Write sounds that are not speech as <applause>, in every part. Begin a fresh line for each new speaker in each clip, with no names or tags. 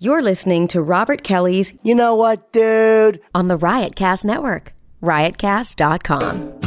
You're listening to Robert Kelly's
You know what, dude?
on the Riotcast Network, riotcast.com.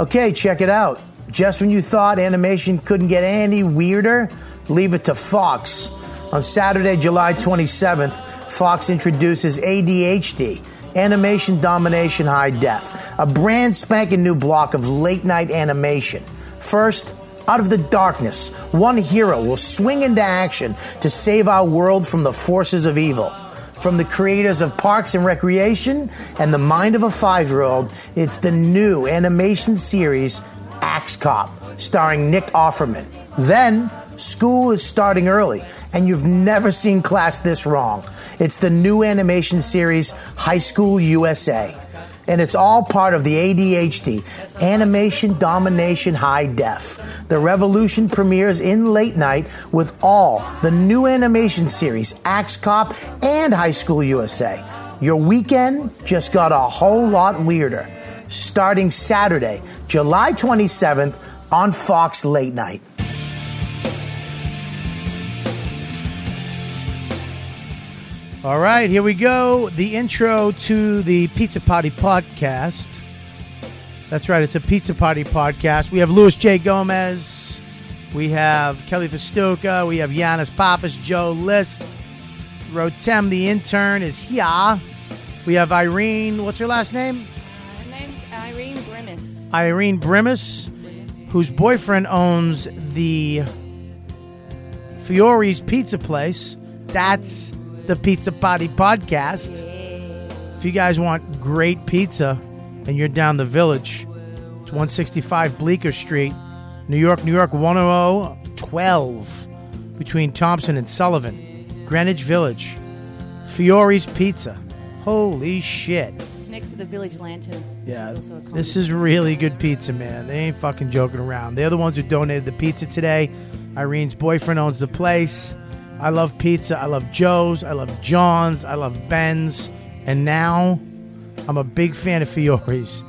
Okay, check it out. Just when you thought animation couldn't get any weirder, leave it to Fox. On Saturday, July 27th, Fox introduces ADHD, Animation Domination High Def, a brand spanking new block of late night animation. First, out of the darkness, one hero will swing into action to save our world from the forces of evil. From the creators of Parks and Recreation and the mind of a five year old, it's the new animation series Axe Cop, starring Nick Offerman. Then, school is starting early, and you've never seen class this wrong. It's the new animation series High School USA and it's all part of the ADHD Animation Domination High Def. The Revolution premieres in late night with all the new animation series Axe Cop and High School USA. Your weekend just got a whole lot weirder. Starting Saturday, July 27th on Fox Late Night. All right, here we go. The intro to the Pizza Potty podcast. That's right, it's a Pizza Potty podcast. We have Luis J. Gomez. We have Kelly Festuca. We have Giannis Pappas, Joe List. Rotem, the intern, is here. We have Irene. What's her last name?
My name's Irene Grimace.
Irene Brimis, whose boyfriend owns the Fiore's Pizza Place. That's the Pizza Potty Podcast. If you guys want great pizza and you're down the village, it's 165 Bleecker Street, New York, New York 10012, between Thompson and Sullivan, Greenwich Village. Fiore's Pizza. Holy shit.
It's next to the Village Lantern. which
Yeah,
is also a
this
comedy.
is really good pizza, man. They ain't fucking joking around. They're the ones who donated the pizza today. Irene's boyfriend owns the place. I love pizza. I love Joe's. I love John's. I love Ben's. And now I'm a big fan of Fiore's.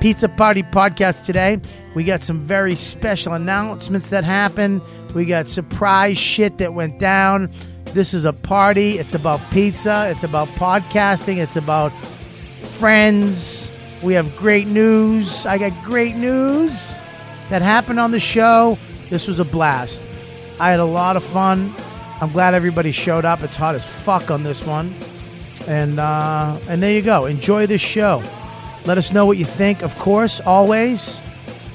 Pizza Party Podcast today. We got some very special announcements that happened. We got surprise shit that went down. This is a party. It's about pizza. It's about podcasting. It's about friends. We have great news. I got great news that happened on the show. This was a blast. I had a lot of fun. I'm glad everybody showed up. It's hot as fuck on this one. And uh, and there you go. Enjoy this show. Let us know what you think. Of course, always.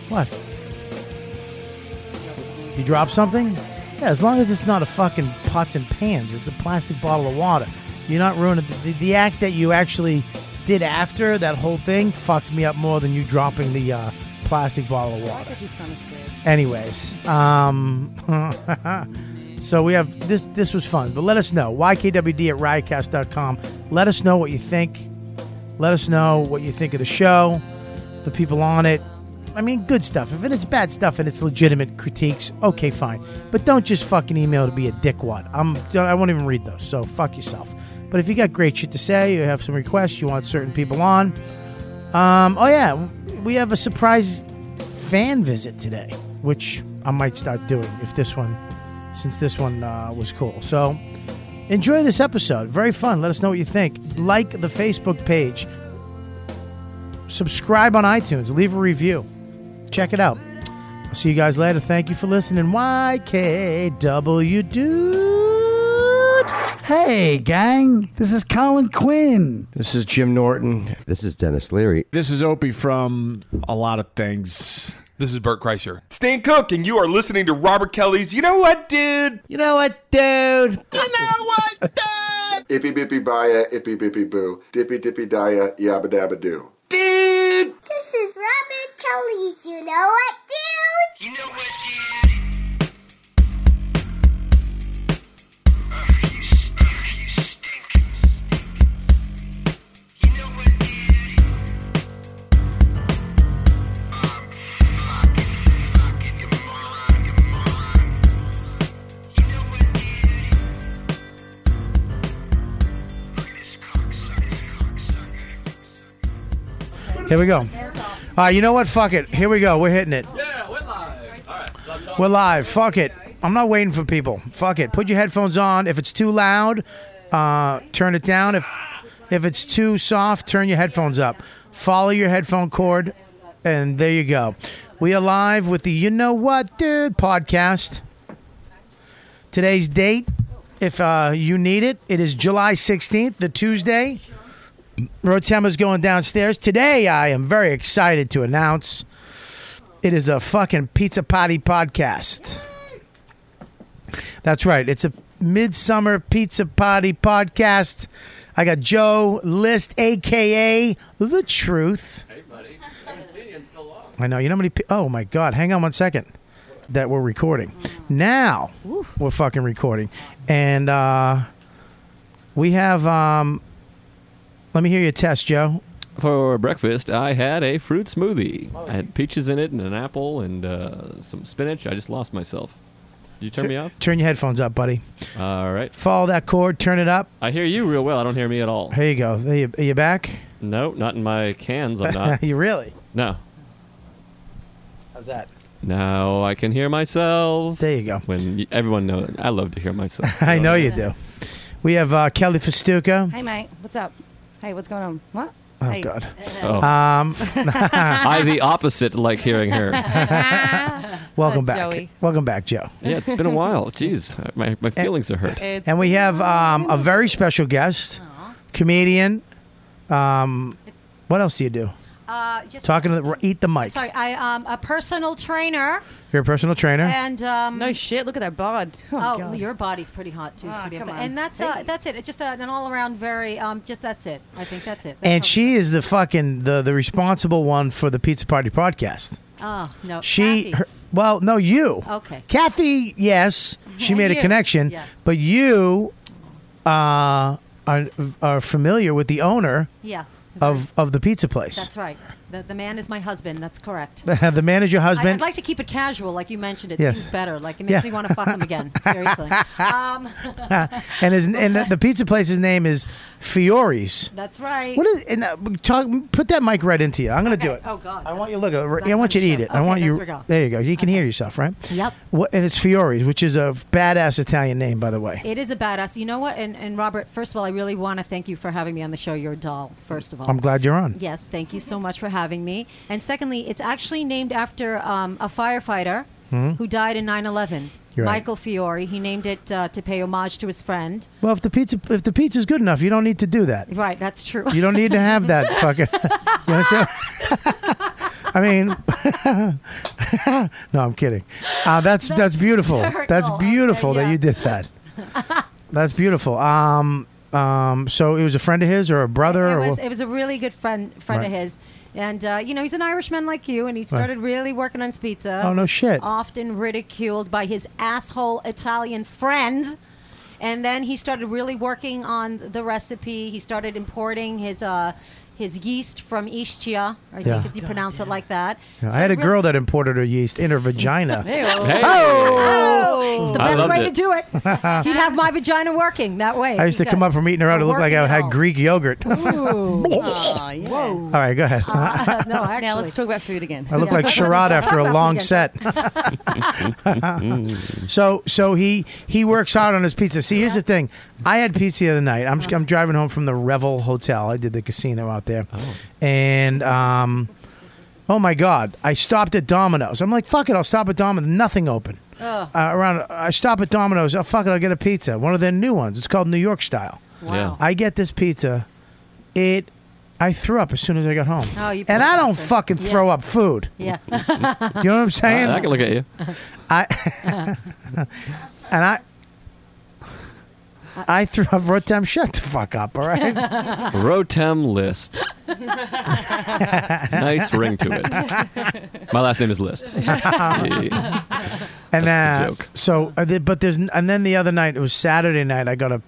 What? You drop something? Yeah, as long as it's not a fucking pots and pans. It's a plastic bottle of water. You're not ruining the, the, the act that you actually did after that whole thing fucked me up more than you dropping the uh, plastic bottle of
I
water.
thought you kind of scared.
Anyways, um, <laughs> so we have this. This was fun, but let us know. YKWd at riotcast.com. Let us know what you think. Let us know what you think of the show, the people on it. I mean, good stuff. If it's bad stuff and it's legitimate critiques, okay, fine. But don't just fucking email to be a dickwad. I'm, I won't even read those, so fuck yourself. But if you got great shit to say, you have some requests, you want certain people on. Um, oh, yeah, we have a surprise fan visit today, which I might start doing if this one, since this one uh, was cool. So enjoy this episode. Very fun. Let us know what you think. Like the Facebook page, subscribe on iTunes, leave a review. Check it out. I'll See you guys later. Thank you for listening. YKW Dude.
Hey, gang, this is Colin Quinn.
This is Jim Norton.
This is Dennis Leary.
This is Opie from a lot of things.
This is Bert Kreischer.
Stan Cook, and you are listening to Robert Kelly's You Know What, Dude?
You know what, dude? You know what, dude?
<laughs> Ippy bippy baya, ippy bippy boo. Dippy dippy dia, yabba dabba doo.
Dude!
This is Robert Kelly's You Know What, Dude? You know what,
Here we go. All right, you know what? Fuck it. Here we go. We're hitting it.
Yeah, we're live. All right.
We're live. Fuck it. I'm not waiting for people. Fuck it. Put your headphones on. If it's too loud, uh, turn it down. If if it's too soft, turn your headphones up. Follow your headphone cord, and there you go. We are live with the You Know What Dude podcast. Today's date, if uh, you need it, it is July 16th, the Tuesday. Rotema's going downstairs. Today, I am very excited to announce it is a fucking pizza potty podcast. That's right. It's a midsummer pizza potty podcast. I got Joe List, aka the Truth.
Hey, buddy. Haven't seen you in so long.
I know. You know how many? Pe- oh my God! Hang on one second. That we're recording now. We're fucking recording, and uh, we have. Um, let me hear your test, Joe.
For breakfast, I had a fruit smoothie. I had peaches in it and an apple and uh, some spinach. I just lost myself. Did you turn me off?
Turn your headphones up, buddy.
All right.
Follow that cord. Turn it up.
I hear you real well. I don't hear me at all.
Here you go. Are you, are you back?
No, not in my cans. I'm not.
<laughs> you really?
No.
How's that?
Now I can hear myself.
There you go.
When y- everyone knows, I love to hear myself.
<laughs> I know you do. We have uh, Kelly Festuca.
Hey, Mike. What's up? Hey, what's going on? What?
Oh
hey. <laughs>
God. <laughs>
Oh.
Um, <laughs>
I the opposite like hearing her.
welcome
Oh,
back.
Joey.
Welcome back, Joe.
Yeah, it's been a
<laughs>
while. Jeez, my, my
Eh.
feelings are hurt.
It's,
And we have um, a very special guest, comedian. Um, what else do you do?
Uh, just
Talking to the, eat the mic.
Sorry, I um a personal trainer
You're a personal trainer.
and um.
no shit. Look at that bod. <laughs>
Oh,
God.
your body's pretty hot too,
Ah,
sweetie.
come on.
And that's uh, that's it. It's just uh, an all-around very um, just that's it. I think that's it. That's
and
all.
she is the fucking the, the responsible one for the Pizza Party podcast.
Oh no,
She,
Kathy.
her, well, no, you.
Okay.
Kathy, yes,
<laughs>
she
And
made a
you.
connection,
Yeah.
but you uh, are are familiar with the owner
yeah.
of of the pizza place. <laughs>
That's right. The, the man is my husband. That's correct.
the manager
I,
husband.
would like to keep it casual, like you mentioned. It
Yes.
seems better. Like it makes
Yeah.
me want to fuck him
<laughs>
again. Seriously. um, <laughs>
and his and the, the pizza place's name is Fiore's.
that's right.
What is and uh, talk? Put that mic right into you. I'm gonna do
Okay.
it.
Oh, God.
I want you
That's-
look. at it.
that's
I want you to eat
not
it. I
gonna
want
show.
you.
Okay, that's
There you go. You can hear yourself, right?
Yep.
What, and it's Fiore's, which is a badass Italian name, by the way.
It is a badass. You know what? And, and Robert, first of all, I really want to thank you for having me on the show. You're a doll, first of all.
I'm glad you're on.
Yes, thank you so much for having me. And secondly, it's actually named after um, a firefighter
Hmm?
who died in 9 11,
You're right.
Michael Fiore. He named it uh, to pay homage to his friend.
Well, if the pizza if the pizza's good enough, you don't need to
<laughs>
do that.
Right, that's true.
You don't need to have that fucking. <laughs> you understand? I mean, <laughs> no, I'm kidding. Uh, that's that's, beautiful. That's
hysterical. Okay,
beautiful that
yeah.
you
<laughs>
did that. that's beautiful. Um, um, so it was a friend of his or a brother or
it was,
what?
it was a really good friend friend of
Right.
his. And, uh, you know, he's an Irishman like you, and he started really working on his pizza.
Oh, no shit.
Often ridiculed by his asshole Italian friends. And then he started really working on the recipe. He started importing his. Uh, his yeast from Ischia, I
Yeah.
think it's- you pronounce it like that.
Yeah, I
So
had a
real-
girl that imported her yeast in her
<laughs>
vagina.
Hey!
Oh, it's the
I
best
loved
way
it.
to do
<laughs>
it. He'd have my vagina working that way.
Uh-huh. I used to
He's
come
got-
up from eating her out. It looked like I
working Ah,
had
out.
Greek yogurt. <laughs> All
Aw, yeah. Whoa.
right, go ahead.
no, actually.
Now let's talk about food again.
I look like Sherrod after a long set. <laughs> so so he he works hard on his pizza. See, here's the thing. I had pizza the other night. I'm I'm driving home from the Revel Hotel. I did the casino out there, and um, Oh my God! I stopped at Domino's. I'm like, fuck it, I'll stop at Domino's. Nothing open.
Ugh.
Uh, around, I stop at Domino's. Oh fuck it, I'll get a pizza. One of their new ones. It's called New York style.
Wow.
I get this pizza. It, I threw up as soon as I got home.
Oh, you
and
poor
I don't
bastard.
fucking
<laughs> Yeah.
throw up food.
Yeah.
<laughs> You know what I'm saying?
I, I can look at you.
<laughs> I <laughs> and
<laughs>
I I threw up Rotem. Shut the fuck up, all
<laughs>
right?
Rotem list. nice ring to it. My last name is
<laughs>
List. Yeah.
and
That's
uh,
the joke.
so, uh, the- but there's, n- and then the other night it was Saturday night. I got a,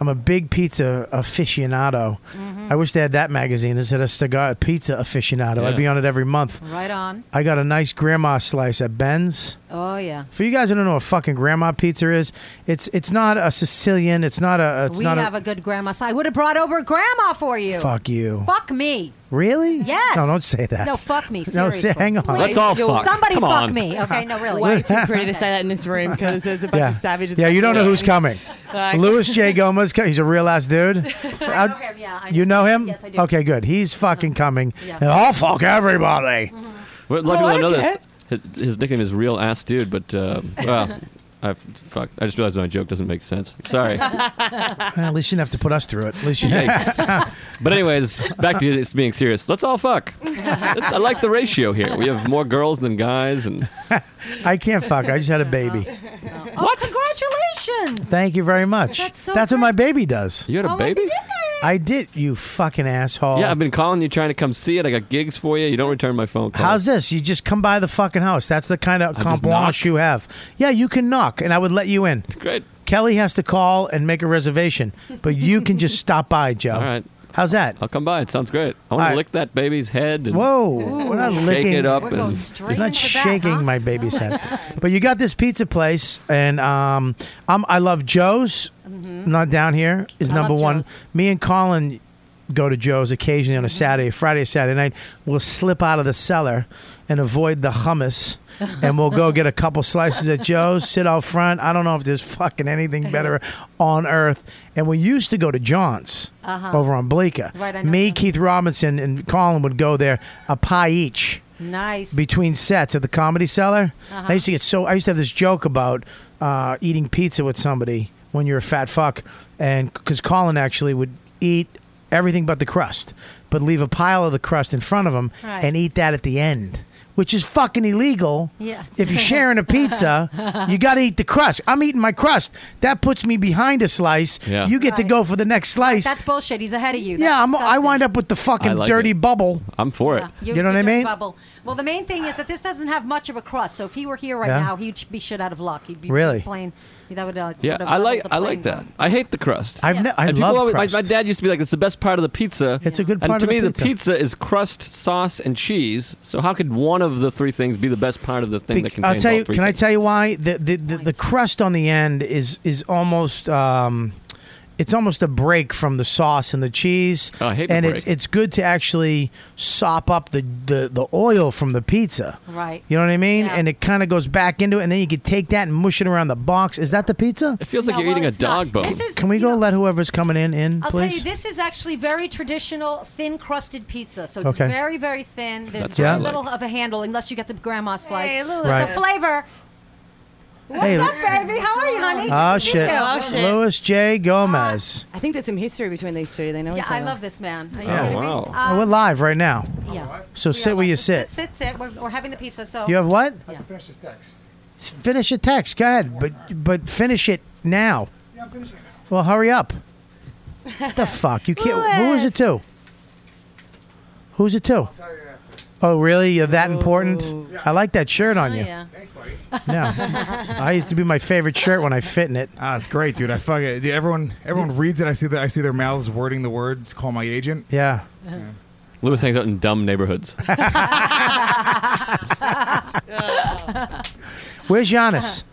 I'm a big pizza aficionado.
Mm-hmm.
I wish they had that magazine instead of cigar pizza aficionado. I'd
Yeah.
be on it every month.
Right on.
I got a nice grandma slice at Ben's.
Oh yeah.
For you guys who don't know what fucking grandma pizza is, it's it's not a Sicilian. It's not a. It's
we
not
have a, good grandma. So I would have brought over grandma for you.
Fuck you.
Fuck me.
Really?
Yes.
No, don't say that.
No, fuck me.
<laughs> No,
Seriously.
say, hang on.
Let's all fuck. Somebody Come fuck on. me. Okay, no, really.
Way too pretty to say that in this room because there's a bunch
yeah.
of savages.
Yeah, you don't know
Yeah.
<laughs>
who's coming.
Uh,
Like-
Louis J. Gomez, co- he's a real ass dude. I know him,
yeah.
you know him?
Yes, I do. Uh-huh.
Okay, good. He's fucking coming.
Yeah.
And oh, I'll fuck everybody.
Well, a lot of
Oh,
people don't know
okay.
this. His, his nickname is Real Ass Dude, but uh, well, I fuck. I just realized my joke doesn't make sense. Sorry.
Well, at least you didn't have to put us through it. At least you
Yikes. but anyways, back to this being serious. Let's all fuck. It's- I like the ratio here. We have more girls than guys, and
I can't fuck. I just had a baby.
What? Oh, congratulations.
<laughs> Thank you very much.
That's so Oh,
what my baby does.
You had a baby?
I did, you fucking asshole.
Yeah, I've been calling you, trying to come see it. I got gigs for you. You don't return my phone call.
How's this? You just come by the fucking house. That's the kind of
Oh. just
compliance
knock.
you have. Yeah, you can knock, and I would let you in.
Great.
Kelly has to call and make a reservation, but you
<laughs>
can just stop by, Joe.
All right.
How's that?
I'll come by. It sounds great. I want
All
to
right.
lick that baby's head. And
Whoa, we're not
shake
licking
it up.
I'm
and
not shaking my
Oh
baby's head. But you got this pizza place, and um, I'm, I love Joe's. Not down here is
Mm-hmm. I
number
love
one.
Joe's. Mm-hmm.
Me and Colin go to Joe's occasionally on a Saturday, Friday, Saturday night. We'll slip out of the cellar and avoid the hummus. and we'll go get a couple slices at Joe's, sit out front. I don't know if there's fucking anything better on earth. And we used to go to John's
Uh-huh.
over on Bleecker.
Right, I know
Me, Keith Robinson, and Colin would go there, a pie each
Nice.
between sets at the comedy cellar.
Uh-huh.
I used to get so I used to have this joke about uh, eating pizza with somebody when you're a fat fuck, and because Colin actually would eat everything but the crust, but leave a pile of the crust in front of him
Right.
and eat that at the end. Which is fucking illegal.
Yeah.
If you're sharing
<laughs>
a pizza, you got to eat the crust. I'm eating my crust. That puts me behind a slice.
Yeah.
You get to go for the next slice.
That's bullshit. He's ahead of you.
yeah, I'm, I wind up with the
I
fucking
like
dirty
it.
bubble.
I'm for it.
You know what I
dirty
mean?
Bubble. Well, the main thing is that this doesn't have much of a crust. So if he were here right
Yeah.
now, he'd sh- be shit out of luck. He'd be
Really?
plain. That would uh,
Yeah,
sort of
I
level
like
the
I
playing
like that.
field.
I hate the crust.
I've ne- I
And people
love
always- my- My,
crust.
dad used to be like, "It's the best part of the pizza." It's
a good
and
part
to
of
me,
the pizza.
the pizza is crust, sauce, and cheese. So how could one of the three things be the best part of the thing that
Bec-
contains
I'll tell
all
you.
three
Can I
things?
tell you why the the, the, the crust on the end is is almost. Um, it's almost a break from the sauce and the cheese,
Oh, I hate the
and it's
break.
it's good to actually sop up the, the, the oil from the pizza.
Right.
You know what I mean? And it kind of goes back into it, and then you can take that and mush it around the box. Is that the pizza?
It feels like you're eating a dog bone.
This is-
can we go let whoever's coming in in,
I'll
please?
tell you, this is actually very traditional, thin crusted pizza. So it's
Okay.
very, very thin. There's
That's what I
very
like.
little of a handle unless you get the grandma slice.
Lou.
But
Right.
The flavor. What's
Hey,
up, baby? How are you, honey? Good
oh,
to see
shit.
you.
Oh, shit.
Louis J. Gomez.
<laughs> I think there's some history between these two. They know
Yeah,
each other.
I love this man. Are you
Yeah.
kidding me?
Oh,
Um,
we're live right now.
Yeah.
So sit where you sit.
Sit, sit. We're, we're having the pizza. So
You have what? I
Yeah.
Finish this text.
S- Finish a text. Go ahead, but but finish it now.
Yeah, I'm finishing
Well, hurry up. What the fuck? You can't. Who is it to? Who's it to? Oh, really? You're that important? I like that shirt on
Oh,
you.
Thanks, buddy.
<laughs> Yeah. I used to be my favorite shirt when I fit in it.
Ah, it's great, dude. I fuck it. Dude, everyone, everyone reads it. I see that. I see their mouths wording the words. Call my agent.
Yeah.
Lewis hangs out in dumb neighborhoods.
Where's Giannis?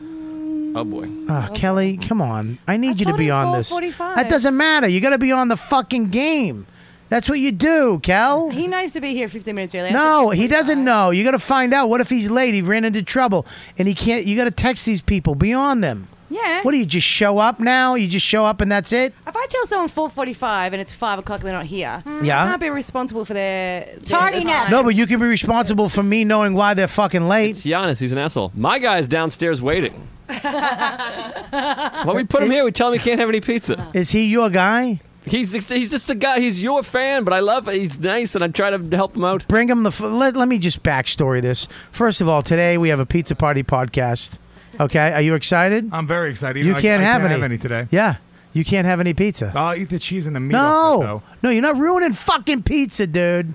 oh boy.
Oh, Kelly, come on. I need you to be on this.
4:45.
That doesn't matter. You got to be on the fucking game. That's what you do, Kel.
He knows to be here 15 minutes early. I
No, he doesn't know. You got to find out. What if he's late? He ran into trouble, and he can't. You got to text these people. Be on them.
Yeah.
What do you just show up now? You just show up and that's it?
If I tell someone 4:45 and it's five o'clock, they're not here.
Yeah.
I can't be responsible for their their time. <laughs>
No, but you can be responsible for me knowing why they're fucking late.
It's Giannis. He's an asshole. My guy's downstairs waiting.
Ah.
Well, we put him here. We tell him he can't have any pizza.
Is he your guy?
He's he's just a guy. He's your fan, but I love. He's nice, and I'm trying to help him out.
Bring him the. f- Let, let me just backstory this. First of all, today we have a pizza party podcast. Okay, are you excited?
I'm very excited.
You
know, I-
can't
I
have
can't
any
have any today.
Yeah, you can't have any pizza.
I'll eat the cheese and the meat. off it,
no,
though.
no, you're not ruining fucking pizza, dude.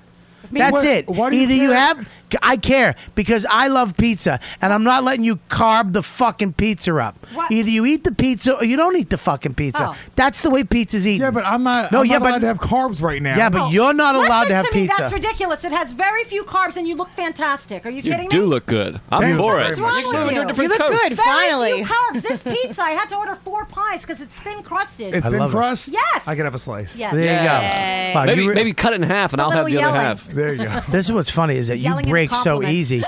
mean,
That's
what-
it.
why do you
Either you
care?
have, I care because I love pizza, and I'm not letting you carb the fucking pizza up.
What?
Either you eat the pizza or you don't eat the fucking pizza.
Oh.
That's the way pizza's eaten. Yeah, but
I'm not.
No,
I'm
yeah,
not
but
allowed to have carbs right now.
Yeah, but you're not allowed to
Listen
have
me,
pizza.
That's ridiculous. It has very few carbs, and you look fantastic. Are you, kidding me?
look good. I'm
Thank you
for
very
it.
much.
What's wrong with you?
You're a different
you look
coach.
good. Very few carbs. This pizza, I had to order four pies because it's thin crusted.
It's thin crust.
Yes.
I could have a slice.
Yes. There you go. Yay. Wow,
maybe
you re-
maybe cut it in half, and I'll have the other half.
There you go.
<laughs> This is what's funny is that you
Yelling and
break so
compliments.
easy.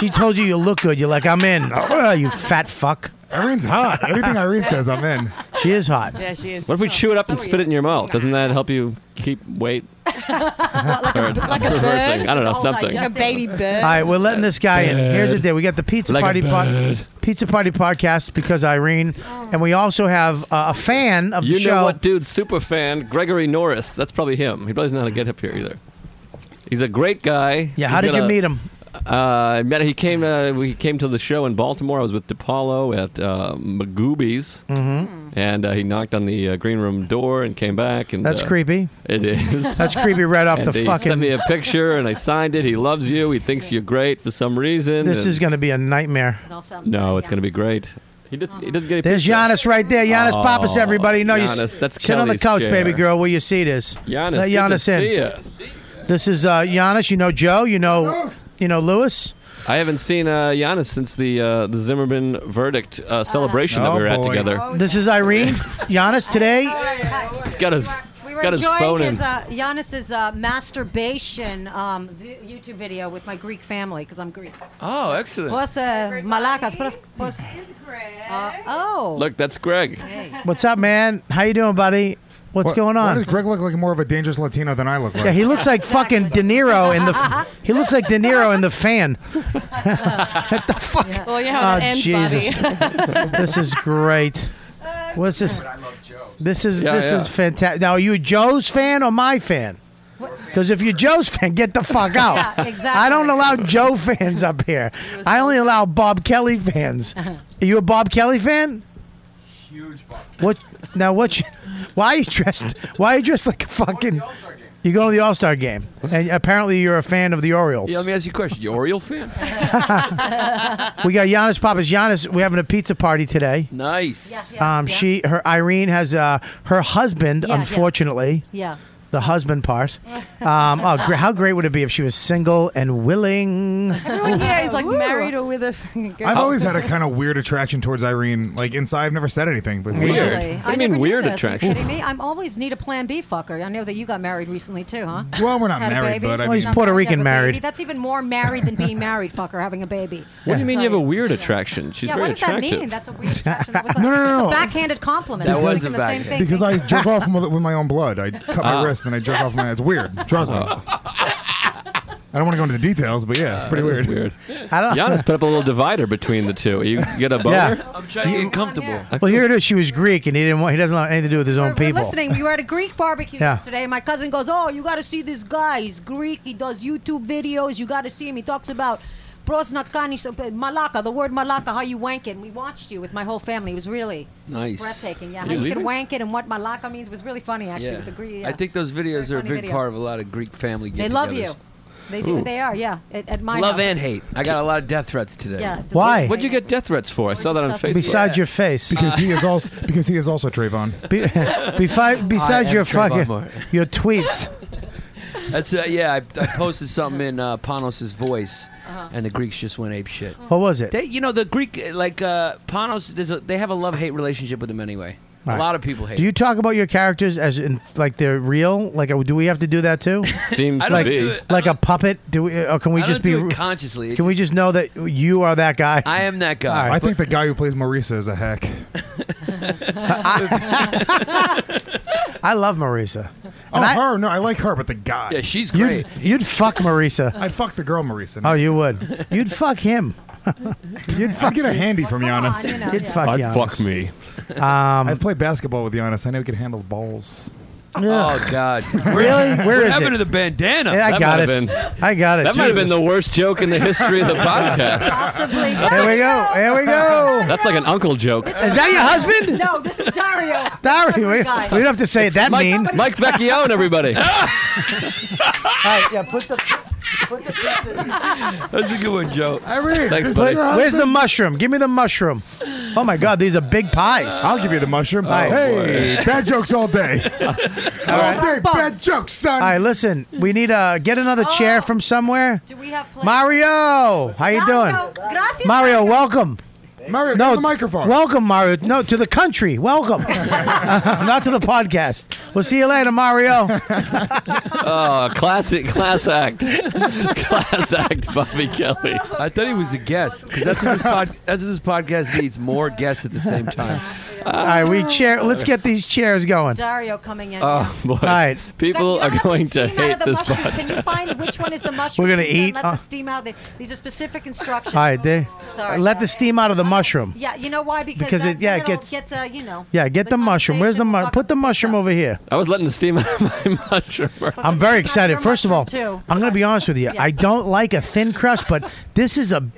she told you you look good. You're like, I'm in. <laughs> Ugh, you fat fuck.
Irene's hot. Everything Irene says, I'm in.
She is hot.
Yeah, she is.
What if we chew it up and
are
spit it in your mouth? Doesn't that help you keep weight? like a,
like a
reversing.
bird?
I don't know
Oh,
something.
like a baby bird.
All right, we're letting this guy in.
Bad.
Here's the deal: we got the pizza
Like a
party po-
bad.
pizza party podcast because Irene,
Oh.
and we also have uh, a fan of the
You
show.
know what, dude? Super fan Gregory Norris. That's probably him. He probably doesn't know how to get up here either. He's a great guy.
Yeah, how
He's
did you
got a-
meet him?
Uh, I met. He came. To, we came to the show in Baltimore. I was with DePaulo at uh, Magoobies,
Mm-hmm.
and uh, he knocked on the uh, green room door and came back. And
That's
uh,
creepy.
It is.
<laughs> That's creepy right off
And
the
he
fucking-
sent me a picture, and I signed it. He loves you. He thinks you're great for some reason.
This
and-
is going to be a nightmare.
No, it's going to be great. He didn't. He doesn't get. Any
There's
picture.
Giannis right there. Giannis
Oh,
Papas, everybody. No, you s-
Giannis, that's
sit on the
Kelly's
couch,
chair.
baby girl, where your seat is.
Giannis,
Let
good to
Giannis in.
see ya.
This is uh, Giannis. You know Joe. You know, you know Lewis.
I haven't seen uh, Giannis since the uh, the Zimmerman verdict
Ah.
uh, celebration
Oh,
that we were at together.
Oh,
This is Irene. Giannis today.
He's got his
We were
got his
enjoying
phone in.
his uh, Giannis's uh, masturbation um, vi- YouTube video with my Greek family because I'm Greek.
oh, excellent.
Pos uh, malakas, pos pos. Uh, oh.
Look, that's Greg.
What's up, man? How you doing, buddy? What's
Why-
going
Why
on?
does Greg look like more of a dangerous Latino than I look like?
Yeah, he looks like fucking De Niro in the. f- He looks like De Niro in the fan. what the fuck?
<laughs>
Well, you know how
oh
that ends,
Jesus!
Bobby.
<laughs> this is great. What's this? This is
Yeah,
this
yeah.
is fantastic. Now, are you a Joe's fan or my fan? Because if you're Joe's fan, get the fuck out.
Yeah, exactly.
I don't allow Joe fans up here. I only allow Bob Kelly fans. Are you a Bob Kelly fan? What now? What? You, <laughs> why are you dressed? Why are you dressed like a fucking? You go to the All Star game, and apparently you're a fan of the Orioles.
Yeah, let me ask you a question. You Oriole fan?
We got Giannis Papas. Giannis, we're having a pizza party today.
Nice.
Um, she, her Irene has uh, her husband.
Yeah, yeah.
unfortunately,
Yeah.
the husband part. Um, oh, gr- how great would it be if she was single and willing?
Everyone here is like married or with a fucking girl.
I've always
<laughs>
had a
<laughs>
kind of weird attraction towards Irene. Like inside, I've never said anything, but it's
Weird.
weird.
Really? What do you I mean never knew weird this. Are you attraction?
Kidding
<laughs>
me? I'm always need a Plan B fucker. I know that you got married recently too, huh?
Well, we're not
Had a
married,
baby?
but I
Not
Well, he's
married,
Puerto
you have
Rican
a baby?
married.
That's even more married than being married, fucker. Having a baby.
What do you mean you have a
Sorry.
weird attraction? She's
yeah,
very
what does
attractive.
that mean? That's a
<laughs>
weird attraction.
No, no, no.
Backhanded compliment.
That
I
was
thinking
a
the same
backhand.
thing.
Because I jerk off with with my own blood. I cut my
Ah. Oh.
wrist, then I jerk off my. It's weird.
<laughs>
Trust me. I don't want to go into the details, but yeah, it's pretty
That
weird.
is Giannis put up a
<laughs>
little divider between the two. You get a boner?
I'm trying to get comfortable.
Well, here it is. She was Greek, and he didn't want. He doesn't want anything to do with his own
We're
people.
listening. We were at a Greek barbecue
<laughs> Yeah.
yesterday. And my cousin goes, "Oh, you got to see this guy. He's Greek. He does YouTube videos. You got to see him. He talks about prosnakani so- uh, malaka, the word malaka, how you wank it." And we watched you with my whole family. It was really
Nice.
breathtaking. Yeah,
You
how you
leaving?
can wank it and what malaka means was really funny actually. With the Greek, yeah.
I think those videos are a
funny
big
video.
part of a lot of Greek family.
they love
get-togethers.
you. They do.
Ooh.
They are. Yeah. At, at my
Love
house.
and hate. I got a lot of death threats today.
Yeah, the-
Why?
What'd you get death threats for? I saw that on Facebook.
Besides your face, Ah.
Because he is also because he is also Trayvon.
<laughs> Be, befi- besides
am
your
Trayvon
fucking
Martin.
your tweets.
That's uh, yeah. I, I posted something in uh, Panos's voice, and the Greeks just went ape shit.
What was it?
They, you know, the Greek uh, like uh, Panos. There's a, they have a love hate relationship with him anyway. A lot of people hate.
Do you talk about your characters as in like they're real? Like, uh, do we have to do
<laughs>
that too?
Seems
I don't
like
do it.
like a puppet. Do we? Or can we
I
just
don't
be
do it consciously. It
Can we just know that you are that guy?
I am that guy.
All right.
I think the guy who plays Marisa is a hack.
<laughs> I love Marisa.
Oh, her? No, I like her, but the guy.
Yeah, she's
You'd, you'd fuck Marisa.
I'd fuck the girl, Marisa.
Oh, you would. You'd fuck him. <laughs> You'd fuck.
I'd get a handy from Giannis.
you know, You'd yeah. fuck I'd Giannis. fuck
me.
<laughs> Um,
I've played basketball with Giannis. I know he can handle balls.
Oh God!
<laughs> Really? Where
what
is
happened
it?
to the bandana?
Yeah, I
That
got
might
it.
have been-
I got it.
That might have been the worst joke in the history
<laughs>
of the podcast.
Possibly.
There
<laughs>
we go. There we go.
That's like an uncle joke.
Is that your husband?
No, this is Dario.
Sorry, we, we
guy.
don't have to say it that
Mike,
mean.
Mike Vecchione,
<laughs>
everybody.
All right, yeah, put the put the pizzas.
That's a good one, Joe.
Irene,
Thanks,
this
buddy.
is your
Where's the
husband?
mushroom? Give me the mushroom. Oh my God, these are big pies.
I'll give you the mushroom.
right.
Oh,
hey, bad jokes all
<laughs>
day. all day, bad jokes, son.
All right, listen, we need uh get another chair from somewhere.
Oh. Do we have play?
Mario, how
Mario,
you doing?
gracias,
Mario, welcome.
Mario, give him the microphone.
Welcome, Mario. No, to the country. Welcome. <laughs> Not to the podcast. We'll see you later, Mario.
<laughs>
Oh, classic, class act, class act, Bobby Kelly.
I thought he was a guest because that's what this pod, that's what this podcast needs more guests at the same time.
All right, we chair. Let's get these chairs going.
Dario coming in.
Oh <laughs> boy!
right.
People
You don't
are
have the
going to
steam out
hate
of the
this
mushroom. Can
<laughs>
you
podcast.
find which one is the mushroom?
We're gonna
Please don't
eat,
Let
uh,
the steam out. They- These are specific instructions.
All right, they,
Sorry.
let the steam out of the mushroom.
Yeah, you know why? Because,
Because
that-
it- yeah,
then
it
it'll
gets-
get uh, you know.
Yeah, get the mushroom. Where's the
conversation
mu-
will
Put the
fuck-
mushroom over here.
I was letting the steam out of my <laughs> mushroom.
I'm very
Not
excited.
your
First of all,
mushroom, too.
I'm going to be honest with you. I
Yes.
don't like a thin crust, but
<laughs>
this is a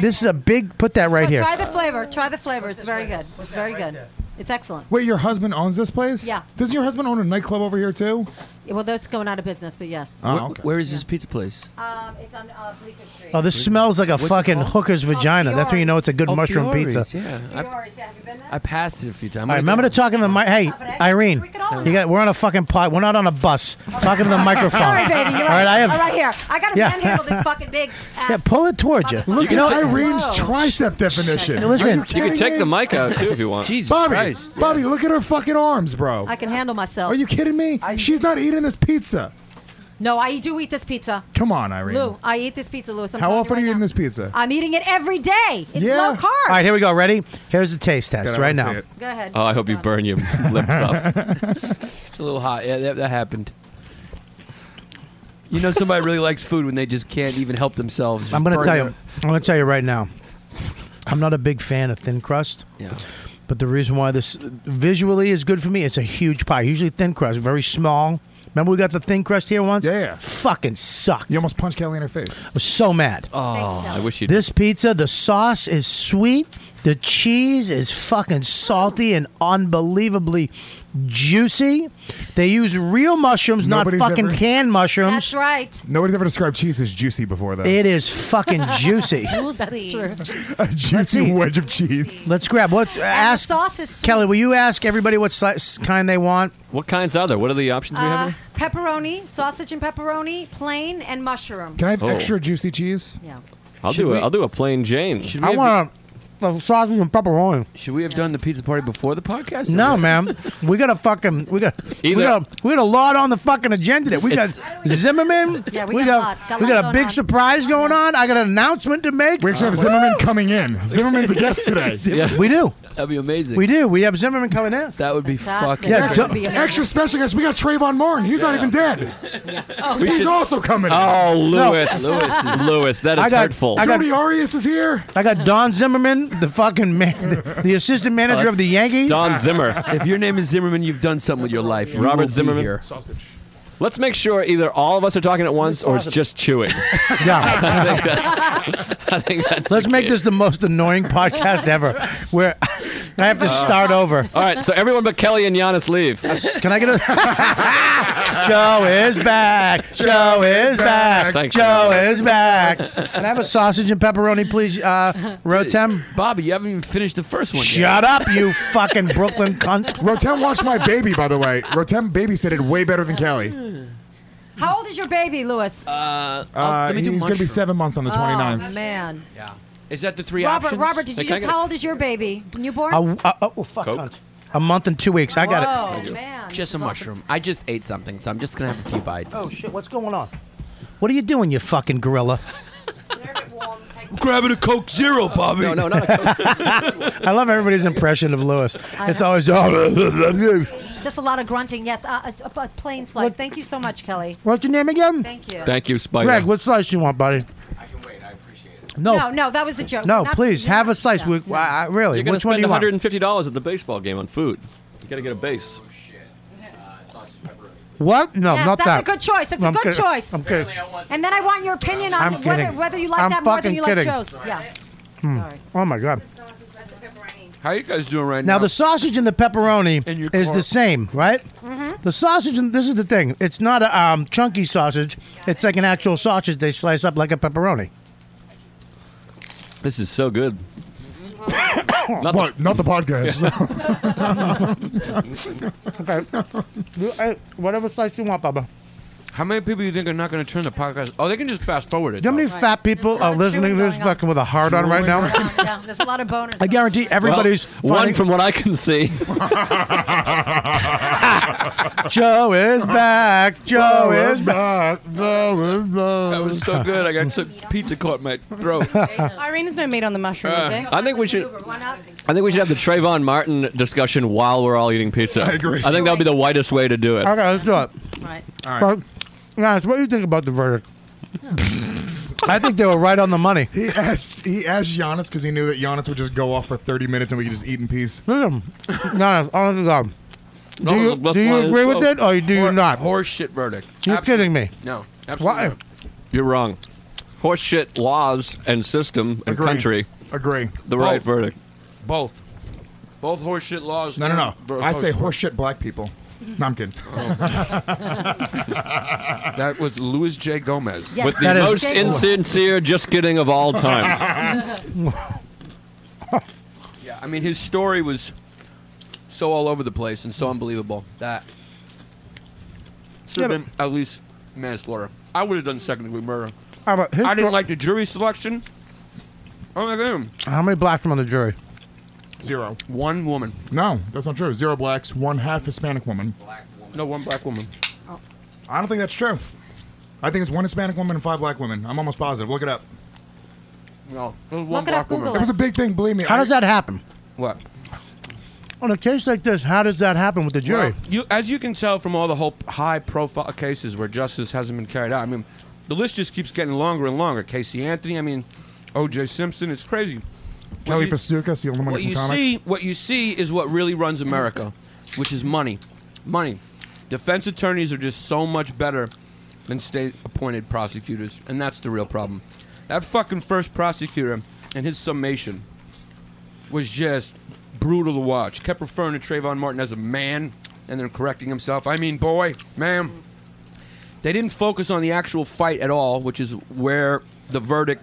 this is a big. Put that right
So
here.
Try the flavor. Try the flavor. It's very good. It's very good. It's excellent.
Wait, your husband owns this place?
Yeah.
Does your husband own a nightclub over here too?
Well, that's going out of business, but yes.
Uh,
Oh,
Wh-
okay.
Where is this pizza place?
Um, it's on uh, Bleecker Street.
Oh, this smells like a
What's it
fucking
Oh,
called?
hooker's vagina. That's when you know it's a good
Oh,
mushroom
Fiore's,
pizza.
Yeah,
Fiore's, yeah, have you been there?
I, I passed it a few times.
All right, remember to talking to the mic. Hey, Irene,
We could all
you got, we're on a fucking pod. We're not on a bus. Talking to the
<laughs>
microphone.
Sorry, baby. You're
All right, I have.
All right here. I got a
Yeah.
manhandle
<laughs>
that's fucking big. Ass.
Yeah, pull it towards you.
Look
You
at
know
that.
Irene's
Whoa.
tricep definition.
Shh. Listen,
Are you
you could
You
kidding
can take
me?
the mic out too if you want.
Jesus
Bobby,
Christ.
Bobby, look at her fucking arms, bro.
I can handle myself.
Are you kidding me? She's not eating this pizza.
No, I do eat this pizza.
Come on, Irene.
Lou, I eat this pizza, Louis. I'm
How
telling
often
right
are you eating
now.
this pizza?
I'm eating it every day. It's
Yeah?
low carb.
All right, here we go. Ready? Here's a taste test
God, I
right
wanna
now.
see it.
Go ahead.
Oh, I hope you burn your <laughs> lips up.
It's a little hot. Yeah, that, that happened. You know, somebody really likes food when they just can't even help themselves.
I'm going to
Burn
tell you.
their-
I'm going to tell you right now. I'm not a big fan of thin crust.
Yeah.
But the reason why this visually is good for me, it's a huge pie. Usually thin crust, very small. Remember we got the thin crust here once?
Yeah, yeah.
Fucking sucked.
You almost punched Kelly in her face.
I was so mad.
Oh, I wish you.
This pizza, the sauce is sweet. The cheese is fucking salty and unbelievably juicy. They use real mushrooms,
Nobody's
not fucking
ever-
canned mushrooms.
That's right.
Nobody's ever described cheese as juicy before, though.
It is
<laughs>
<laughs>
fucking juicy.
That's true.
<laughs>
a
see.
juicy wedge of cheese.
Let's grab what ask
sauce is sweet.
Kelly. Will you ask everybody what slice, kind they want?
<laughs> What kinds are there? What are the options we have?
Uh,
here?
pepperoni, sausage and pepperoni, plain and mushroom.
Can I have
Oh.
extra juicy cheese?
Yeah.
I'll
should
do a,
we-
I'll do a plain Jane.
Should we
I
have-
want a sausage and pepperoni.
Should we have done the pizza party before the podcast? or
No,
what?
man, we got a fucking we got we
Either-
got we got a lot on the fucking agenda. Today. We got Zimmerman.
Yeah, we got lots. Got
we
lots
got a
going
big
on.
surprise going on. I got an announcement to make.
We actually have Zimmerman coming in. Zimmerman's a guest today.
<laughs>
Yeah.
We do,
That'd be amazing.
we do. We have Zimmerman coming
<laughs>
in.
That would be
Fantastic.
fucking.
Yeah,
That
ju-
would be amazing.
Extra special guest. We got Trayvon Martin. He's not even dead. Oh, He's also coming in.
Oh,
<laughs>
Lewis,
No. Lewis is-
Lewis, that
I
is
got-
hurtful.
I got-
Jody Arias is here.
I got Don Zimmerman, the fucking man, the, the assistant manager of the Yankees.
Don Zimmer.
If your name is Zimmerman, you've done something with your life. You
Robert
will be
Zimmerman.
here.
Sausage.
Let's make sure either all of us are talking at once or it's just chewing.
Yeah.
I think that's. I think that's
Let's
the
make
key.
this the most annoying podcast ever. Where <laughs> I have to
Uh,
start over.
All right, so everyone but Kelly and Giannis
<laughs>
leave.
Can I get a <laughs>
<laughs>
Joe is back. Joe is back.
Thanks,
Joe is back. Can I have a sausage and pepperoni, please, uh, Rotem?
Bobby, you haven't even finished the first one. yet.
Shut up, you fucking Brooklyn
<laughs>
cunt.
Rotem watched my baby, by the way. Rotem babysitted way better than Kelly.
Hmm. How old is your baby, Louis?
Uh,
Oh,
Uh,
let me do
he's going to be
mushroom.
seven months on the 29th.
Oh, man.
Yeah. Is that the three
Robert,
options?
Robert, did you
Hey, can I
just?
get-
How old is your baby? Newborn?
Uh, uh, oh, fuck,
Coke?
cunt. A month and two weeks. I got
Thank
it.
you. just a mushroom. I just ate something, so I'm just gonna have a few bites.
Oh shit! What's going on? What are you doing, you fucking gorilla?
I'm grabbing a Coke Zero, Bobby. No, Oh, no, no.
<laughs> I love everybody's impression of Lewis.
I
It's
know.
always. "Oh,
Just a lot of grunting. Yes, uh, a, a plain slice. Thank you so much, Kelly.
What's your name again?
Thank you.
Thank you, Spider.
Greg, what slice you want, buddy? I can wait. I appreciate it. No,
no, that was a joke.
No,
Not-
please have a slice. We, I, I- really,
You're going to
which one
spend
do you want?
$150 at the baseball game on food. You got to get a base.
What? No,
Yes,
not
that's
that.
a good choice. It's a
I'm
good
kidding.
choice.
I'm kidding.
And then I want your opinion
I'm
on whether,
kidding.
whether you like
I'm
that more than
fucking
you
kidding.
like Joe's. Yeah.
Hmm. Oh my god.
How you guys doing right
Now
now?
the sausage and the pepperoni
And your
is
car.
the same, right? The sausage and this is the thing. It's not a um, chunky sausage. It's like an actual sausage they slice up like a pepperoni.
This is so good. not,
What? Mm-hmm. Not the
podcast.
Okay. You- I- Whatever slice you want, Baba.
How many people you think are not gonna turn the podcast? Oh, they can just fast forward it.
Do you know how many
though.
fat people are listening to this fucking with a hard on right now?
yeah, there's a lot of boners.
I guarantee everybody's
one
finding-
from what I can see.
<laughs> Joe is back. Joe is back.
That was so good. I got some pizza caught in my throat.
Irene's no meat on the mushroom, is there?
Uh, I think we should. <laughs> I think we should have the Trayvon Martin discussion while we're all eating pizza.
I agree.
I think that would be the whitest way to do it.
Okay, let's do it.
Right.
All
But, guys, what do you think about the
<laughs>
verdict? I think they were right on the money.
He asked he asked Giannis because he knew that Giannis would just go off for 30 minutes and we could just eat in peace.
<laughs> Listen, no, honest to God.
No,
Do you,
that's
do you
why it's
agree with
so-
it or do you not?
Horse shit verdict.
You're kidding me.
No,
Why?
absolutely.
You're wrong. Horseshit laws and system and
Agree.
country.
Agree.
The right
Both.
verdict.
Both. Both horse shit laws.
No, no, no.
and- bro- oh,
I say horseshit black people. No, I'm kidding.
That was Louis J. Gomez.
Yes, With the that is- most insincere just kidding of all
<laughs>
<laughs>
time. yeah, I mean, his story was so all over the place and so unbelievable that should have
Yeah,
been at least manslaughter. I would have done second degree murder.
How about his
I didn't
sto-
like the jury selection. Oh my god.
How many blacks from on the jury?
Zero.
One woman.
No, that's not true. Zero blacks, one half Hispanic woman.
No, one black woman.
I don't think that's true. I think it's one Hispanic woman and five black women. I'm almost positive. Look it up.
No, it was one
Look it
black
up,
woman.
Google It was a big thing. Believe me.
How does that happen?
What?
On a case like this, how does that happen with the jury?
Well, you, as you can tell from all the whole high-profile cases where justice hasn't been carried out, I mean, the list just keeps getting longer and longer. Casey Anthony, I mean, O.J. Simpson, it's crazy. What
Kelly
you-
Fasuka's the only one
what
from
you
comics.
see, what you see, is what really runs America, which is money, money. Defense attorneys are just so much better than state-appointed prosecutors, and that's the real problem. That fucking first prosecutor and his summation was just brutal to watch. Kept referring to Trayvon Martin as a man, and then correcting himself. I mean, boy, ma'am. They didn't focus on the actual fight at all, which is where the verdict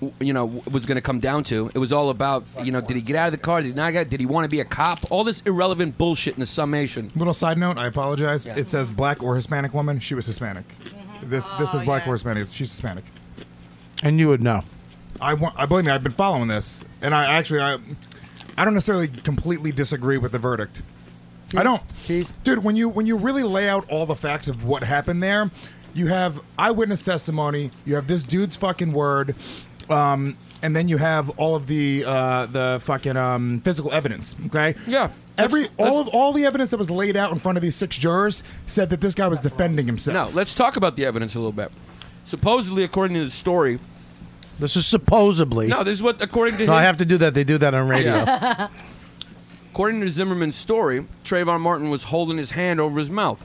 w- you know w- was going to come down to. It was all about you know did he get out of the car? Did he not get? Did he want to be a cop? All this irrelevant bullshit in the summation.
Little side note, I apologize. It says black or Hispanic woman. She was Hispanic. This this is black or Hispanic. She's Hispanic.
And you would know.
I want. I believe me. I've been following this, and I actually I, I don't necessarily completely disagree with the verdict. I don't, dude. When you when you really lay out all the facts of what happened there, you have eyewitness testimony. You have this dude's fucking word. Um, and then you have all of the uh, the fucking um, physical evidence. Okay.
Yeah.
Every
Let's-
all of all the evidence that was laid out in front of these six jurors said that this guy was defending himself.
Now let's talk about the evidence a little bit. Supposedly, according to the story,
This is supposedly.
no, this is what according to
No, I
his-
have to do that. They do that on radio.
Yeah. According to Zimmerman's story, Trayvon Martin was holding his hand over his mouth.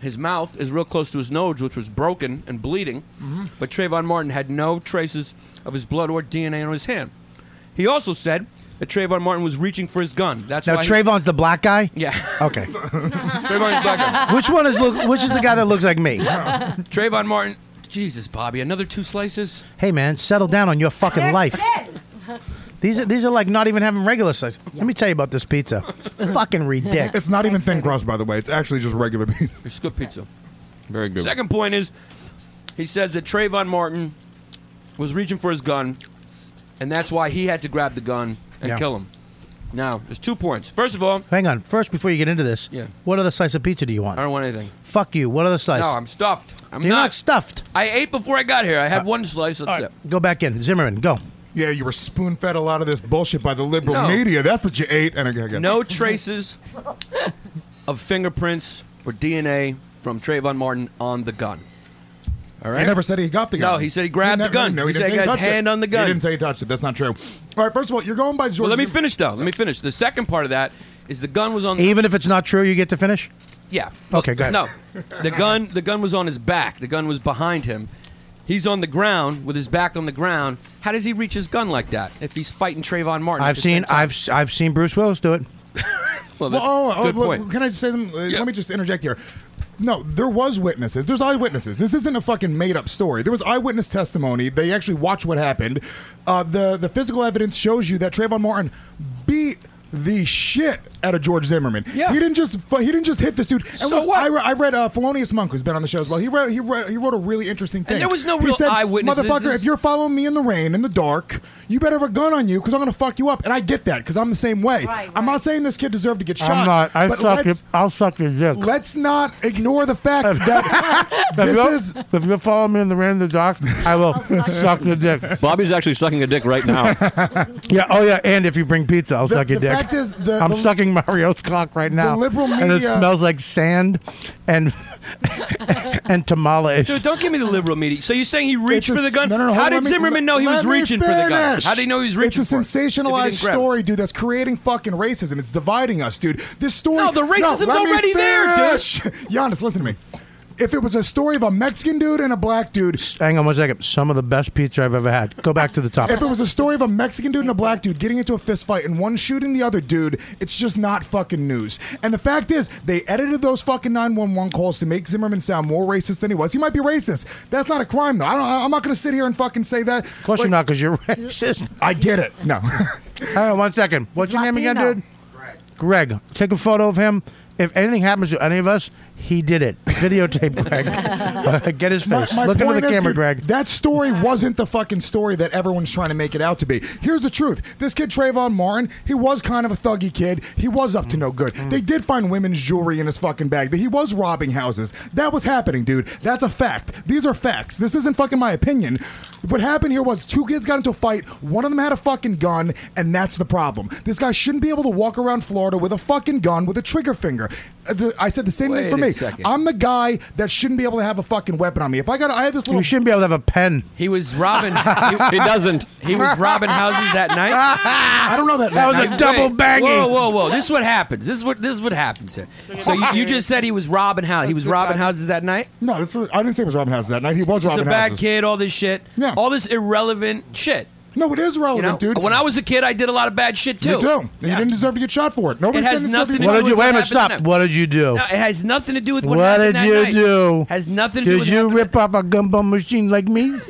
His mouth is real close to his nose, which was broken and bleeding,
Mhm.
but Trayvon Martin had no traces of his blood or DNA on his hand. He also said that Trayvon Martin was reaching for his gun. That's
Now
why he-
Trayvon's the black guy.
Yeah.
Okay.
<laughs> Trayvon is black guy.
<laughs> which one is look? Which is the guy that looks like me?
Trayvon Martin. Jesus, Bobby, another two slices?
Hey man, settle down on your fucking life. These are these are like not even having regular size. Let me tell you about
<laughs>
this pizza. fucking ridiculous.
It's not even thin crust, by the way. It's actually just regular meat. <laughs>
It's good pizza.
Very good.
Second point is, he says that Trayvon Martin was reaching for his gun, and that's why he had to grab the gun and
Yeah.
kill him. Now, there's two points. First of all,
Hang on. First, before you get into this,
Yeah.
what other slice of pizza do you want?
I don't want anything.
Fuck you. What other slice?
No, I'm stuffed. I'm
You're not, stuffed. Uh,
I ate before I got here. I had one slice. That's it.
Go back in. Zimmerman, go.
Yeah, you were spoon fed a lot of this bullshit by the liberal
No.
media. That's what you ate. And again,
No traces
<laughs>
of fingerprints or DNA from Trayvon Martin on the gun. All right.
He never said he got the gun.
No, he said he grabbed the gun.
No,
he,
he,
said
didn't say
got his
touched it.
hand on the gun.
He didn't say he touched it. That's not true. All right, first of all, you're going by George.
well, let me finish though. Let me finish. The second part of that is the gun was on. The,
Even if it's not true, you get to finish?
yeah.
Okay, go ahead.
No, the gun. The gun was on his back. The gun was behind him. He's on the ground with his back on the ground. How does he reach his gun like that if he's fighting Trayvon Martin? at
I've
the same
seen I've I've seen Bruce Willis do it.
Well,
Well,
that's
oh, oh,
good
look,
point.
can I say something? Uh, Let me just interject here. No, there was witnesses. There's eyewitnesses. This isn't a fucking made up story. There was eyewitness testimony. They actually watched what happened. Uh, the the physical evidence shows you that Trayvon Martin beat the shit out of George Zimmerman. Yeah. he didn't just fu- he didn't just hit this dude. And
So
look, I, re- I read uh, Felonious Monk, who's been on the show as well. He read he read, he wrote a really interesting thing.
there was no
He
real
said,
eyewitnesses.
Motherfucker,
This-
if you're following me in the rain in the dark, you better have a gun on you because I'm gonna fuck you up. And I get that because I'm the same way. I'm not saying this kid deserved to get shot.
I'm not. I
but
suck your,
let's,
I'll suck your dick.
let's not ignore the fact
<laughs>
that <laughs>
if,
this
you,
is.
if you follow me in the rain in
<laughs>
the dark, I will suck your dick.
Bobby's actually sucking a dick right now.
<laughs> Yeah. Oh yeah. And if you bring pizza, I'll suck your
the
dick.
fact is the-
I'm
the-
sucking Mario's cock right now.
liberal
and it
media-
smells like sand
<laughs>
and and tamales.
Dude, don't give me the liberal media. So you're saying he reached
it's
for the
a-
gun?
No, no, no,
How
hold on,
did
let me-
Zimmerman know he
let
was
me
reaching for the gun?
finish.
How did he know he was reaching
It's a
for it? If he
sensationalized
didn't grab it.
story, dude, that's creating fucking racism. It's dividing us, dude. This story.
No, the racism's
let me
already there, dude.
finish. <laughs> Giannis, listen to me. If it was a story of a Mexican dude and a black dude,
Hang on one second. Some of the best pizza I've ever had. Go back to the top.
if it was a story of a Mexican dude and a black dude getting into a fist fight and one shooting the other dude, it's just not fucking news. And the fact is, they edited those fucking 911 calls to make Zimmerman sound more racist than he was. He might be racist. That's not a crime, though. I don't, I'm not going to sit here and fucking say that.
Of course you're not, because you're
<laughs>
racist.
I get it. No.
Hang on one second. What's
He's
your name
Latino.
again, dude? Greg. Greg, take a photo of him. If anything happens to any of us, he
<laughs>
did it. Videotape Greg. <laughs> Get his face. Look into the
point is,
camera,
dude,
Greg.
That story wasn't the fucking story that everyone's trying to make it out to be. Here's the truth: this kid Trayvon Martin, he was kind of a thuggy kid. He was up to no good.
Mm.
They did find women's jewelry in his fucking bag. That he was robbing houses. That was happening, dude. That's a fact. These are facts. This isn't fucking my opinion. What happened here was two kids got into a fight. One of them had a fucking gun, and that's the problem. This guy shouldn't be able to walk around Florida with a fucking gun with a trigger finger. Uh, the- I said the same
Wait
thing for
a
me.
second.
I'm the guy that shouldn't be able to have a fucking weapon on me. If I got, I had this little.
You shouldn't be able to have a pen.
He was robbing.
<laughs>
he,
doesn't.
He was robbing houses that night. I
don't know that.
That was a double banging.
Whoa, whoa, whoa! This is what happens. This is what this is what happens here. So you, you just said he was robbing houses. He was robbing houses that night.
No, that's what, I didn't say it was Robin Houses that night. He was
He's a
Robin
bad
Houses.
kid. All this shit.
Yeah.
All this irrelevant shit.
No, it is
You know,
relevant, dude.
when I was a kid, I did a lot of bad shit too.
you do. And You didn't deserve to get shot for it. Nobody
It has
said you deserved
nothing to
get
do
shot.
with what happened that night.
What did you do?
No, it has nothing to do with what,
what
happened
did
that
you
night.
do?
Has nothing to do
Did
with
you rip off a gumball machine like me?
He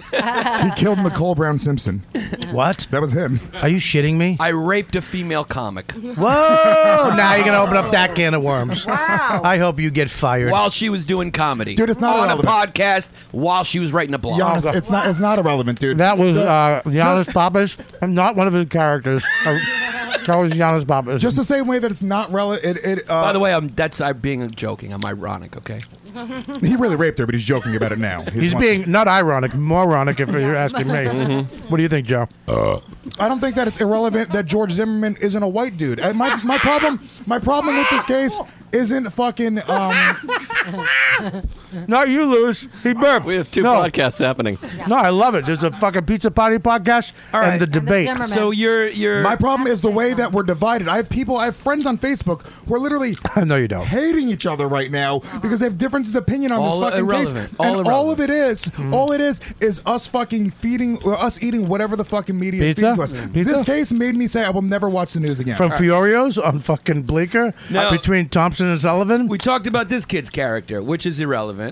killed McCall Brown Simpson.
what?
That was him.
Are you shitting me?
I raped a female
<laughs>
comic
Whoa! <laughs> now you're gonna open up that can of worms. Wow! I hope you get
<laughs>
fired.
while she was doing comedy.
Dude, it's not
on
irrelevant.
a podcast while she was writing a blog.
Giannis, it's not. It's not irrelevant, dude.
that was
The-
uh, Giannis Papas. I'm not one of his characters. I- that was Giannis Papas.
just the same way that it's not relevant. It, it, uh,
By the way, I'm that's I'm being joking. I'm ironic. Okay.
he really raped her, but he's joking about it now.
He's
wants-
being not ironic, moronic. If you're asking me, what do you think, Joe?
Uh,
I don't think that it's irrelevant that George Zimmerman isn't a white dude. And my my problem. My problem with this case isn't fucking.
<laughs>
Um,
Not you, Lewis. He burped.
We have two
no,
podcasts happening.
No, I love it. There's the fucking pizza party podcast
All right.
and the debate.
So you're you're
My problem is the way that we're divided. I have people, I have friends on Facebook who are
<laughs>
literally
no, you don't.
hating each other right now
Uh-huh.
because they have differences of opinion on
All
this fucking
irrelevant.
case.
All Hmm.
and all of it is, all it is, is us fucking feeding, or us eating whatever the fucking media is
Pizza? Hmm.
feeding to us.
Pizza?
This case made me say I will never watch the news again.
From Fiorio's on fucking Bleecker
No.
between Thompson and Sullivan.
we talked about this kid's character, which is irrelevant.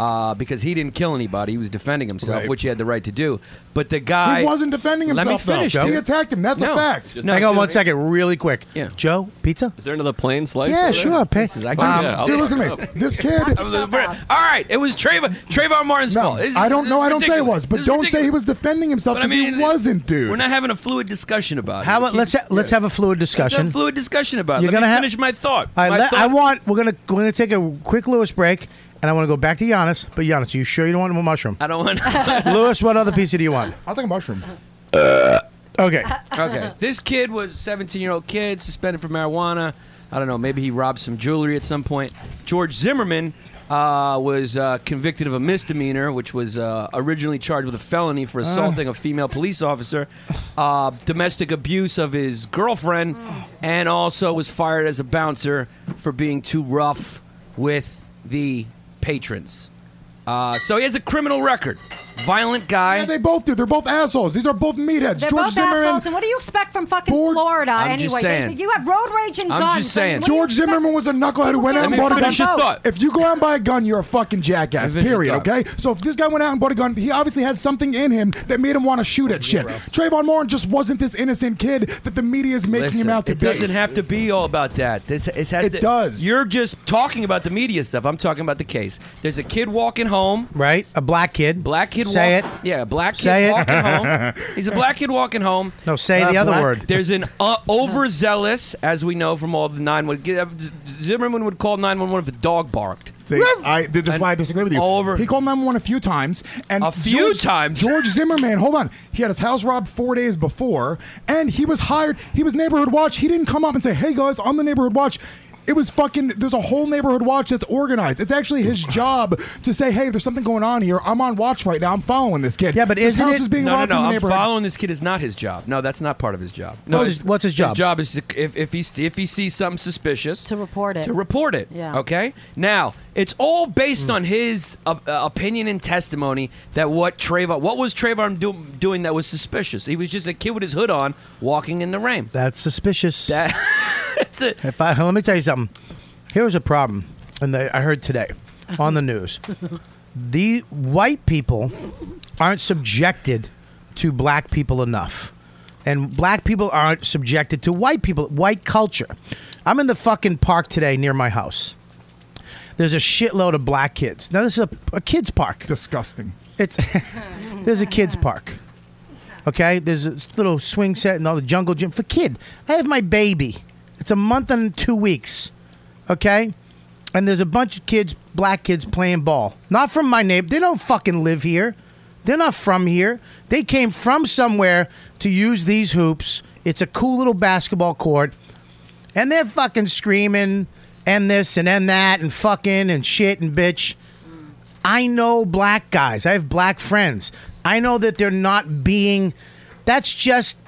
uh, because he didn't kill anybody. He was defending himself,
Right.
which he had the right to do. But the guy
He wasn't defending
Let me
himself, though.
finish,
He
dude.
attacked him. That's a
No.
fact.
No,
Hang on
dude.
one second, really quick. Yeah. Joe, pizza?
Is there another plane slice?
Yeah,
over there?
sure. Pay.
Um, Yeah, I'll
dude, listen to
fuck
me.
it up.
This kid.
All right, it was Trayvon, Trayvon Martin's fault. This is-
I don't
this
know.
is
I don't say it
ridiculous.
was, but don't say he was defending himself
But I
because
mean,
he wasn't, dude.
We're not having a fluid discussion about it.
How about let's ha- let's have a fluid
Let's have
discussion.
a fluid discussion about it.
You're
Let
gonna
me
have-
finish my thought.
All right,
My
let-
thought-
I want we're gonna we're gonna take a quick Lewis break, and I want to go back to Giannis. But Giannis, you sure you don't want a mushroom?
I don't want. <laughs>
<laughs> Lewis, what other pizza do you want?
I'll take a mushroom.
Okay.
okay. <laughs> This kid was 17 year old kid suspended for marijuana. I don't know. Maybe he robbed some jewelry at some point. George Zimmerman uh, was uh, convicted of a misdemeanor, which was uh, originally charged with a felony for assaulting a female police officer, uh, domestic abuse of his girlfriend, and also was fired as a bouncer for being too rough with the patrons. Uh, so he has a criminal record. Violent guy.
Yeah, they both do. They're both assholes. These are both meatheads.
They're
George
both
Zimmerman.
assholes, and what do you expect from fucking Florida
I'm just
anyway?
saying.
You have road rage and
I'm
guns.
just saying.
and what do you
George Zimmerman was a knucklehead who went out
Let
and
me
bought a gun.
finish your thought.
If you go out and buy a gun, you're a fucking jackass.
Let me finish
Period.
your
Okay.
thought.
So if this guy went out and bought a gun, he obviously had something in him that made him want to shoot at shit. Trayvon Martin just wasn't this innocent kid that the media is making him
Listen,
out to
it
be.
doesn't have to be all about that. This it has
It
to,
does.
You're just talking about the media stuff. I'm talking about the case. There's a kid walking home.
Right, a black kid.
Black kid.
Say
walk,
it.
Yeah, a black kid
Say it.
walking
<laughs>
home. He's a black kid walking home.
No, say the other word.
There's an uh, overzealous, as we know from all the nine one. Zimmerman would call nine one one if a dog barked.
See, I, this is why I disagree with you.
Over-
He called 911 a few times, and
A few
George,
times?
George Zimmerman. Hold on, he had his house robbed four days before, and he was hired. He was neighborhood watch. He didn't come up and say, "Hey guys, I'm the neighborhood watch." It was fucking. There's a whole neighborhood watch that's organized. It's actually his job to say, "Hey, there's something going on here. I'm on watch right now. I'm following this kid." Yeah, but his
isn't
house
it-
is being
no,
robbed
no, no.
in the
I'm
neighborhood.
following this kid is not his job. No, that's not part of his job. No,
What's his-
it's-
what's his job?
His job is to, if, if he if he sees something suspicious to report
it.
To report it.
Yeah.
Okay. Now it's all based on his uh, uh, opinion and testimony that what Trayvon what was Trayvon do, doing that was suspicious. He was just a kid with his hood on walking in the rain.
That's suspicious.
That's it.
If I, let me tell you something. Here's a problem, and I heard today on the news: the white people aren't subjected to black people enough, and black people aren't subjected to white people, white culture. I'm in the fucking park today near my house. There's a shitload of black kids. Now this is a, a kids park.
Disgusting.
It's <laughs> there's a kids park. Okay, there's a little swing set and all the jungle gym for kid. I have my baby. It's a month and two weeks. Okay, and there's a bunch of kids, black kids, playing ball. Not from my neighbor. They don't fucking live here. They're not from here. They came from somewhere to use these hoops. It's a cool little basketball court and they're fucking screaming and this and then that and fucking and shit and bitch. I know black guys. I have black friends. I know that they're not being. That's just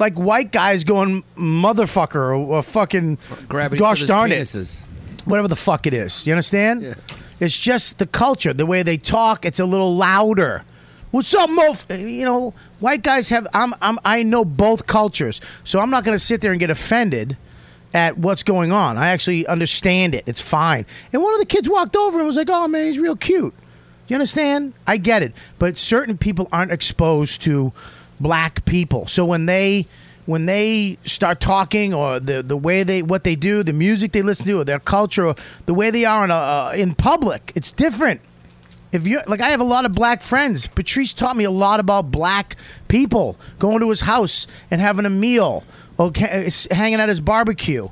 like white guys going motherfucker or, or fucking
Grabbing each
gosh
other's
darn
penises.
it, whatever the fuck it is. You understand? It's just the culture, the way they talk. It's a little louder. What's up, mof? You know, white guys have. I'm. I'm. I know both cultures, so I'm not going to sit there and get offended at what's going on. I actually understand it. It's fine. And one of the kids walked over and was like, "Oh man, he's real cute." You understand? I get it, but certain people aren't exposed to black people. So when they when they start talking or the the way they what they do, the music they listen to, or their culture, or the way they are in a, uh, in public, it's different. If you like, I have a lot of black friends. Patrice taught me a lot about black people. Going to his house and having a meal, okay, s- hanging at his barbecue.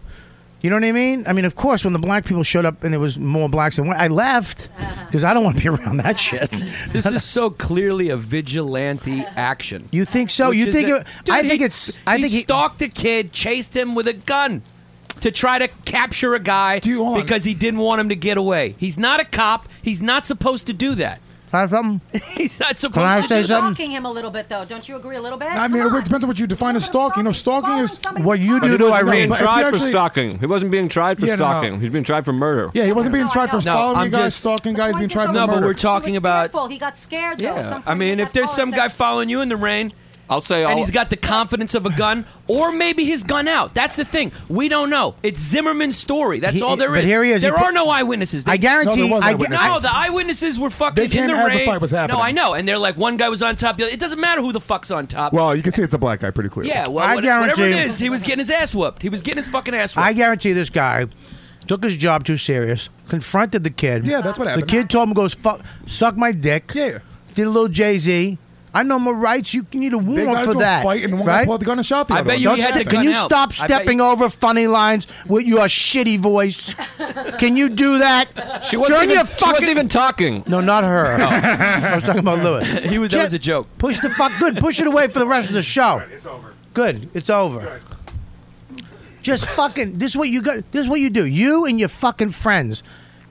You know what I mean? I mean, of course, when the black people showed up and it was more blacks than white,
<laughs>
I left because I don't want to be around that shit.
This is so clearly a vigilante action.
You think so?
Which
you
is
think?
a-
it, I
Dude,
think
he-
it's. I
he
think he.
stalked a kid, chased him with a gun to try to capture a guy because he didn't want him to get away. He's not a cop. He's not supposed to do that.
Can I have something?
<laughs> He's not supposed.
Can
to
I
do
say
that.
something? Stalking him a little bit, though. Don't you agree a little bit?
I mean, it depends on what you define as stalking. You know, stalking is
what you
But he wasn't being
But if you
tried for
actually-
stalking. He wasn't being tried for
Yeah, no, no.
stalking. He's being tried for murder.
Yeah, he wasn't being tried for
No,
following
I'm
you guys,
just-
stalking guys, being tried for
No,
murder.
but we're talking about.
He got scared, though. at some
Yeah,
point
I
he
mean,
got
if there's
followed
some
and
guy
said,
following you in the rain
I'll say
and
I'll-
he's got the confidence of a gun, or maybe his gun out. That's the thing. We don't know. It's Zimmerman's story. That's
He-
all there is.
but here he is. He
There
put-
are no eyewitnesses.
I guarantee- No, there was I gu- eyewitnesses.
No, the eyewitnesses were fucking
They
in
came
the
as the
raid.
fight was happening.
No, I know. And they're like, one guy was on top. The other. It doesn't matter who the fuck's on top.
Well, you can see it's a black guy pretty clearly.
yeah, well,
I
what- whatever it
guarantee-
is, he was getting his ass whooped. He was getting his fucking ass whooped.
I guarantee this guy took his job too serious, confronted the kid.
Yeah, that's what happened.
The kid told him, "Goes fuck, suck my dick." Yeah. Did a little Jay Z. I know my rights. You need a warrant
got
for
into a
that.
fight and one guy
right?
pulled the gun and shot the I other bet one. you
Don't
he had the
step-
gun
Can you
out. I
stop
bet
stepping over funny lines with your shitty voice? Can you do that?
She wasn't
During
even-
your
she
fucking,
wasn't even talking.
No, not her. <laughs> I was talking about Lewis.
<laughs> He was- that was a joke.
Push the fuck. Good. Push it away for the rest of the show. It's over. Good. It's over. Just fucking. This is what you got. This is what you do. You and your fucking friends,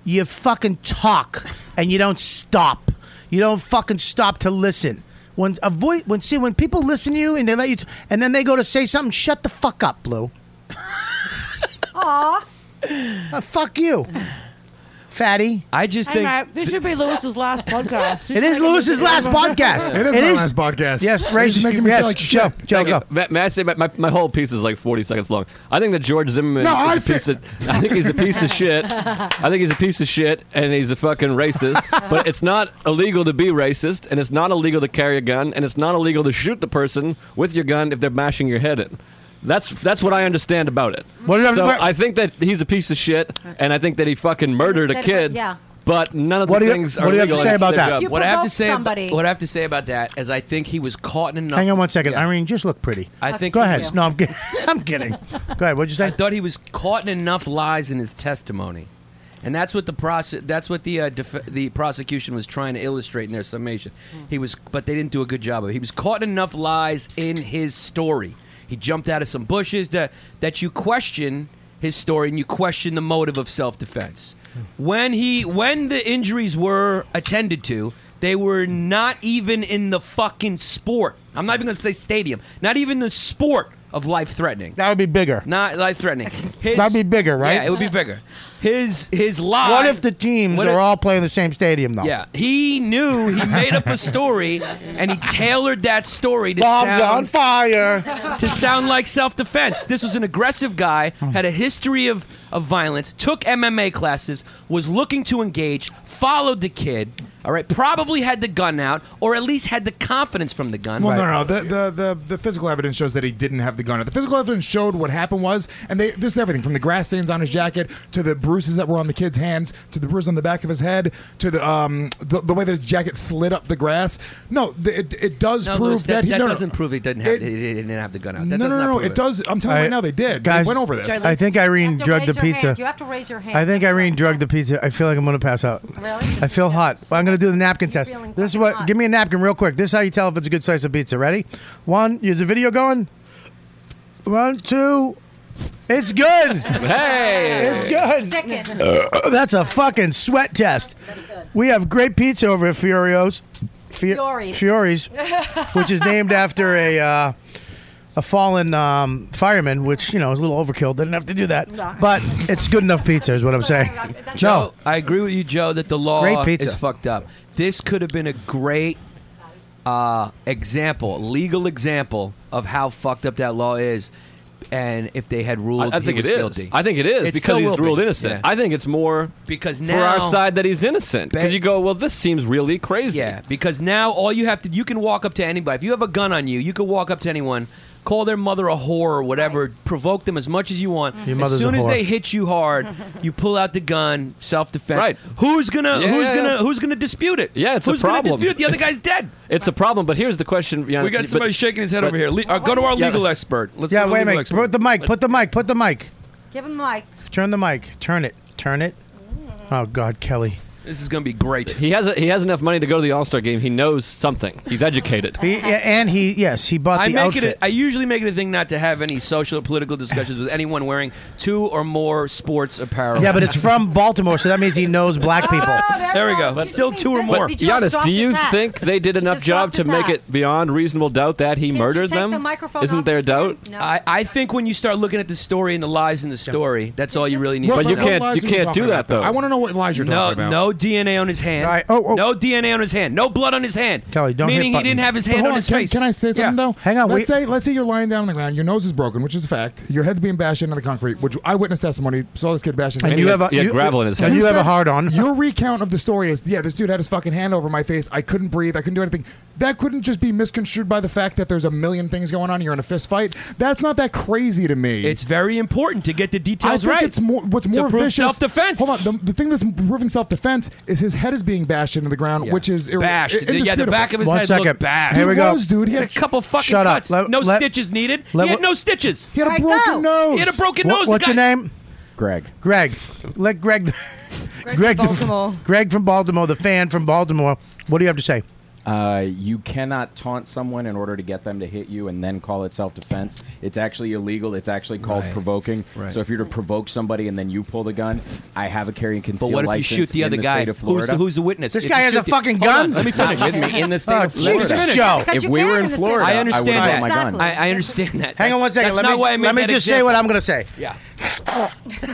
you fucking talk and you don't stop. You don't fucking stop to listen. When avoid when see when people listen to you and they let you t- and then they go to say something, shut the fuck up, Blue.
Aw.
Uh, fuck you, fatty.
I just
Hey, Matt, this should be Lewis's last podcast.
It is Lewis's last podcast.
podcast.
Yes, Ray. Yes, Joe. Joe,
Thank you.
go.
Ma- may I say, my, my, my whole piece is like 40 seconds long. I think that George Zimmerman
No, I
is a piece of, I think he's a piece of shit. I think he's a piece of shit, and he's a fucking racist. but it's not illegal to be racist, and it's not illegal to carry a gun, and it's not illegal to shoot the person with your gun if they're mashing your head in. That's that's what I understand about it.
What did I-
so
what-
I think that he's a piece of shit, and I think that he fucking murdered a
Instead of-
kid.
yeah.
But none of the
What do you-
things
what
are
do you have to
legal.
say
and it's
about
their
that?
job.
You
what I have to
provoked
say,
somebody.
about, what I have to say about that is, I think he was caught in enough.
Hang on one second,
Yeah.
Irene. Just look pretty.
I think
Go
he
ahead.
will.
No, I'm kidding. <laughs> I'm kidding. Go ahead. What'd you say?
I thought he was caught in enough lies in his testimony, and that's what the process. That's what the uh, def- the prosecution was trying to illustrate in their summation. He was, but they didn't do a good job of. it. He was caught in enough lies in his story. He jumped out of some bushes that that you question his story and you question the motive of self defense. When he when the injuries were attended to, they were not even in the fucking sport. I'm not even going to say stadium. Not even the sport of life threatening.
That would be bigger.
Not life threatening.
That'd be bigger, right?
Yeah, it would be bigger. His his lie.
What if the teams
What
are
if-
all playing the same stadium though?
Yeah, he knew he made up a story, and he tailored that story to
Bombs
sound
on fire.
to sound like self-defense. This was an aggressive guy,
Hmm.
had a history of of violence, took MMA classes, was looking to engage, followed the kid. All right, probably had the gun out, or at least had the confidence from the gun.
Well, no, no. The, the the the physical evidence shows that he didn't have the gun. The physical evidence showed what happened was, and they this is everything from the grass stains on his jacket to the bruises that were on the kid's hands to the bruise on the back of his head to the um the, the way that his jacket slid up the grass. No, the, it, it does
No,
prove
Louis,
that,
that,
he
that
no, no.
doesn't prove he didn't have, he didn't have the gun out. That
No,
does
no,
not
no, no,
prove
it does- I'm telling you right now, they did. They
Guys,
went over this.
I think Irene
You have to
drugged the
raise your
pizza.
hand. You have to raise your hand.
I think Irene drugged the pizza. I feel like I'm gonna pass out.
Really?
I feel hot. Well, I'm gonna do the napkin test. This is what. Give me a napkin real quick. This is how you tell if it's a good slice of pizza. Ready? One. Is the video going? One, two. It's good.
Hey.
It's good. Uh,
Sticking.
That's a fucking sweat test. We have great pizza over at Fiorio's. Fi-
Fiori's.
Fiori's,
<laughs>
which is named after a uh, a fallen um, fireman, which you know is a little overkill. Didn't have to do that, but it's good enough pizza, is what I'm
<laughs>
saying. No,
Joe, I agree with you, Joe, that the law
Great pizza.
is fucked up. This could have been a great uh, example, legal example of how fucked up that law is. And if they had ruled,
I, I think
he
it
was
is.
guilty.
I think it is
It
because
still
he's
will be.
ruled innocent.
Yeah.
I think it's more
because
for
now-
our side that he's innocent because you go, well, this seems really crazy.
Yeah, because now all you have to you can walk up to anybody. If you have a gun on you, you can walk up to anyone, call their mother a whore or whatever, provoke them as much as you want.
Your
as
mother's
soon
a
as
whore.
they hit you hard, you pull out the gun, self defense.
Right.
Who's gonna
Yeah,
who's
yeah,
gonna
yeah.
who's gonna dispute it?
Yeah, it's
who's
a problem.
gonna dispute it? The other
It's-
guy's dead.
It's a problem, but here's the question.
We got somebody shaking his head over here. Le- uh, go to our legal expert. Let's
yeah,
go to
wait a
legal
minute.
expert.
Put the mic. Put the mic. Put the mic.
Give him the mic.
Turn the mic. Turn it. Turn it. Oh God, Kelly.
This is gonna be great.
He has he has enough money to go to the All Star game. He knows something. He's educated.
He, yeah, and he yes he bought
I
the
make
outfit.
it. A, I usually make it a thing not to have any social or political discussions with anyone wearing two or more sports apparel.
yeah, but it's from Baltimore, so that means he knows black people.
<laughs>
Oh,
There we go. Still two or more.
But Giannis, do you think they did enough job to make it beyond reasonable doubt that he murdered them? Isn't there doubt?
I, I think when you start looking at the story and the lies in the story, that's all you really need.
But
to
you
know.
can't you can't do that though.
I want to know what lies you're
No,
talking about.
no DNA on his hand. No DNA on his hand. No blood on his hand.
Kelly, don't hit
Meaning he didn't
buttons.
have his
But
hand
hold
on his
can,
face.
Can I say something
Yeah.
though? Let's say let's say you're lying down on the ground. Your nose is broken, which is a fact. Your head's being bashed into the concrete, which eyewitness testimony saw this kid bash his
And
head.
you have a- Yeah, you- gravel in his and head. you have a hard on.
Your recount of the story is yeah, this dude had his fucking hand over my face. I couldn't breathe. I couldn't do anything. That couldn't just be misconstrued by the fact that there's a million things going on. You're in a fist fight. That's not that crazy to me.
It's very important to get the
I
details
think
right.
it's more. What's more
to prove
vicious?
self-defense.
Hold on. The, the thing that's proving self-defense is his head is being bashed into the ground, which is ir-
Bashed. Yeah, the
indisputable.
back of his One head looked second. bashed.
He
Here we go.
was, dude. He had
a couple fucking
Shut up.
cuts.
Let-
no
let-
stitches needed.
let-
he had no stitches.
He had a Right, broken go. nose.
He had a broken
What-
nose. The
What's your
guy-
name? Greg. Greg. Let Greg. <laughs> Greg, the-
from Baltimore.
Greg from Baltimore, the fan from Baltimore. What do you have to say?
Uh, you cannot taunt someone in order to get them to hit you and then call it self-defense. It's actually illegal. It's actually called
Right.
provoking.
Right.
So if you're to provoke somebody and then you pull the gun, I have a carry and
But
conceal
what if you
license
shoot the
in
other guy?
state of
Who's
Florida.
the, who's the witness? If you shoot the- Hold on, let me finish.
Not with me in the
Oh,
state of Florida. If we were in Florida,
I understand
I would
that.
my gun.
I, I understand that.
Hang on one second.
That's
let
not
me,
why I made
let me
that
just say
example.
what I'm going to say.
Yeah.
Go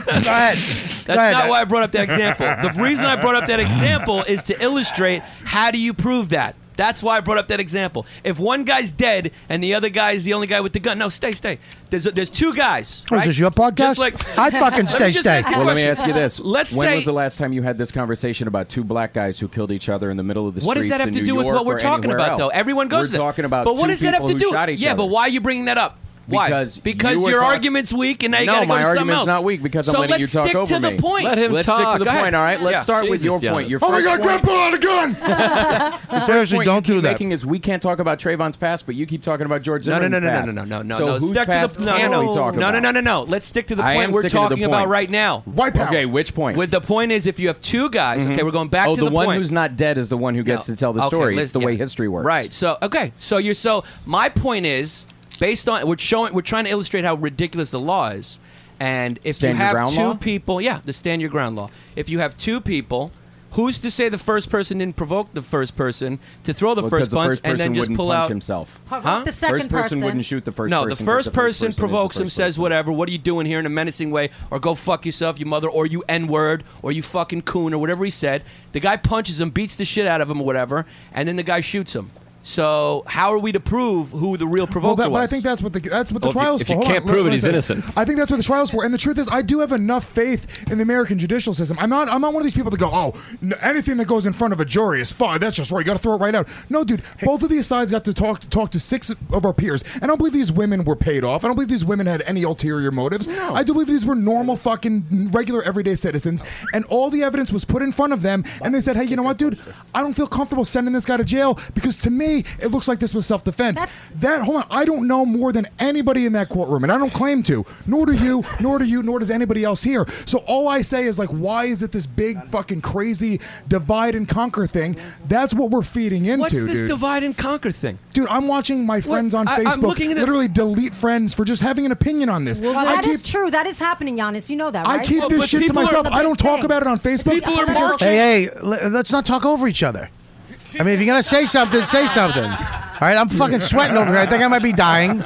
<laughs>
ahead.
That's
ahead.
not why I brought up that example. The
<laughs>
reason I brought up that example is to illustrate how do you prove that. That's why I brought up that example. If one guy's dead and the other guy is the only guy with the gun, no, stay, stay. There's there's two guys.
Oh, is
Right?
this your podcast?
Just like
<laughs> I'd
<laughs>
fucking
Let me
stay,
just
stay.
ask you a
well, let me ask
question.
you this.
<laughs> Let's
when
say
was the last time you had this conversation about two black guys who killed each other in the middle of the
What does
streets
that have
in
to
New
do with
York
what
or
we're talking
anywhere else?
about, though? Everyone goes
We're
there.
talking about
But
two
what does that have
people
to
who
do?
shot each
yeah,
other.
but why are you bringing that up? Why?
Because
because
you were
your
talk-
argument's weak, and now you
no,
gotta go
my
to something
argument's
else.
not weak because
So
I'm letting you
let's
talk
stick
over
to the
me.
point. Let him
let's
talk.
stick to
Go
the
ahead.
point. All right, let's
Yeah.
start with
Jesus,
your
Giannis.
point. Your
Oh my
first
God,
point-
Grandpa,
on a gun.
the first
Seriously,
point
don't
you
do
keep
that.
Making is we can't talk about Trayvon's past, but you keep talking about George
No, no,
Zimmerman's
no, no,
past.
no, no, no, no,
So
no.
who's
Stick
past
to the no,
can
no,
we talk
no,
about?
no, no, no, no. Let's stick to the
I
point
am
we're
sticking to the
talking about
point.
right now.
Wipe out.
Okay, which point?
With the point is, if you have two guys, okay, we're going back
oh,
to
the,
the,
one
point.
who's not dead is the one who gets
No.
to tell the
Okay,
story.
listen,
it's the way
yeah.
history works.
Right. So okay. So you're so my point is based on we're showing we're trying to illustrate how ridiculous the law is, and if
Stand
you
your
have
ground
two
law?
people, yeah, the stand your ground law. If you have two people. Who's to say the first person didn't provoke the first person to throw the
Well, 'cause
first
the
punch
first
and then
person
just
wouldn't
pull
punch
out
himself.
Provoke
Huh?
the second
First person wouldn't shoot the first
no,
person,
the
'cause
first
the first
person
person is the
provokes him,
first
says whatever. What are you doing here in a menacing way? Or go fuck yourself, you mother, or you n word, or you fucking coon, or whatever he said. The guy punches him, beats the shit out of him, or whatever, and then the guy shoots him. So how are we to prove who the real
Well,
provoker
that, but I
was?
think that's what the that's what
Well,
the
if you-
trials
if
for.
you
Hold
can't
on, let-
prove it,
let me
he's
say
innocent.
I think that's what the trials for. And the truth is, I do have enough faith in the American judicial system. I'm not I'm not one of these people that go, oh, n- anything that goes in front of a jury is fine. That's just right. You got to throw it right out. No, dude. Both of these sides got to talk talk to six of our peers. And I don't believe these women were paid off. I don't believe these women had any ulterior motives. I do believe these were normal fucking regular everyday citizens. And all the evidence was put in front of them. And they said, hey, you know what, dude? I don't feel comfortable sending this guy to jail because to me it looks like this was self defense. That hold on, I don't know more than anybody in that courtroom, and I don't claim to. Nor do you, nor do you, nor does anybody else here. So all I say is like, why is it this big fucking crazy divide and conquer thing? That's what we're feeding into,
What's this
dude.
divide and conquer thing?
Dude, I'm watching my friends on
I- I'm
Facebook
looking at it-
literally delete friends for just having an opinion on this.
Well,
I
that
keep
is true. That is happening, Giannis. You know that,
I
right?
keep this shit to myself. I don't talk about it on Facebook.
People are marching.
Hey, hey, l- let's not talk over each other. I mean, if you're gonna say something, say something. All right, I'm fucking sweating over here. I think I might be dying.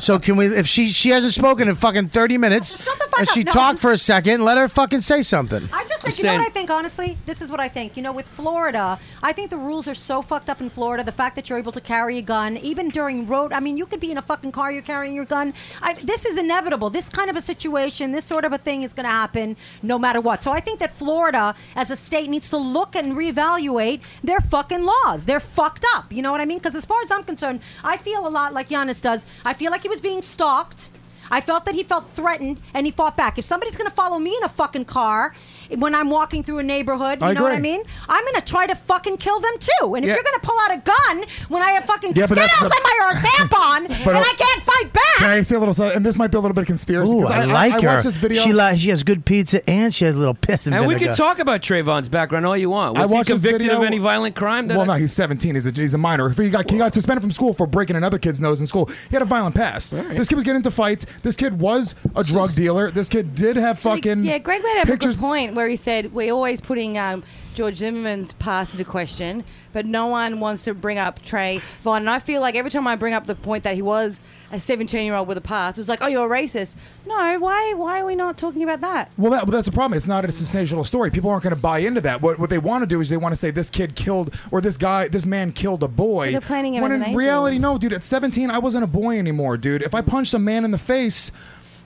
So can we? If she she hasn't spoken in fucking 30 minutes, and she
No.
talked for a second, let her fucking say something.
I just think, you know what I think, honestly? This is what I think. You know, with Florida, I think the rules are so fucked up in Florida. The fact that you're able to carry a gun, even during road, I mean, you could be in a fucking car, you're carrying your gun. I, this is inevitable. This kind of a situation, this sort of a thing is going to happen no matter what. So I think that Florida, as a state, needs to look and reevaluate their fucking laws. They're fucked up. You know what I mean? Because as far as I'm concerned, I feel a lot like Giannis does. I feel like he was being stalked. I felt that he felt threatened and he fought back. If somebody's going to follow me in a fucking car when I'm walking through a neighborhood, you
I
know what I
agree.
mean? I'm going to try to fucking kill them too. And if
Yeah.
you're going to pull out a gun when I have fucking
Yeah, but that's
Skittles
the-
in my or a tampon
<laughs> But
and
uh I'll-
I can't fight back,
Can I say a little? so- And this might be a little bit of conspiracy.
Ooh,
'cause
I,
I
like
I, I
her.
watched this video.
She li- she has good pizza and she has a little piss and
And we
vinegar.
can talk about Trayvon's background all you want. Uh,
I
Was he
watched this
convicted
video-
of any violent crime? That
Well, no, he's 17. He's a, he's a minor. If He got, he got suspended from school for breaking another kid's nose in school. He had a violent past. This kid was getting into fights. This kid was a drug dealer. This kid did have fucking
Yeah, Greg made up a
pictures.
good point where he said we're always putting um, George Zimmerman's past is a question, but no one wants to bring up Trey Vaughn. And I feel like every time I bring up the point that he was a 17 year old with a past, it was like, oh, you're a racist. No, why, why are we not talking about that?
Well, that, well, that's the problem. It's not a sensational story. People aren't going to buy into that. What, what they want to do is they want to say this kid killed or this guy, this man killed a boy.
They're planning him
when
as
in
an
reality, no, dude. At 17, I wasn't a boy anymore, dude. If I punched a man in the face.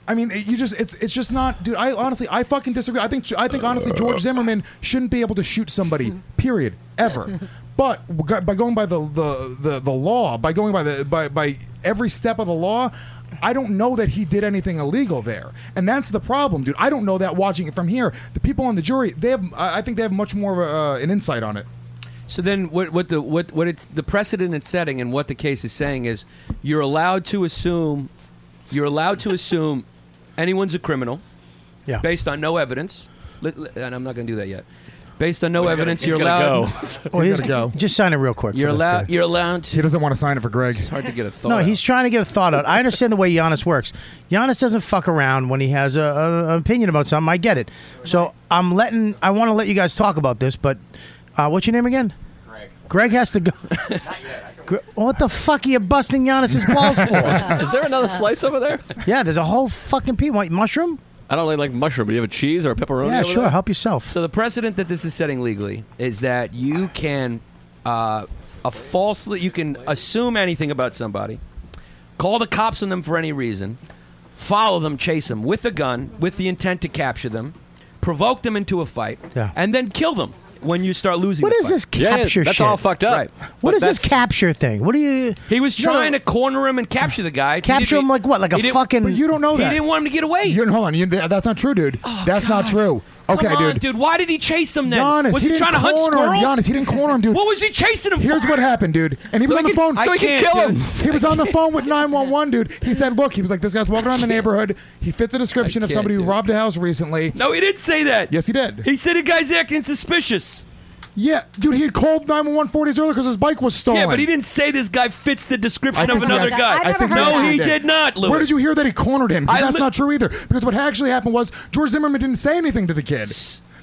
I mean, it- you just—it's—it's just not, dude. I honestly, I fucking disagree. I think, I think honestly, George Zimmerman shouldn't be able to shoot somebody. Period. Ever.
<laughs>
But by going by the the, the, the law, by going by the by, by every step of the law, I don't know that he did anything illegal there, and that's the problem, dude. I don't know that watching it from here. The people on the jury, they have, I I think they have much more of a, uh, an insight on it.
So then, what, what the what what it's the precedent it's setting and what the case is saying is, you're allowed to assume, you're allowed to assume, anyone's a criminal,
yeah,
based on no evidence. Li- li- And I'm not going to do that yet. Based on no
<laughs> He's gotta-
evidence,
he's
you're
gotta
allowed.
<laughs> go. Oh, he's- Just sign it real quick.
You're
for the-
allowed. You're allowed. To,
he doesn't want to sign it for Greg. It's
hard to get a thought.
No,
out.
he's trying to get a thought out. I understand the way Giannis works. Giannis doesn't fuck around when he has a, a, an opinion about something. I get it. So I'm letting. I want to let you guys talk about this, but uh, what's your name again? Greg. Greg has to go. <laughs> Gre- What the fuck are you busting Giannis's
<laughs>
balls for?
Is there another slice over there?
yeah, there's a whole fucking people. Want mushroom?
I don't really like mushroom. Do you have a cheese or a pepperoni?
Yeah,
over
sure.
there?
Help yourself.
So the precedent that this is setting legally is that you can uh, a falsely you can assume anything about somebody, call the cops on them for any reason, follow them, chase them with a gun with the intent to capture them, provoke them into a fight,
Yeah.
and then kill them when you start losing.
What
the
is
fight.
this capture shit?
Right.
What
But
is this
that's-
capture thing? What are you?
He was
No, no.
trying to corner him and capture the guy. He
Capture
didn't-
him like what? Like a
he didn't-
fucking.
He didn't want him to get away.
You're, hold on, you, that- that's not true, dude. that's not true. Okay,
Oh, Come on,
dude.
Why did he chase him then?
Giannis,
was he,
didn't
trying to hunt
corner
squirrels?
Him. Giannis, he didn't corner him, dude.
What was he chasing him?
Here's what happened, dude. And he
So
was on
he
the
can-
phone.
so he can I can't, kill him. dude.
He was on the
<laughs>
phone with 911, dude. He said, "Look, he was like, this guy's walking around the neighborhood. He fit the description of
can't,
somebody who
dude.
robbed a house recently.
No, he didn't say that.
Yes, he did.
He said the guy's acting suspicious.
Yeah, dude, he had called 911 four days earlier because his bike was stolen.
Yeah, but he didn't say this guy fits the description of another
that-
guy.
I think that's
no,
what
he did not, Louis.
Where did you hear that he cornered him? 'Cause
I
That's
li-
not true either. Because what actually happened was George Zimmerman didn't say anything to the kid.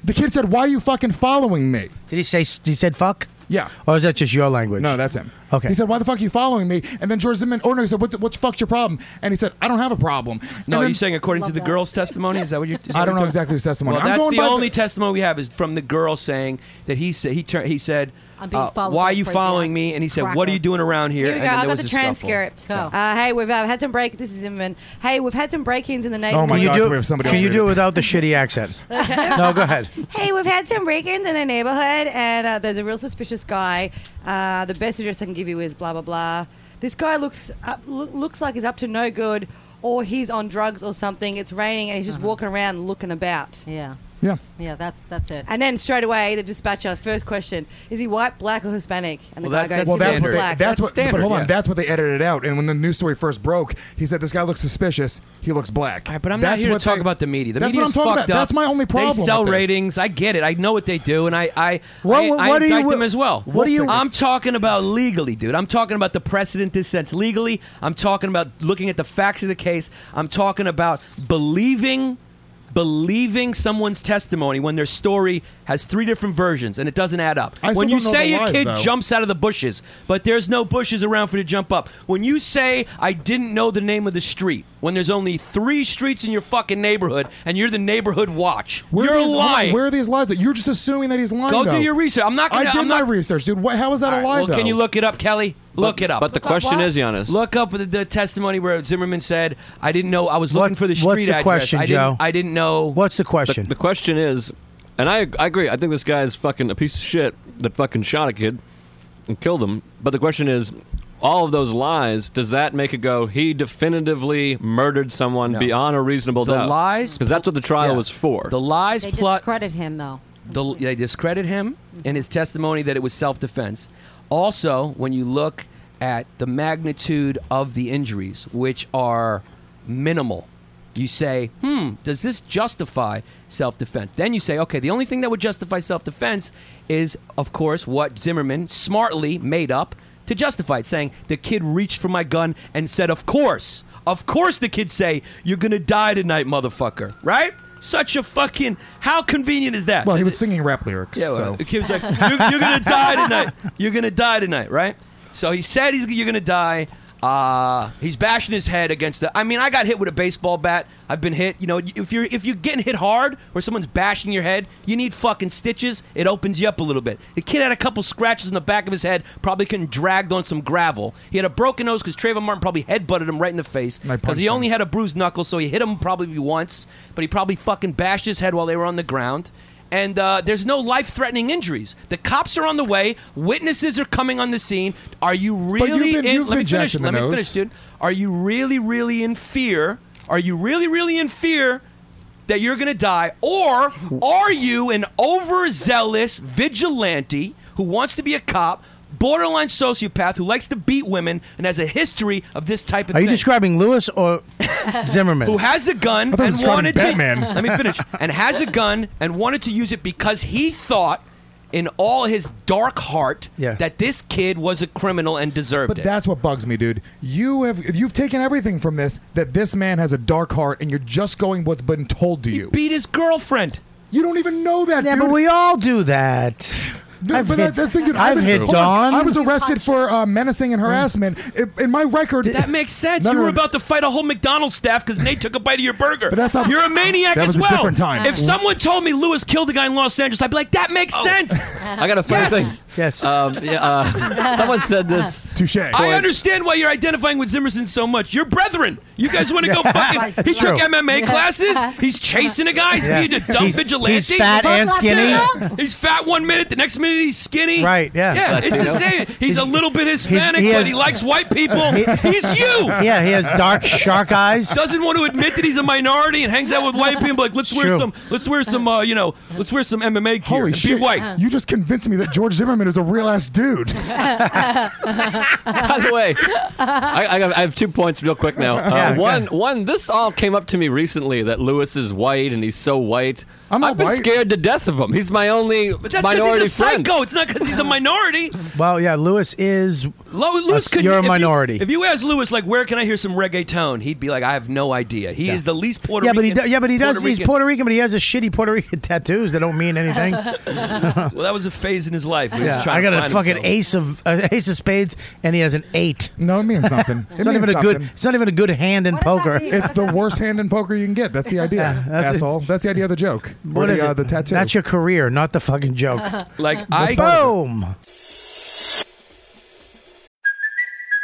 The kid said, "Why are you fucking following me?"
Did he say? He said fuck.
Yeah.
Or Oh, is that just your language?
No, that's him.
Okay.
He said, "Why the fuck are you following me?" And then George Zimmerman, oh no, he said, "What the, what the fuck's your problem?" And he said, "I don't have a problem." And
No,
then-
you're saying according to the girl's testimony? Is that what you're? is that
I
what you're
don't know
talking-
exactly whose testimony.
Well,
I'm
that's
going
the
by
only testimony we have is from the girl saying that he said he turned. He said,
I'm being
uh,
followed
"Why
by
are
a
you
crazy
following
ass
me?" And he said,
cracker.
"What are you doing around here?"
Here we
And
go.
then
I
there
got
was
the
a scuffle.
transcript. Uh, hey, we've uh, had some break. This is Zimmerman. Hey, we've had some break-ins in the neighborhood.
Oh my god!
God,
Can
we
you
have
do,
somebody
can
on
you
here.
do it without the shitty accent? <laughs> no, go ahead.
Hey, we've had some break-ins in the neighborhood, and uh, there's a real suspicious guy. Uh, the best address I can give you is blah blah blah. This guy looks up, loo- looks like he's up to no good, or he's on drugs or something. It's raining, and he's just walking around looking about.
Uh-huh. Yeah.
Yeah.
Yeah, that's that's it.
And then straight away, the dispatcher first question: Is he white, black, or Hispanic? And the
Well, that-
guy goes,
well, that's
"He's
what they,
black."
that's, what. but hold on, that's what they edited out. And when the news story first broke, he said this guy looks suspicious. He looks black.
But I'm
that's
not here to
what
talk
they-
about the media. The
that's what
media's
I'm talking
fucked
about.
up.
That's my only problem.
They sell
with this.
ratings. I get it. I know what they do, and I I
What-
I,
what-
I
what do you-
indict them as well.
what do you-
I'm talking about legally, dude. I'm talking about the precedent this sets legally. I'm talking about looking at the facts of the case. I'm talking about believing. Believing someone's testimony when their story has three different versions and it doesn't add
I
up.
still
when you
don't know
say
the
your
lies,
kid
though.
jumps out of the bushes, but there's no bushes around for you to jump up. When you say I didn't know the name of the street, when there's only three streets in your fucking neighborhood and you're the neighborhood watch,
Where are
you're
these- hold on,
lying.
Where are these lies? That you're just assuming that he's lying.
Go do
though.
your research. I'm not gonna-
I did
I'm
my
not-
research, dude. What, how is that a lie?
well,
though?
can you look it up, Kelly? Look it up.
but the Look up question what? is, Giannis.
Look up the, the testimony where Zimmerman said, "I didn't know. I was looking for the street
What's the
address.
question,
I
Joe?
didn't, I didn't know.
What's the question?
The question is, and I, I agree. I think this guy is fucking a piece of shit that fucking shot a kid and killed him. But the question is, all of those lies, does that make it go? He definitively murdered someone beyond a reasonable
The
doubt.
lies,
because that's what the trial was for.
The lies
They
plot
discredit him though. <laughs>
The, they discredit him in his testimony that it was self defense. Also, when you look at the magnitude of the injuries, which are minimal, you say, hmm, does this justify self defense? Then you say, okay, the only thing that would justify self defense is, of course, what Zimmerman smartly made up to justify it, saying, the kid reached for my gun and said, of course, of course the kids say, you're going to die tonight, motherfucker, right? Such a fucking. How convenient is that?
Well, he was singing rap lyrics.
Yeah, well,
so.
he <laughs> was like, you're, you're
<laughs>
gonna die tonight. You're gonna die tonight, right? So he said he's you're gonna die. Uh, he's bashing his head against the. I mean, I got hit with a baseball bat. I've been hit. You know, if you're if you're getting hit hard or someone's bashing your head, you need fucking stitches. It opens you up a little bit. The kid had a couple scratches in the back of his head. Probably couldn't dragged on some gravel. He had a broken nose because Trayvon Martin probably headbutted him right in the face because he
him.
only had a bruised knuckle, so he hit him probably once. But he probably fucking bashed his head while they were on the ground and uh, there's no life-threatening injuries. The cops are on the way. Witnesses are coming on the scene. Are you really?
you've been-
in,
you've
let me
been
finish.
jacked in the
Let me
nose.
finish, dude. Are you really, really in fear? Are you really, really in fear that you're gonna die, or are you an overzealous vigilante who wants to be a cop? Borderline sociopath who likes to beat women and has a history of this type of
Are
thing.
you describing Lewis or Zimmerman?
Who has a gun
I thought it was
and
describing
wanted
Batman.
to <laughs> Let me
<laughs>
finish. And has a gun and wanted to use it because he thought in all his dark heart
Yeah.
that this kid was a criminal and deserved
But
it.
that's what bugs me, dude. You have you've taken everything from this that this man has a dark heart, and you're just going what's been told to you.
beat his girlfriend.
You don't even know that,
yeah,
dude.
but we all do that.
No,
I've
but
hit,
that- that's the thing, dude.
I've
been-
hit
hold on.
Dawn.
I was arrested for uh, menacing and harassment. In- in my record,
that makes sense.
No,
you
no,
were
no.
about to fight a whole McDonald's staff because Nate took a bite of your burger.
But that's not-
You're a maniac
That
as
was a
well.
different time.
If someone told me Lewis killed a guy in Los Angeles, I'd be like, that makes sense.
I got a funny
Yes.
thing. Yes. Um, yeah, uh, <laughs> someone said this.
Touche.
I understand why you're identifying with Zimmerson so much. You're brethren. You guys want to
<laughs>
go fucking. He
It's true.
took MMA
<laughs>
classes. He's chasing a guy. He's
Yeah.
being a dumb
He's-
vigilante.
he's fat Both and skinny. Latino?
He's fat one minute. The next minute he's skinny.
Right, yeah.
Yeah. It's the
Latino.
same. He's, a little bit Hispanic,
he
but
has-
he likes white
<laughs>
people. he's you.
Yeah, he has
<laughs>
dark shark eyes.
Doesn't want to admit that he's a minority and hangs out with white people. Like let's wear
True.
some. Let's wear some. Uh, you know. Let's wear some MMA gear.
Holy
and
shit!
Be
Uh-huh.
white.
You just convinced me that George Zimmerman is a real ass dude.
By the way, I, I, have, I have two points real quick now. Uh,
Yeah,
one, one. This all came up to me recently that Lewis is white and he's so white.
I'm
I've been
white.
scared to death of him. He's my only
But that's because
minority
he's a
friend.
psycho. It's not because he's a minority.
Well, yeah, Lewis is.
Lo- Lewis
s-
could,
you're a
if you-
minority.
if you ask Lewis, like, where can I hear some reggaeton? He'd be like, I have no idea. He is the least Puerto
yeah, but he
Rican.
do- yeah, but he does. he's
Rican-
Puerto Rican, but he has a shitty Puerto Rican <laughs> tattoos that don't mean
<laughs>
anything.
Well, that was a phase in his life. where he was
yeah,
trying
I
to
got a
find
fucking
himself.
ace of uh, <laughs> ace of spades, and he has an eight.
no, it means
<laughs>
something. It
It's not
means
even a
something.
good. It's not even a good hand in poker.
It's the worst hand in poker you can get.
<laughs>
That's the idea,
that's it.
asshole. That's the idea of the joke. Or the,
is
uh,
it?
the tattoo.
That's your career, not the fucking joke.
<laughs> Like, I.
Boom.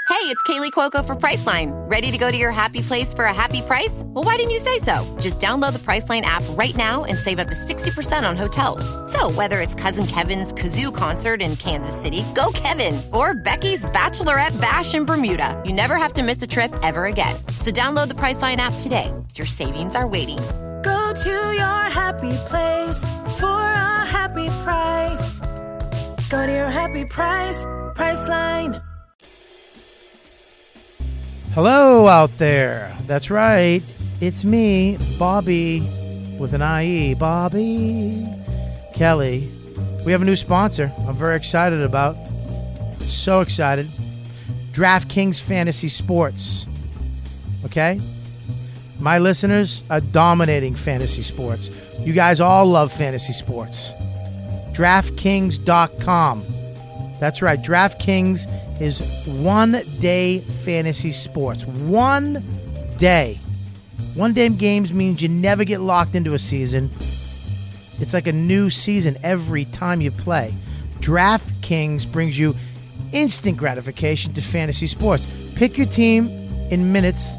Hey, it's Kaylee Cuoco for Priceline. Ready to go to your happy place for a happy price? Well, why didn't you say so? Just download the Priceline app right now and save up to 60% on hotels. So, whether it's Cousin Kevin's Kazoo concert in Kansas City, go Kevin, or Becky's Bachelorette Bash in Bermuda, you never have to miss a trip ever again. So, download the Priceline app today. Your savings are waiting.
Go to your happy place for a happy price. Go to your happy price, Priceline.
Hello out there. That's right. It's me, Bobby, with an IE. Bobby Kelly. We have a new sponsor I'm very excited about. So excited. DraftKings Fantasy Sports. Okay? My listeners are dominating fantasy sports. You guys all love fantasy sports. DraftKings.com. That's right. DraftKings is one day fantasy sports. One day. One day games means you never get locked into a season. It's like a new season every time you play. DraftKings brings you instant gratification to fantasy sports. Pick your team in minutes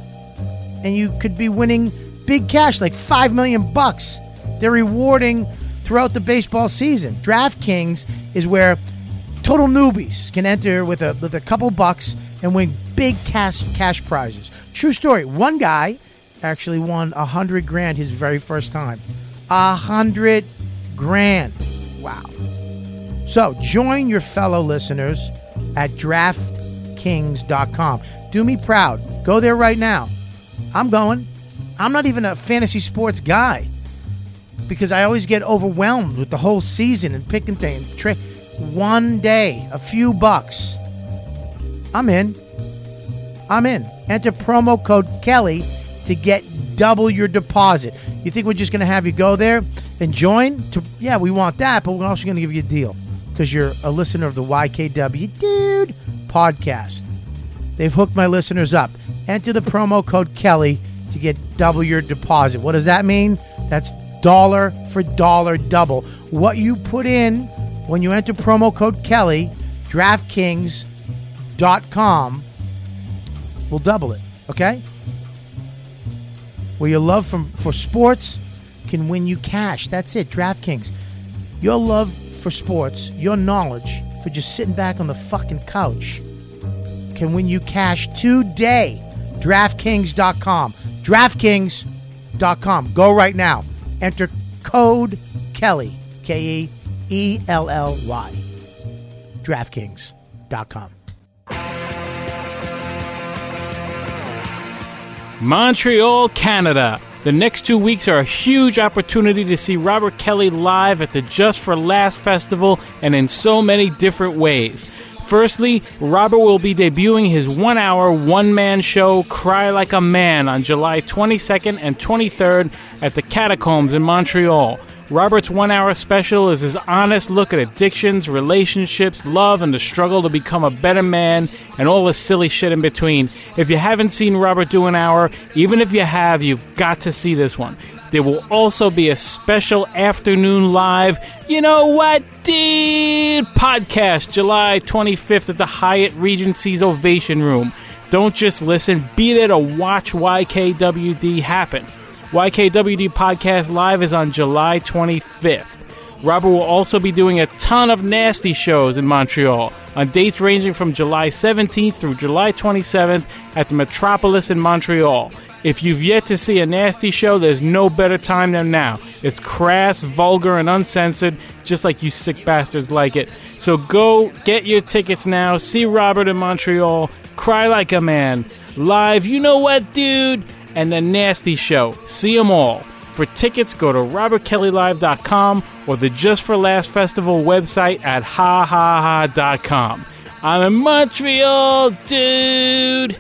and you could be winning big cash like 5 million bucks. They're rewarding throughout the baseball season. DraftKings is where total newbies can enter with a with a couple bucks and win big cash cash prizes. True story. One guy actually won a hundred grand his very first time. A hundred grand. Wow. So join your fellow listeners at DraftKings.com. Do me proud. Go there right now. I'm going. I'm not even a fantasy sports guy because I always get overwhelmed with the whole season and picking things. Tra- one day, a few bucks. I'm in. I'm in. Enter promo code Kelly to get double your deposit. You think we're just going to have you go there and join? To, yeah, we want that, but we're also going to give you a deal because you're a listener of the YKW Dude podcast. They've hooked my listeners up. Enter the promo code Kelly to get double your deposit. What does that mean? That's dollar for dollar double. What you put in when you enter promo code Kelly, DraftKings.com will double it. Okay? Where your love from for sports can win you cash. That's it, DraftKings. Your love for sports, your knowledge for just sitting back on the fucking couch can win you cash today. DraftKings.com. DraftKings.com. Go right now. Enter code Kelly, K E E L L Y. DraftKings.com.
<laughs> Montreal, Canada. The next two weeks are a huge opportunity to see Robert Kelly live at the Just for Last Festival and in so many different ways. Firstly, Robert will be debuting his one hour, one man show, Cry Like a Man, on July 22nd and 23rd at the Catacombs in Montreal. Robert's one hour special is his honest look at addictions, relationships, love, and the struggle to become a better man, and all the silly shit in between. If you haven't seen Robert do an hour, even if you have, you've got to see this one. There will also be a special afternoon live, you know what, dude, podcast July 25th at the Hyatt Regency's Ovation Room. Don't just listen, be there to watch YKWD happen. YKWD Podcast Live is on July 25th. Robert will also be doing a ton of nasty shows in Montreal on dates ranging from July 17th through July 27th at the Metropolis in Montreal. If you've yet to see a nasty show, there's no better time than now. It's crass, vulgar, and uncensored, just like you sick bastards like it. So go get your tickets now. See Robert in Montreal. Cry like a man. Live, you know what, dude? And the nasty show. See them all. For tickets, go to robertkellylive.com or the Just for Last Festival website at hahaha.com. I'm in Montreal, dude.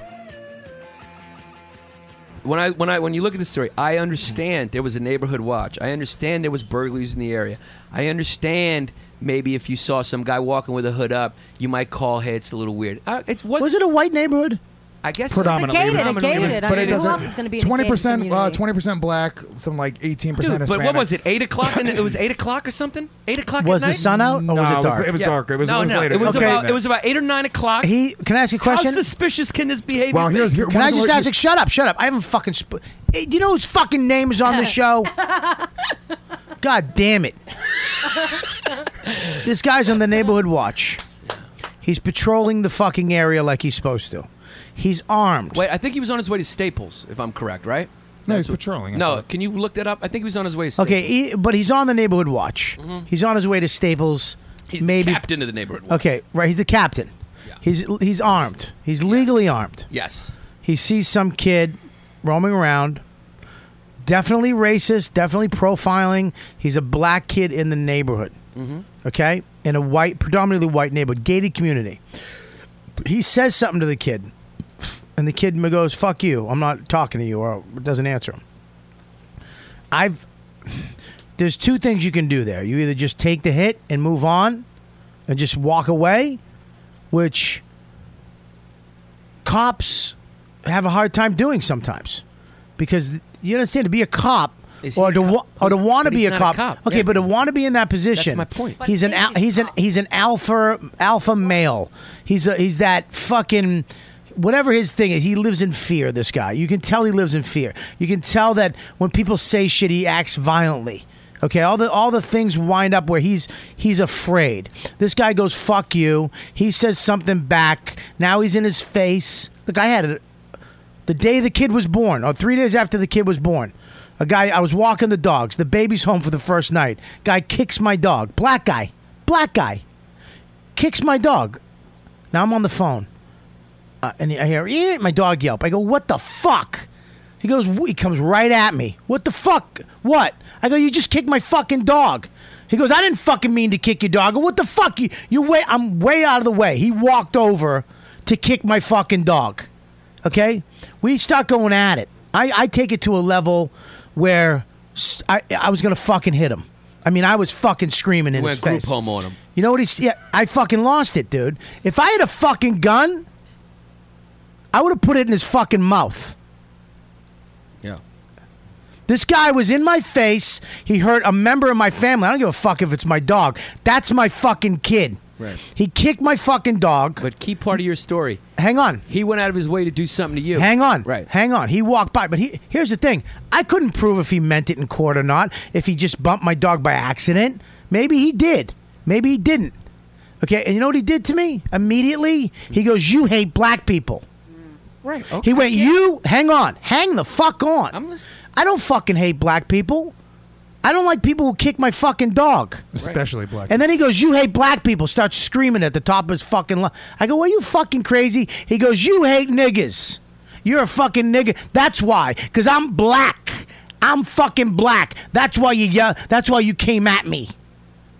when I when I when you look at the story, I understand there was a neighborhood watch. I understand there was burglaries in the area. I understand maybe if you saw some guy walking with a hood up, you might call, "Hey, it's a little weird." I, it was,
Was it a white neighborhood?
I guess
predominantly.
It was-
It was- but it doesn't. Twenty percent, uh,
Dude,
twenty percent black, some like eighteen percent
but
Hispanic.
what was it? Eight o'clock? And it was eight o'clock or something. Eight o'clock.
Was
at
the
night?
sun out or
No,
was
it
it
was-
dark?
it was
Yeah.
dark. It was-
no,
it was
no,
later.
It was
Okay.
about it was about eight or nine o'clock.
He can I ask a question?
How suspicious can this behavior?
Well,
be?
here's, can I just ask? Like, shut up, shut up. I haven't fucking. Sp- hey, do you know whose fucking name is on the show? God damn it! this guy's on the neighborhood watch. He's patrolling the fucking area like he's supposed to. He's armed.
Wait, I think he was on his way to Staples, if I'm correct, right?
No, he's
That's what-
patrolling, I
No, can you look that up? I think he was on his way. To Staples.
Okay, he, but he's on the neighborhood watch.
Mhm.
He's on his way to Staples.
He's the
maybe
captain of the neighborhood watch.
Okay, right. He's the captain. He's he's armed. He's legally armed.
Yes.
He sees some kid roaming around. Definitely racist. Definitely profiling. He's a black kid in the neighborhood.
Mm-hmm.
Mhm.
Okay, in a white, predominantly white neighborhood, gated community. He says something to the kid, and the kid goes, "Fuck you! I'm not talking to you," or doesn't answer him. I've there's two things you can do there. You either just take the hit and move on and just walk away, which cops have a hard time doing sometimes because you understand to be a cop or to wa- or to want to
But
be
he's
a
not a
cop.
cop,
Okay,
yeah.
but to want to be in that position.
my point. But
He's an al- he's an he's an alpha alpha male. He's a he's that fucking whatever his thing is. He lives in fear. This guy, you can tell he lives in fear. You can tell that when people say shit, he acts violently. Okay, all the all the things wind up where he's he's afraid. This guy goes fuck you. He says something back. Now he's in his face. Look, I had it the day the kid was born, or three days after the kid was born, a guy, I was walking the dogs. The baby's home for the first night. Guy kicks my dog. Black guy. Black guy. Kicks my dog. Now I'm on the phone. Uh, and I hear "Eh," my dog yelp. I go, what the fuck? He goes, "Wh-" he comes right at me. What the fuck? What? I go, you just kicked my fucking dog. He goes, I didn't fucking mean to kick your dog. I go, what the fuck? You, you way, I'm way out of the way. He walked over to kick my fucking dog. Okay? We start going at it. I, I take it to a level where s- I, I was going to fucking hit him. I mean, I was fucking screaming in
Went
his
group
face.
home on him.
You know what he's? Yeah, I fucking lost it, dude. If I had a fucking gun, I would have put it in his fucking mouth.
Yeah.
This guy was in my face. He hurt a member of my family. I don't give a fuck if it's my dog. That's my fucking kid.
Right.
He kicked my fucking dog.
But key part of your story.
Hang on.
He went out of his way to do something to you.
Hang on.
Right.
Hang on. He walked by, but he here's the thing. I couldn't prove if he meant it in court or not. If he just bumped my dog by accident, maybe he did. Maybe he didn't. Okay, and you know what he did to me? Immediately, he goes, "You hate black people."
Right.
He went, "You hang on. Hang the fuck on. I'm I do not fucking hate black people. I don't like people who kick my fucking dog."
Especially black.
And then he goes, "You hate black people." Starts screaming at the top of his fucking lungs. I go, "Are you fucking crazy?" He goes, "You hate niggas. You're a fucking nigga. That's why, because I'm black. I'm fucking black. That's why you yell. That's why you came at me."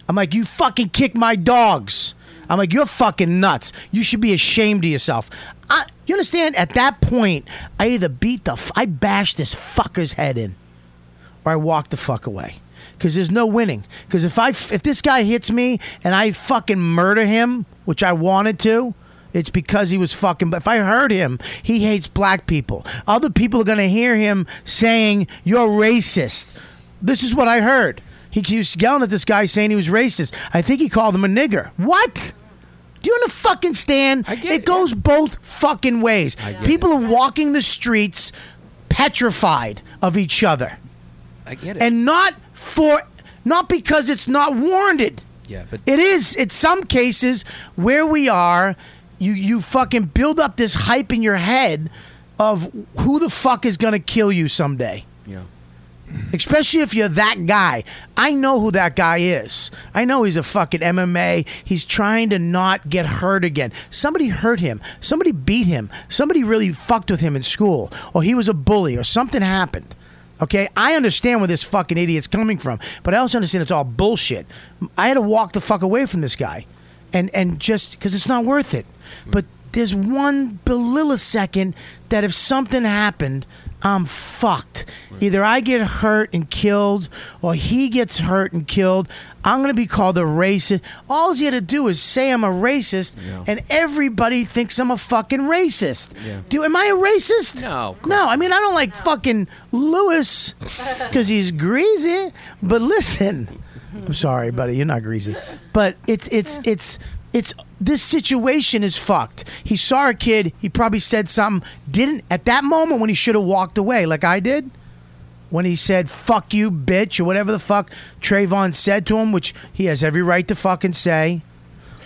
I'm like, "You fucking kicked my dogs." I'm like, "You're fucking nuts. You should be ashamed of yourself." I, you understand? At that point, I either beat the, f- I bashed this fucker's head in or I walk the fuck away. Because there's no winning. Because if I if this guy hits me and I fucking murder him, which I wanted to, it's because he was fucking. But if I hurt him, he hates black people. Other people are gonna hear him saying you're racist. This is what I heard. He keeps yelling at this guy saying he was racist. I think he called him a nigger. What? Do you want to fucking stand? it goes both fucking ways. People are walking the streets petrified of each other
I get it.
and not for not because it's not warranted.
Yeah, but-
it is. In some cases where we are, you you fucking build up this hype in your head of who the fuck is gonna kill you someday.
yeah.
Especially if you're that guy. I know who that guy is. I know he's a fucking MMA. He's trying to not get hurt again. Somebody hurt him. Somebody beat him. Somebody really fucked with him in school. Or he was a bully or something happened. Okay? I understand where this fucking idiot's coming from, but I also understand it's all bullshit. I had to walk the fuck away from this guy and, and just because it's not worth it. But there's one billillisecond that if something happened, I'm fucked. Either I get hurt and killed, or he gets hurt and killed. I'm gonna be called a racist. All he had to do is say I'm a racist,
Yeah.
and everybody thinks I'm a fucking racist.
Yeah.
Do am I a racist?
No, of course
no. I mean, I don't like fucking Lewis because he's greasy. But listen, I'm sorry, buddy, you're not greasy. But it's it's it's it's this situation is fucked. He saw a kid. He probably said something. Didn't at that moment when he should have walked away, like I did. When he said "fuck you, bitch" or whatever the fuck Trayvon said to him, which he has every right to fucking say.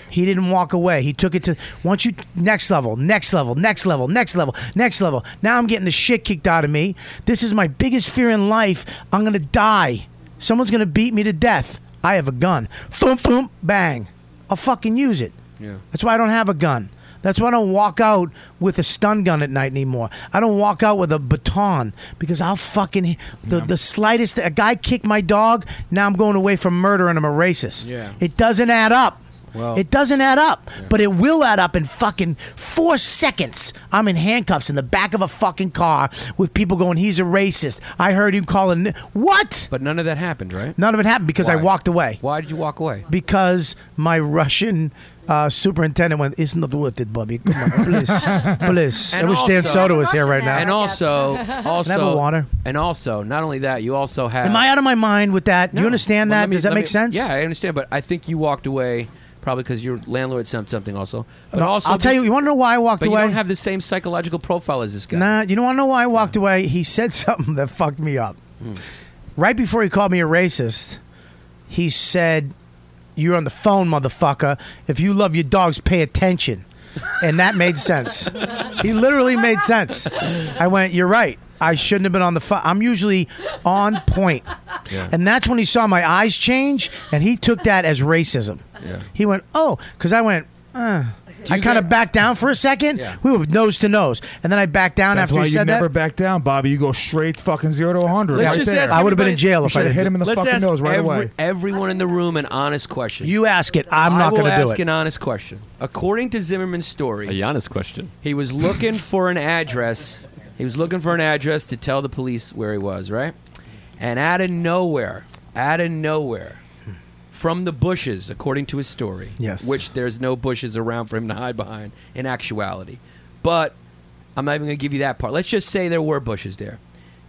He didn't walk away. He took it to once you next level, next level, next level, next level, next level. Now I'm getting the shit kicked out of me. This is my biggest fear in life. I'm gonna die. Someone's gonna beat me to death. I have a gun. Thump thump bang. I'll fucking use it.
Yeah.
That's why I don't have a gun. That's why I don't walk out with a stun gun at night anymore. I don't walk out with a baton because I'll fucking the, the slightest a guy kicked my dog. Now I'm going away from murder and I'm a racist.
Yeah.
It doesn't add up.
Well-
it doesn't add up, but it will add up in fucking four seconds. I'm in handcuffs in the back of a fucking car with people going, "He's a racist." I heard him calling what?
But none of that happened, right?
None of it happened because I
Why?
walked away
Why did you walk away?
because my Russian uh, superintendent went, "It's not worth it, Bobby. Come on,
<laughs>
please, please." I
And
wish Dan
also-
Soda was here right now.
And also, also,
Can I have a water?
And also, not only that, you also have.
Am I out of my mind with that? Do you understand
Well,
that?
let me-
Does that
let
make
me-
sense?
Yeah, I understand, but I think you walked away probably because your landlord sent something also. But
No,
also,
I'll tell you. You want to know why I walked
But you
away?
don't have the same psychological profile as this guy.
Nah, you don't want to know why I walked away. He said <laughs> something that fucked me up. Right before he called me a racist, he said, "You're on the phone, motherfucker. If you love your dogs, pay attention." And that made sense. he literally made sense. I went, "You're right. I shouldn't have been on the phone. I'm usually on point."
Yeah.
And that's when he saw my eyes change, and he took that as racism.
Yeah.
He went, "Oh," because I went, uh, I kind of backed down for a second. We were nose to nose, and then I backed down
That's
after
why
he
you
said
never
that.
back down, Bobby. You go straight fucking zero to 100.
Let's
right
just
there.
ask
I would have been in
everybody-
jail
You
if I
should have
didn't
hit him in the
Let's
fucking
ask
nose right
every-
away.
Everyone in the room an honest question.
You ask it. I'm not
going to
do
ask
it.
an honest question. According to Zimmerman's story,
a Giannis question.
He was looking for an address. He was looking for an address to tell the police where he was, right? And out of nowhere, out of nowhere, from the bushes, according to his story,
Yes.
which there's no bushes around for him to hide behind in actuality. But I'm not even going to give you that part. Let's just say there were bushes there.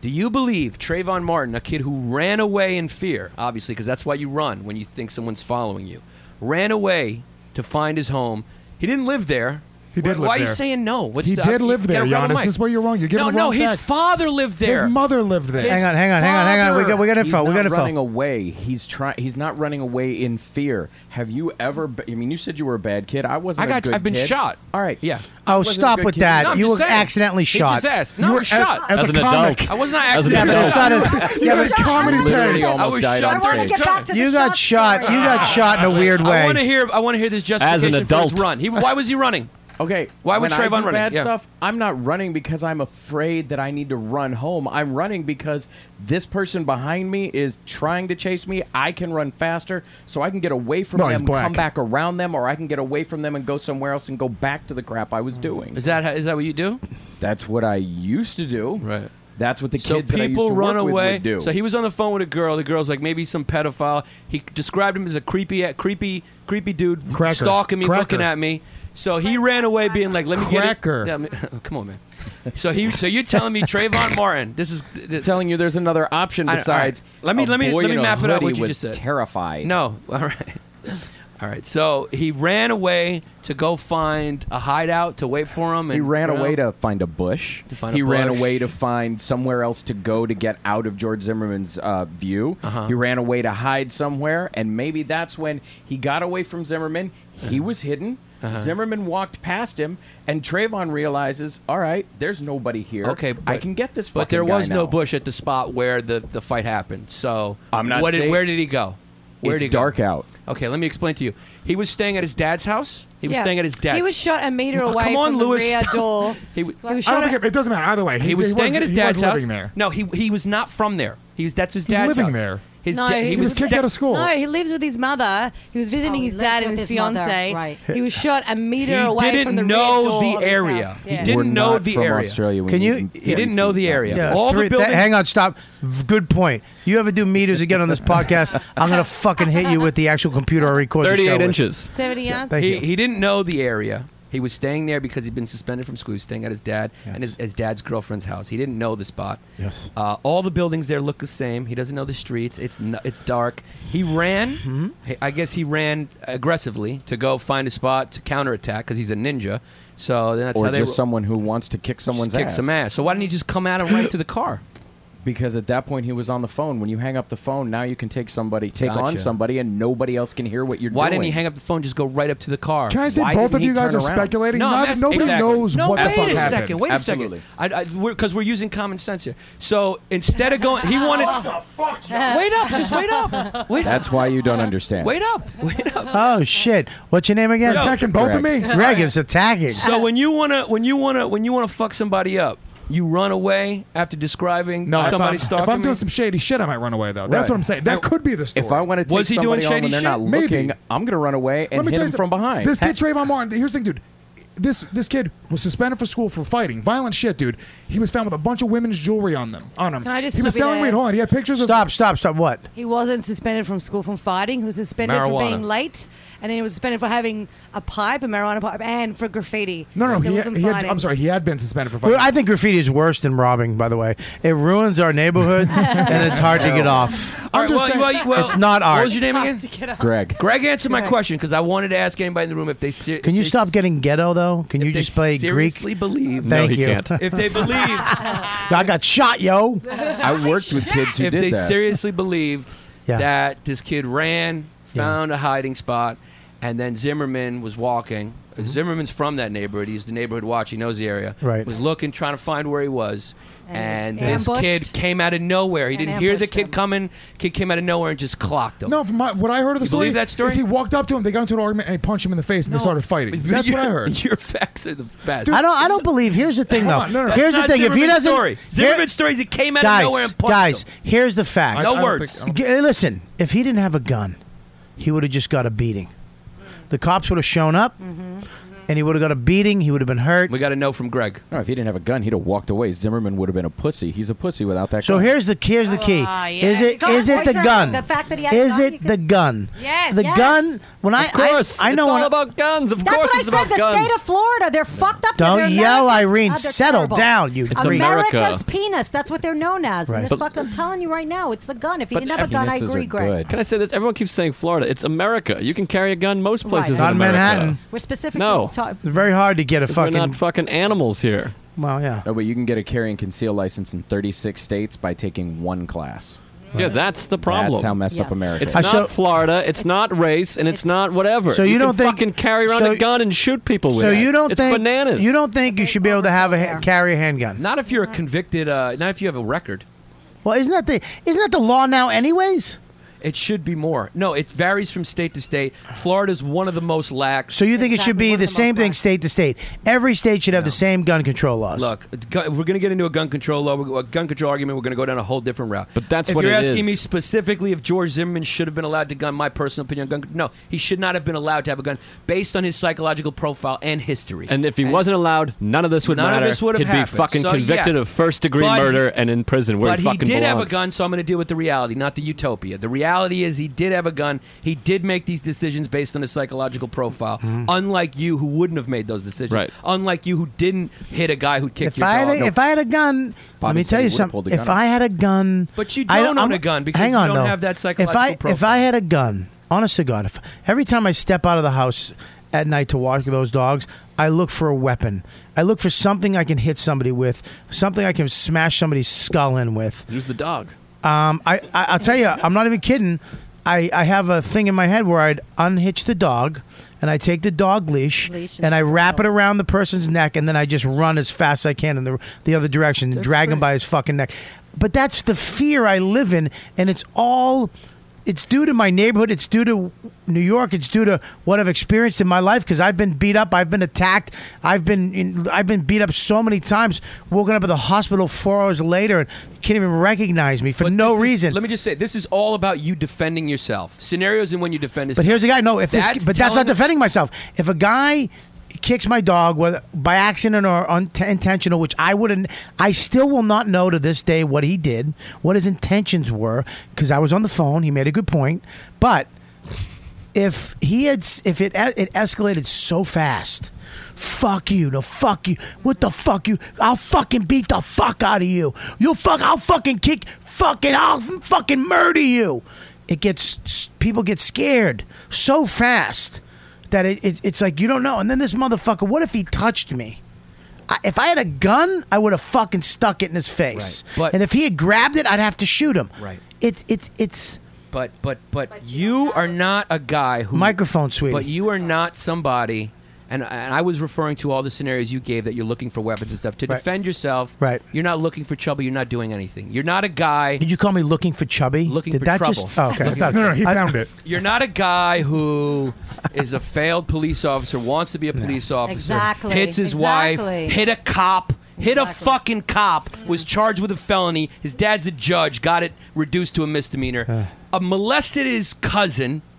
Do you believe Trayvon Martin, a kid who ran away in fear, obviously, because that's why you run when you think someone's following you, ran away to find his home? He didn't live there.
He did
Why,
live
why are you
there.
saying no? What's
He
the,
did live there,
get a red
Giannis.
mic.
This is where you're wrong. You're giving
no,
the
no.
wrong
His
facts.
father lived there.
His mother lived there.
His
Hang on, hang on, hang on, hang on. We got, we got info.
He's
We
not
got info.
running away. He's trying. He's not running away in fear. Have you ever? Be- I mean, you said you were a bad kid. I wasn't.
I got-
A good
I've been
kid.
shot.
All right. Yeah. I
Oh,
wasn't a
stop
good
with
kid.
that.
No, I'm
you were
just saying.
accidentally
He
shot.
just asked.
No,
You
I
were
was
a-
shot.
as As an an adult. adult.
I was not
As an
accidentally.
Yeah, but it's not
<laughs> shot.
<laughs>
as. Yeah, but
comedy Literally
I
almost
was
died
shot.
on I wanna stage. get
back to the
you got shot.
shot
You got shot in a weird
I want to
way.
hear. I want to hear this justification for
adult.
his run. He, why was
<laughs>
he running?
Okay.
Why would
when I
Trayvon
do
running?
bad
Yeah.
stuff? I'm not running because I'm afraid that I need to run home. I'm running because this person behind me is trying to chase me. I can run faster, so I can get away from
No, he's
them,
black.
come back around them, or I can get away from them and go somewhere else and go back to the crap I was doing.
Mm. Is that is that what you do?
That's what I used to do. Right. That's what the
So
kids that I used
people
to
run
work with
away.
would do.
So he was on the phone with a girl. The girl's like maybe some pedophile. He described him as a creepy, creepy, creepy dude
Cracker.
stalking me,
Cracker.
looking at me. So he ran away, being like, "Let me
<laughs>
Cracker.
get it." Yeah, I mean- come on, man. So he, so you're telling
<laughs>
me Trayvon Martin? This is
telling you there's another option
I- all right.
besides.
Let me-
a
let me-
boy
let
in
me
a
map it out
hoodie
what you
was
just said.
Terrified.
No. All right. All right. So he ran away to go find a hideout to wait for him. And
He ran
you know,
away to find a bush.
find a
he ran
bush.
away to find somewhere else to go to get out of George Zimmerman's uh, view.
Uh-huh.
He ran away to hide somewhere, and maybe that's when he got away from Zimmerman. He
Uh-huh.
was hidden. Zimmerman walked past him, and Trayvon realizes, "All right, there's nobody here.
Okay,
I
but-
can get this."
But
fucking
there
guy
was no
now."
bush at the spot where the, the fight happened. So
I'm not
What did,
saying-
where did he go? Where
It's
did he
dark
go?
out.
Okay, let me explain to you. He was staying at his dad's house. He was
Yeah.
staying at his dad's.
He was shot a meter
Oh,
away
come on,
from
Louis,
the rear
stop.
Oh.
door.
He w-
He was
I
shot
don't think
at-
it, it doesn't matter either way.
He was staying
was-
at his
he
dad's
was
house.
living there.
No, he he was not from there. He was that's his
He was
dad's
living
house.
there.
His
No,
da-
he
he,
was
was kicked out of school.
No, he lives with his mother. He was visiting
Oh, he
his
lives
dad
with
and his,
his mother,
fiance.
right.
He was shot a meter
He
away
didn't
from the
know
rear door
the
of his
area.
house.
He
Yeah.
didn't
We're
know
not
the
from
area.
Australia. We
Can you-
need
He didn't know the area.
Yeah,
All the
three- that-
buildings.
hang on, stop. V- Good point. You ever do meters again on this podcast? I'm gonna fucking hit you with the actual computer I record. the show
38
with.
inches.
70 yards.
Thank
he,
you.
he didn't know the area. He was staying there because he'd been suspended from school. He was staying at his dad and his, his dad's girlfriend's house. He didn't know the spot.
Yes.
Uh, all the buildings there look the same. He doesn't know the streets. It's n- it's dark. He ran. he- I guess he ran aggressively to go find a spot to counterattack because he's a ninja. So then that's
Or
how they
just
ro-
someone who wants to kick
just
someone's
kick
ass.
some ass. So why didn't he just come at him right to the car?
Because at that point he was on the phone. When you hang up the phone, now you can take somebody, take on
Gotcha.
somebody, and nobody else can hear what you're
Why
doing.
didn't he hang up the phone? Just go right up to the car.
Can I say
Why
both
didn't
of
he
you guys are
turn around?
speculating?
No,
Not-
I'm asking-
nobody
Exactly.
knows
No,
what the
wait
fuck
a
happened.
second. Wait
Absolutely.
a second. I, I, we're, cause we're using common sense here. So instead of going, he wanted. wait up. Just wait up.
<laughs>
Wait up.
That's why you don't understand.
Wait up. Wait up.
Oh shit! What's your name again?
Yo.
Attacking both of me?
Correct.
Greg is attacking.
So when you wanna, when you wanna, when you wanna fuck somebody up, you run away after describing
No, if I'm,
somebody
if
stalking
I'm doing
me?
some shady shit, I might run away though. That's
Right.
what I'm saying. That could be the story.
If I want to take
Was he doing
somebody on
shady
when they're not
shit?
Maybe.
looking, I'm gonna run away and hit
tell
him
you
from
something.
behind.
This kid Trayvon Martin. Here's the thing, dude. This this kid was suspended for school for fighting, violent shit, dude. He was found with a bunch of women's jewelry on them, on him.
Can I just
he was
stop you
selling
there?
weed. Hold on, he had pictures of
Stop! Stop! Stop! What?
He wasn't suspended from school from fighting. He was suspended for
Marijuana.
being late, and then he was suspended for having a pipe, a marijuana pipe, and for graffiti.
No, no,
It
he,
wasn't
he had,
fighting.
I'm sorry, he had been suspended for
Well,
fighting.
I think graffiti is worse than robbing. By the way, it ruins our neighborhoods, and it's hard to
<laughs>
get off.
All
I'm
right,
just
well,
saying-
well, you- well,
It's not art.
What was your name
To
again?
get up.
Greg.
Greg answered my question because I wanted to ask anybody in the room if they ser-
Can you
if they
stop getting ghetto though? Can you
they
just play Greek?
seriously believe
No,
Thank
he
you.
can't.
if they believe
I got
<laughs>
shot, yo.
<laughs> I worked with kids who
if
did
they
that.
seriously believed
Yeah.
that this kid ran, found a hiding spot, and then Zimmerman was walking
Mm-hmm.
Zimmerman's from that neighborhood. He's the neighborhood watch. He knows the area.
Right.
Was looking, trying to find where he was, and,
And
this
ambushed.
kid came out of nowhere. He
And
didn't hear the
ambushed
kid
him.
coming. Kid came out of nowhere and just clocked him.
No, from
<laughs>
my, what I heard of the
You
story,
believe that story?
is he walked up to him, they got into an argument, and he punched him in the face, and they started fighting. That's what
<laughs>
I heard.
Your facts are the best.
I don't. I don't believe. Here's the thing,
Hold
though.
on, no, no, no.
Here's the
That's
thing.
not
if he
Zimmerman's
doesn't,
story. Zimmerman's story is he came out of
guys,
nowhere and punched
guys.
him.
Here's the facts.
No I- I don't words. think- I don't
G- listen, if he didn't have a gun, he would have just got a beating. The cops would have shown up,
Mm-hmm.
and he would have got a beating. He would have been hurt.
We got to know from Greg.
No, if he didn't have a gun, he'd have walked away. Zimmerman would have been a pussy. He's a pussy without that.
So
gun.
here's the here's the key.
Ah,
Is it
yes.
is it the
Gun.
gun?
The fact that he had a
is
gun,
it the gun?
Yes.
The
Yes.
gun. When I
Of course.
I, I know
It's all
when I-
about
guns. Of
That's what I said. The state of Florida, they're fucked up. and
Don't
they're
yell,
Americans.
Irene.
Oh, they're
Settle
terrible.
down, you creep.
America's
America.
penis. That's what they're known as.
Right.
And
But-
it's fucked. I'm telling you right now, it's the gun. If he didn't have a gun, I agree, Greg.
Can I say this? Everyone keeps saying Florida. It's America. You can carry a gun most places in
Not in
America.
Manhattan.
We're specifically
No.
talking.
It's very hard to get a
We're
fucking.
not fucking animals here.
Well, yeah.
No, but you can get a carry and conceal license in 36 states by taking one class.
Yeah, that's the problem.
That's how messed up America
It's
is.
not Florida. It's, not race, and it's, not whatever.
So you don't
can
think-
fucking carry around
so-
a gun and shoot people with
So
it.
you don't
it's
think
bananas.
you don't think you should be able to have a ha- carry a handgun?
Not if you're a convicted. Uh, not if you have a record.
Well, isn't that the isn't that the law now, anyways?
It should be more. No, it varies from state to state. Florida's one of the most lax.
So you think it should be the same thing state to state? Every state should have the same gun control laws.
Look, gu- we're going to get into a gun control law, a gun control argument. We're going to go down a whole different route. But
that's
if
what
you're
it
asking
is.
me specifically if George Zimmerman should have been allowed to gun. My personal opinion on gun. No, he should not have been allowed to have a gun based on his psychological profile and history.
and if he wasn't allowed, none of this would
None of
matter.
this would have
He'd be
happened.
fucking
So,
convicted
yes.
of first degree
But he-
murder and in prison. Where
but he
fucking
did have a
belongs.
gun, so I'm going to deal with the reality, not the utopia. The reality is he did have a gun. He did make these decisions based on his psychological profile.
Mm-hmm.
Unlike you, who wouldn't have made those decisions.
Right.
Unlike you, who didn't hit a guy who kicked
if
your
I had
dog.
a, if I had a gun, let
Bobby
me
said
tell
he
you
would've pulled
something.
the gun
If
out.
I had a gun,
But you
I
don't own
I'm-
a gun because
hang
you
on,
don't
though.
have that
if I
psychological
if I had a gun, honest to God, if every time I step out of the house at night to walk those dogs, I look for a weapon. I look for something I can hit somebody with, something I can smash somebody's skull in with.
Use the dog.
Um, I, I I'll tell you, I'm not even kidding. I, I have a thing in my head where I'd unhitch the dog, and I take the dog leash, and, I wrap it around the person's neck, and then I just run as fast as I can in the the other direction, and drag him by his fucking neck. But that's the fear I live in, and it's all. It's due to my neighborhood. It's due to New York. It's due to what I've experienced in my life because I've been beat up. I've been attacked. I've been in, I've been beat up so many times. Woken up at the hospital four hours later and can't even recognize me for no reason.
Let me just say, this is all about you defending yourself. Scenarios in when you defend yourself.
But here's the guy. No, if this, but that's not
telling-
defending myself. If a guy kicks my dog, whether by accident or unintentional, intentional, which I wouldn't, I still will not know to this day what he did, what his intentions were, because I was on the phone. He made a good point, but if he had, s- if it e- it escalated so fast. Fuck you! No, fuck you! What the fuck you? I'll fucking beat the fuck out of you! You fuck! I'll fucking kick! Fucking! I'll fucking murder you! It gets s- people get scared so fast that it, it it's like you don't know. And then this motherfucker, what if he touched me? I, if I had a gun, I would have fucking stuck it in his face.
Right, but-
and if he had grabbed it, I'd have to shoot him.
Right.
It's it's it's
But but but, you, are not a guy who
microphone sweetie.
But you are not somebody. And, and I was referring to all the scenarios you gave that you're looking for weapons and stuff to
Right.
defend yourself.
Right.
You're not looking for trouble. You're not doing anything. You're not a guy.
Did you call me looking for chubby? Looking Did
for
that
trouble.
just? Oh, okay.
<laughs>
I
Looking
thought-
for- No, no, he
I-
found <laughs> You're not a guy who is a failed police officer, wants to be a police officer,
Exactly.
hits his
Exactly.
wife, hit a cop, hit a fucking cop, was charged with a felony. His dad's a judge, got it reduced to a misdemeanor. Uh, molested his cousin. <laughs>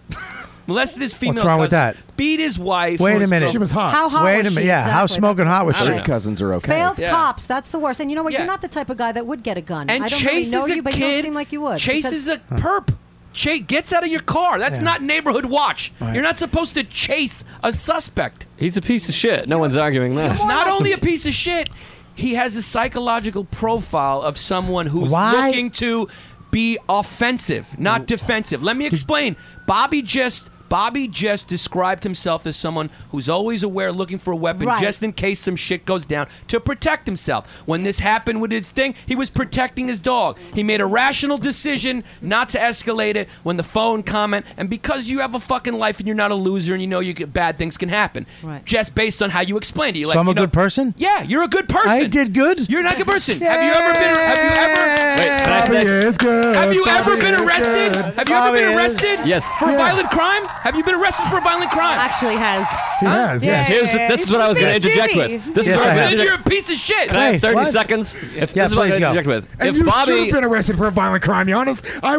molested his female.
wrong with
cousin,
that?
Beat his wife.
Wait a minute.
How hot
Wait
was
a minute.
she?
Yeah. How
Exactly.
smoking hot was she?
Her cousins are okay.
Failed
Yeah.
cops. That's the worst. And you know what? You're not the type of guy that would get a gun.
And
I don't
chases
really know
a
you, but you
kid-
don't seem like you would.
Chases a perp. Chase gets out of your car. That's not neighborhood watch. You're not supposed to chase a suspect.
He's a piece of shit. No one's arguing that.
He's not only a piece of shit, he has a psychological profile of someone who's
Why-
looking to be offensive, not defensive. Let me explain. Bobby just Bobby just described himself as someone who's always aware, looking for a weapon,
Right.
just in case some shit goes down, to protect himself. When this happened with his thing, he was protecting his dog. He made a rational decision not to escalate it when the phone comment, and because you have a fucking life and you're not a loser and you know you could, bad things can happen, right. just based on how you explained it. You're
so
like,
I'm
you
a
know,
good person.
Yeah, you're a good person. I did
good.
You're not a good person. Have you ever been? Have you ever? Wait,
Bobby is
good. Have you ever
Bobby
been
is
arrested?
good.
Have you ever
Bobby
been
is-
arrested?
Yes.
For a
Yeah.
violent crime? Have you been arrested for a violent crime? Actually, has.
He has, yes. Here's the- this is what I was gonna interject with. This is Yes, what I I was have.
You're
gonna
a
interject-
piece of shit.
Can I have 30 seconds? If, this is what I interject with.
And
if
you should
Bobby,
have been arrested for a violent crime, Giannis. I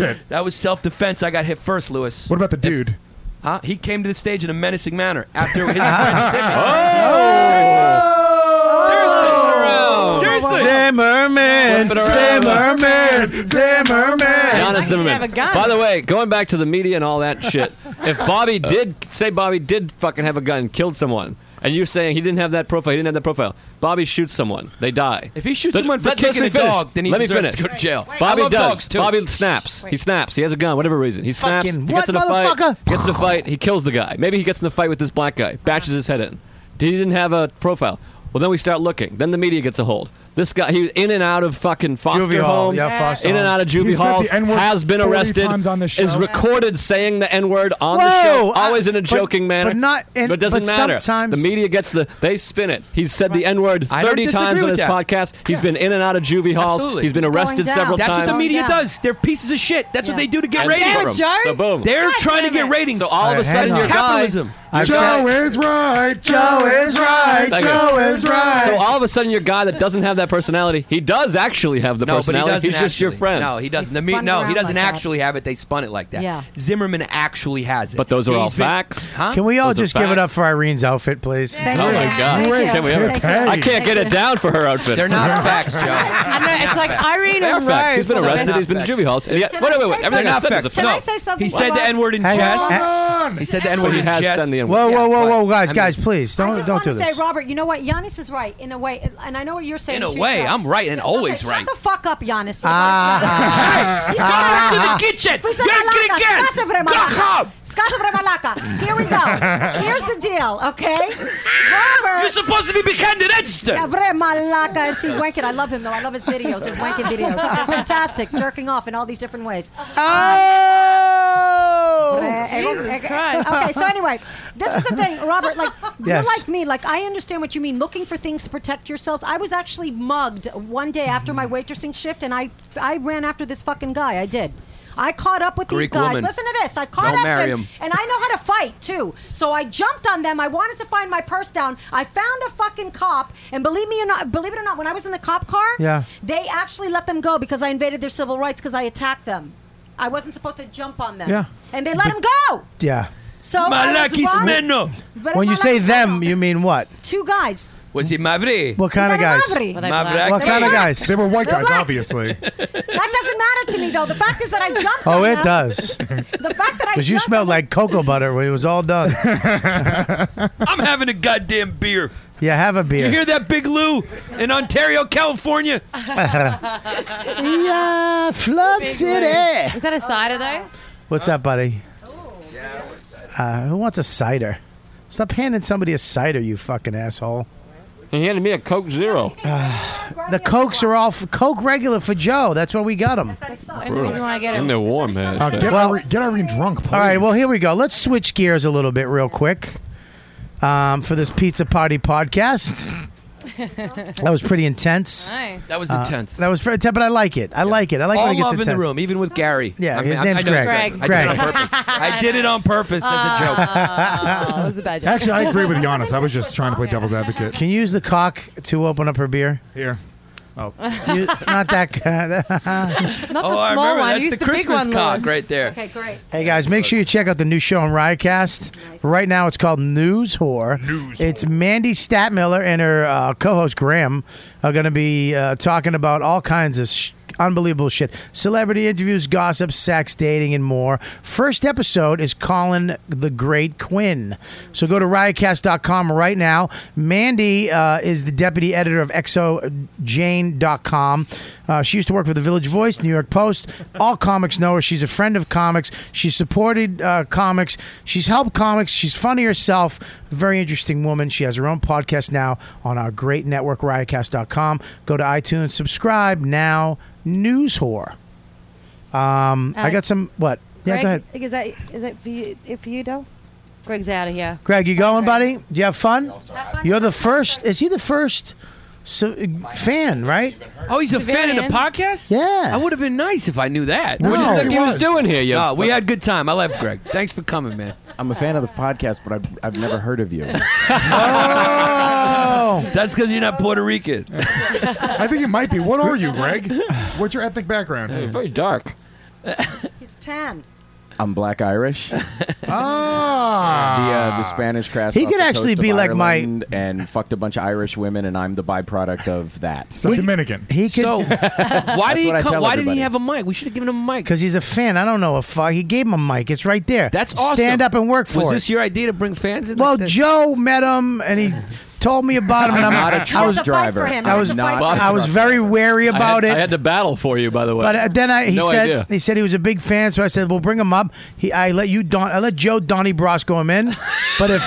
<laughs>
it.
That was self-defense. I got hit first, Lewis.
What about the dude?
Huh? He came to the stage in a menacing manner after his friend
<laughs>
hit me. Seriously.
Oh, Zimmerman,
Flip it around.
Zimmerman, Zimmerman.
Giannis Zimmerman. By the way, going back to the media and all
<laughs>
that shit, if Bobby did say Bobby did fucking have a gun, and killed someone, and you're saying he didn't have that profile, he didn't have that profile. Bobby shoots someone, they die.
If he shoots
Let-
someone for
let- let
kicking
me
a
finish.
dog, then he
let me
deserves
finish.
to go to jail. Wait,
Bobby
I love
does.
dogs, too.
Bobby snaps. He snaps. He has a gun, whatever reason. He snaps.
Fucking
he
what,
gets in a fight.
motherfucker?
Gets in a fight. He kills the guy. Maybe he gets in a fight with this black guy. Bashes his head in. He didn't have a profile. Well, then we start looking. Then the media gets a hold. This guy, he was in and out of fucking foster
Juvie hall.
homes,
Yeah, foster
in and out of
homes.
juvie
He said
halls,
the N-word
has been
40
arrested,
times on this show.
is recorded saying the n word on
Whoa,
the show,
I-
always in a
but-
joking manner.
but not in-
but it doesn't
but
matter.
sometimes-
the media gets the they spin it. He's said the n word
I don't
thirty times
disagree
on
with
his
that.
podcast. He's been in and out of juvie halls.
Absolutely.
He's been arrested several
That's
times.
what the media does. They're pieces of shit. That's what they do to get
And
ratings.
boom. So boom.
They're trying to get ratings.
So all of a sudden, your
capitalism.
guy,
Joe is right. Joe is right.
Thank you.
Joe is right.
So all of a sudden, your guy that doesn't have that personality, he does actually have the
No, but he
personality.
doesn't
He's just your
actually.
friend.
No, he doesn't.
They
The me-
spun it
no,
around
he doesn't
like that.
actually have it. They spun it like that.
Yeah.
Zimmerman actually has it.
But those are all facts.
Huh?
Can we all just give it up for Irene's outfit, please?
Oh my God! Can we ever- I can't get it down for her outfit.
They're not facts, Joe.
I know, it's like Irene
They're
and
facts.
Rose.
He's been
were the
arrested.
best-
He's been in juvie halls. And yeah-
Can
wait,
I
wait,
say
wait. Everything I
something?
said is a
Can I
no.
say something
He said
about-
the N word in
Hey,
jest.
hold
He said the
He
N word in
has
jest.
done the N word.
Whoa, whoa, whoa, whoa, guys,
I mean-
guys, please
I
don't
just
don't
want
do
to say,
this.
Robert, you know what? Giannis is right in a way, and I know what you're saying.
In a
too,
way,
Joe.
I'm right and always
okay,
right.
Shut the fuck up, Giannis. for
Ah.
God's sake.
He's going back to the kitchen.
Frisa
You're
Malaka,
gonna get
Skasa Vremalaka. Skasa Vremalaka. Here we go. Here's the deal, okay? Robert.
You're supposed to be behind the register.
Yeah, Vremalaka is he wanking. I love him though. I love his videos, his wanking videos. They're fantastic, jerking off in all these different ways. Uh, eh,
Oh!
okay, okay, so anyway, this is the thing, Robert. Like
Yes.
you're like me. Like I understand what you mean. Looking for things to protect yourselves. I was actually mugged one day after my waitressing shift, and I I ran after this fucking guy. I did. I caught up with
Greek
these guys.
woman.
Listen to this. I caught
Don't
up
marry
to him,
him.
and I know how to fight too. So I jumped on them. I wanted to find my purse down. I found a fucking cop, and believe me or not, believe it or not, when I was in the cop car,
Yeah.
they actually let them go because I invaded their civil rights because I attacked them. I wasn't supposed to jump on them.
Yeah.
And they let him go.
Yeah.
So I was wrong. But
When
if
you
I
say
like
them, you mean what?
two guys.
Was he <laughs> Mavri?
What kind of guys?
Mavri. Were they
Mavri.
black?
What kind of guys?
They were white They were guys, black.
obviously.
That doesn't matter to me though. The fact is that
<laughs>
I jumped
Oh,
on
it
them.
does.
The fact that I
Because you
jumped
smelled like cocoa butter when it was all done.
I'm having a goddamn beer.
yeah, have a
You
beer.
hear that, Big Lou, in Ontario, <laughs> California?
yeah, Flood City.
Is that a cider though?
What's up, buddy? Uh, who wants a cider? Stop handing somebody a cider, you fucking asshole.
He handed me a Coke Zero.
<sighs> The cokes are all f- Coke regular for Joe. That's where we got them.
And the reason why I get
And
it.
they're warm, man.
Uh, get, Irene, drunk, All right, well, here we go. Let's switch gears a little bit, real quick, um, for this Pizza Party <laughs> podcast. That
<laughs>
was pretty intense.
That was
Uh,
intense.
that was very intense, but I like it. I like it. I like
All
when it gets
love
intense.
in the room, even with Gary.
Yeah, his
I- I
name's
know it's I
Greg.
did it on
Greg.
purpose. I did it on purpose as a joke.
Oh, was a bad joke.
Actually, I agree with Giannis. I was just trying to play devil's advocate.
Can you use the cock to open up her beer?
Here. Oh.
You- not that kind.
<laughs>
<laughs>
Not the
oh, I
small
remember.
one.
That's
Use
the,
the big
Christmas
one,
cock
Lewis.
right there.
Okay, great.
Hey guys, make sure you check out the new show on Riotcast. Right now, it's called News Whore. News. It's Mandy Statmiller and her uh, co-host Graham are going to be uh, talking about all kinds of sh- unbelievable shit: celebrity interviews, gossip, sex, dating, and more. First episode is Colin the Great Quinn. So go to riotcast.com right now. Mandy uh, is the deputy editor of exojane.com. Uh, she used to work for the Village Voice, New York Post. All comics know her. She's a friend of comics. She's supported uh, comics. She's helped comics. She's funny herself. Very interesting woman. She has her own podcast now on our great network, riotcast.com. Go to iTunes, subscribe now. News whore. Um, I
Alex-
got some. What? Yeah,
Greg,
go ahead.
Is that is that for you? If for you, Dom? Greg's out of here.
Greg, you going, buddy? Do you have fun? You're the first. Is he the first so, fan, right?
Oh, he's a fan of the
Civilian.
podcast?
Yeah.
I would have been nice if I knew that.
No,
What did you think
he
he was
was.
doing here?
you
No, we
fuck-
had good time. I love Greg. Thanks for coming, man.
I'm a fan of the podcast, but I've, I've never heard of you.
oh! That's because you're not Puerto Rican.
<laughs> I think it might be. What are you, Greg? What's your ethnic background?
very dark.
He's tan.
I'm black
<laughs>
Irish.
Ah.
Oh.
The, uh, the Spanish crash.
Ah. He
off
could
the
actually
coast
be
of
like my-
Ireland and fucked a bunch of Irish women, and I'm the byproduct of that.
So We- Dominican.
He could. <laughs>
So why
That's
did he
what I
come?
tell
Why did
everybody.
he have a mic? We should have given him a mic.
Because he's a fan. I don't know if uh, he gave him a mic. It's right there.
That's awesome.
Stand up and work for
Was
it.
this your idea to bring fans in?
well,
like this?
Joe met him and he told me about him. And I'm
Not a
I was
truck driver.
I was
I'm not
I
a
was
truck
very wary
I had,
about
I
it.
had to battle for you, by the way.
But uh, then I, he
no
said
idea.
he said he was a big fan, so I said, "Well, bring him up." He, I let you, Don, I let Joe Donnie Brasco him in, but if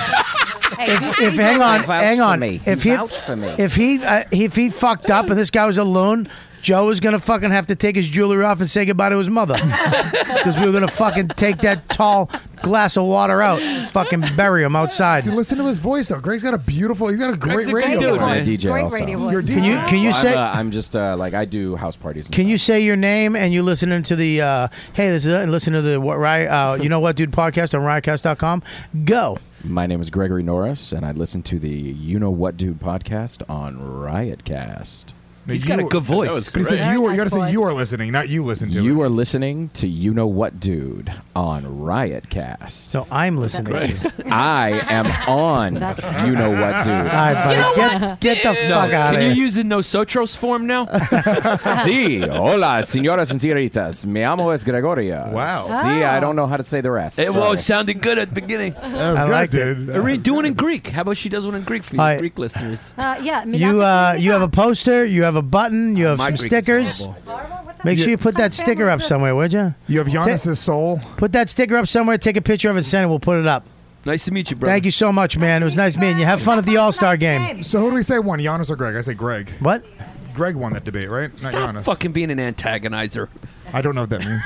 if, if hang on,
Vouch
hang
for
on.
me.
If
He
he
vouched for me.
if he uh, if he fucked up and this guy was alone, Joe was gonna fucking have to take his jewelry off and say goodbye to
<laughs>
his mother because we were gonna fucking take that tall glass of water out, and fucking bury him outside.
Dude, listen to his voice though. Greg's got a beautiful. He's got a great
a good
radio.
dude,
voice.
I'm a DJ
Great
also.
radio voice.
You're a
Can you can you
Well,
say
I'm, uh, I'm just uh, like I do house parties. And
Can you say your name and you listen to the uh, hey, this is and listen to the what right uh, you know what dude podcast on riotcast.com. Go.
My name is Gregory Norris, and I listen to the You Know What Dude podcast on Riotcast.
No,
He's got a
you-
good voice. That was
But he
great.
said you. Are, you got to
Nice
say
voice.
you are listening, not you listen to. it.
You are listening to You Know What Dude on Riotcast.
So I'm listening. to you.
I am on
That's-
You Know
<laughs>
What Dude.
All right, buddy. <laughs> get, get the
No,
fuck out of
Can you
here.
use the nosotros form
<laughs>
now?
Sí, hola, señoras and señoritas. Me amo es Gregoria.
Wow.
See, I don't know how to say the rest.
It well,
Sorry.
it sounded good at the
<laughs>
beginning.
That was
I
good,
like it.
dude.
Are we doing in Greek? How about she does one in Greek for you,
All right.
Greek listeners?
Uh, yeah,
You uh, you have a poster, you have a button, you have
My
some
Greek is
stickers.
horrible.
Make sure you put that sticker up somewhere, would you?
You have Giannis's soul.
Put that sticker up somewhere, take a picture of it, send it, we'll put it up.
Nice to meet you, brother.
Thank you so much, man. It was nice meeting you. Have fun at the All Star game.
So who do we say won, Giannis or Greg? I say Greg.
What?
Greg won that debate, right? Not
Stop
Giannis.
fucking being an antagonizer.
I don't know what that means.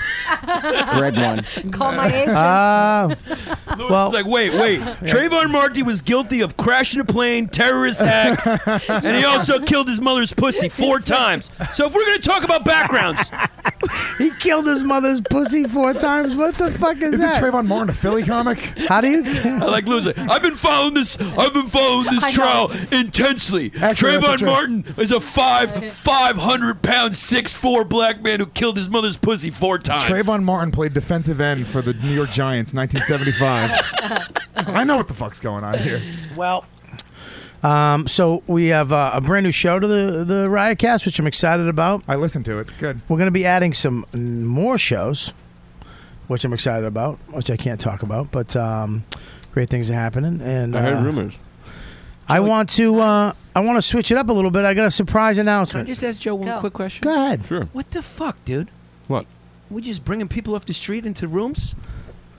Greg
<laughs>
one.
Call my agent.
Uh,
<laughs>
Well, it's like, wait,
<laughs>
wait. Trayvon Marty was guilty of crashing a plane, terrorist
<laughs>
acts, and he also killed his mother's pussy four times. So if we're going to talk about backgrounds,
he killed his mother's pussy four times. What the fuck
Is
is,
it
that?
Trayvon Martin, a Philly comic?
How do you?
<laughs> I like losing. I've been following this. I've been following
I know.
this trial intensely.
Actually, that's what
Trayvon
Tra-
Martin is a five, five hundred pound, six four black man who killed his mother's pussy four times.
Trayvon Martin played defensive end for the New York Giants, 1975. I know what the fuck's going on here. <laughs>
Well, um, so we have uh, a brand new show to the the Riotcast, which I'm excited about.
I listened to it. It's good.
We're going to be adding some more shows, which I'm excited about, which I can't talk about, but um, great things are happening. And uh,
rumors.
I want to uh, I want to switch it up a little bit. I got a surprise announcement.
just ask Joe one
Go. quick
question?
Go ahead.
Sure.
What the fuck, dude?
What?
We just bringing people off the street into rooms?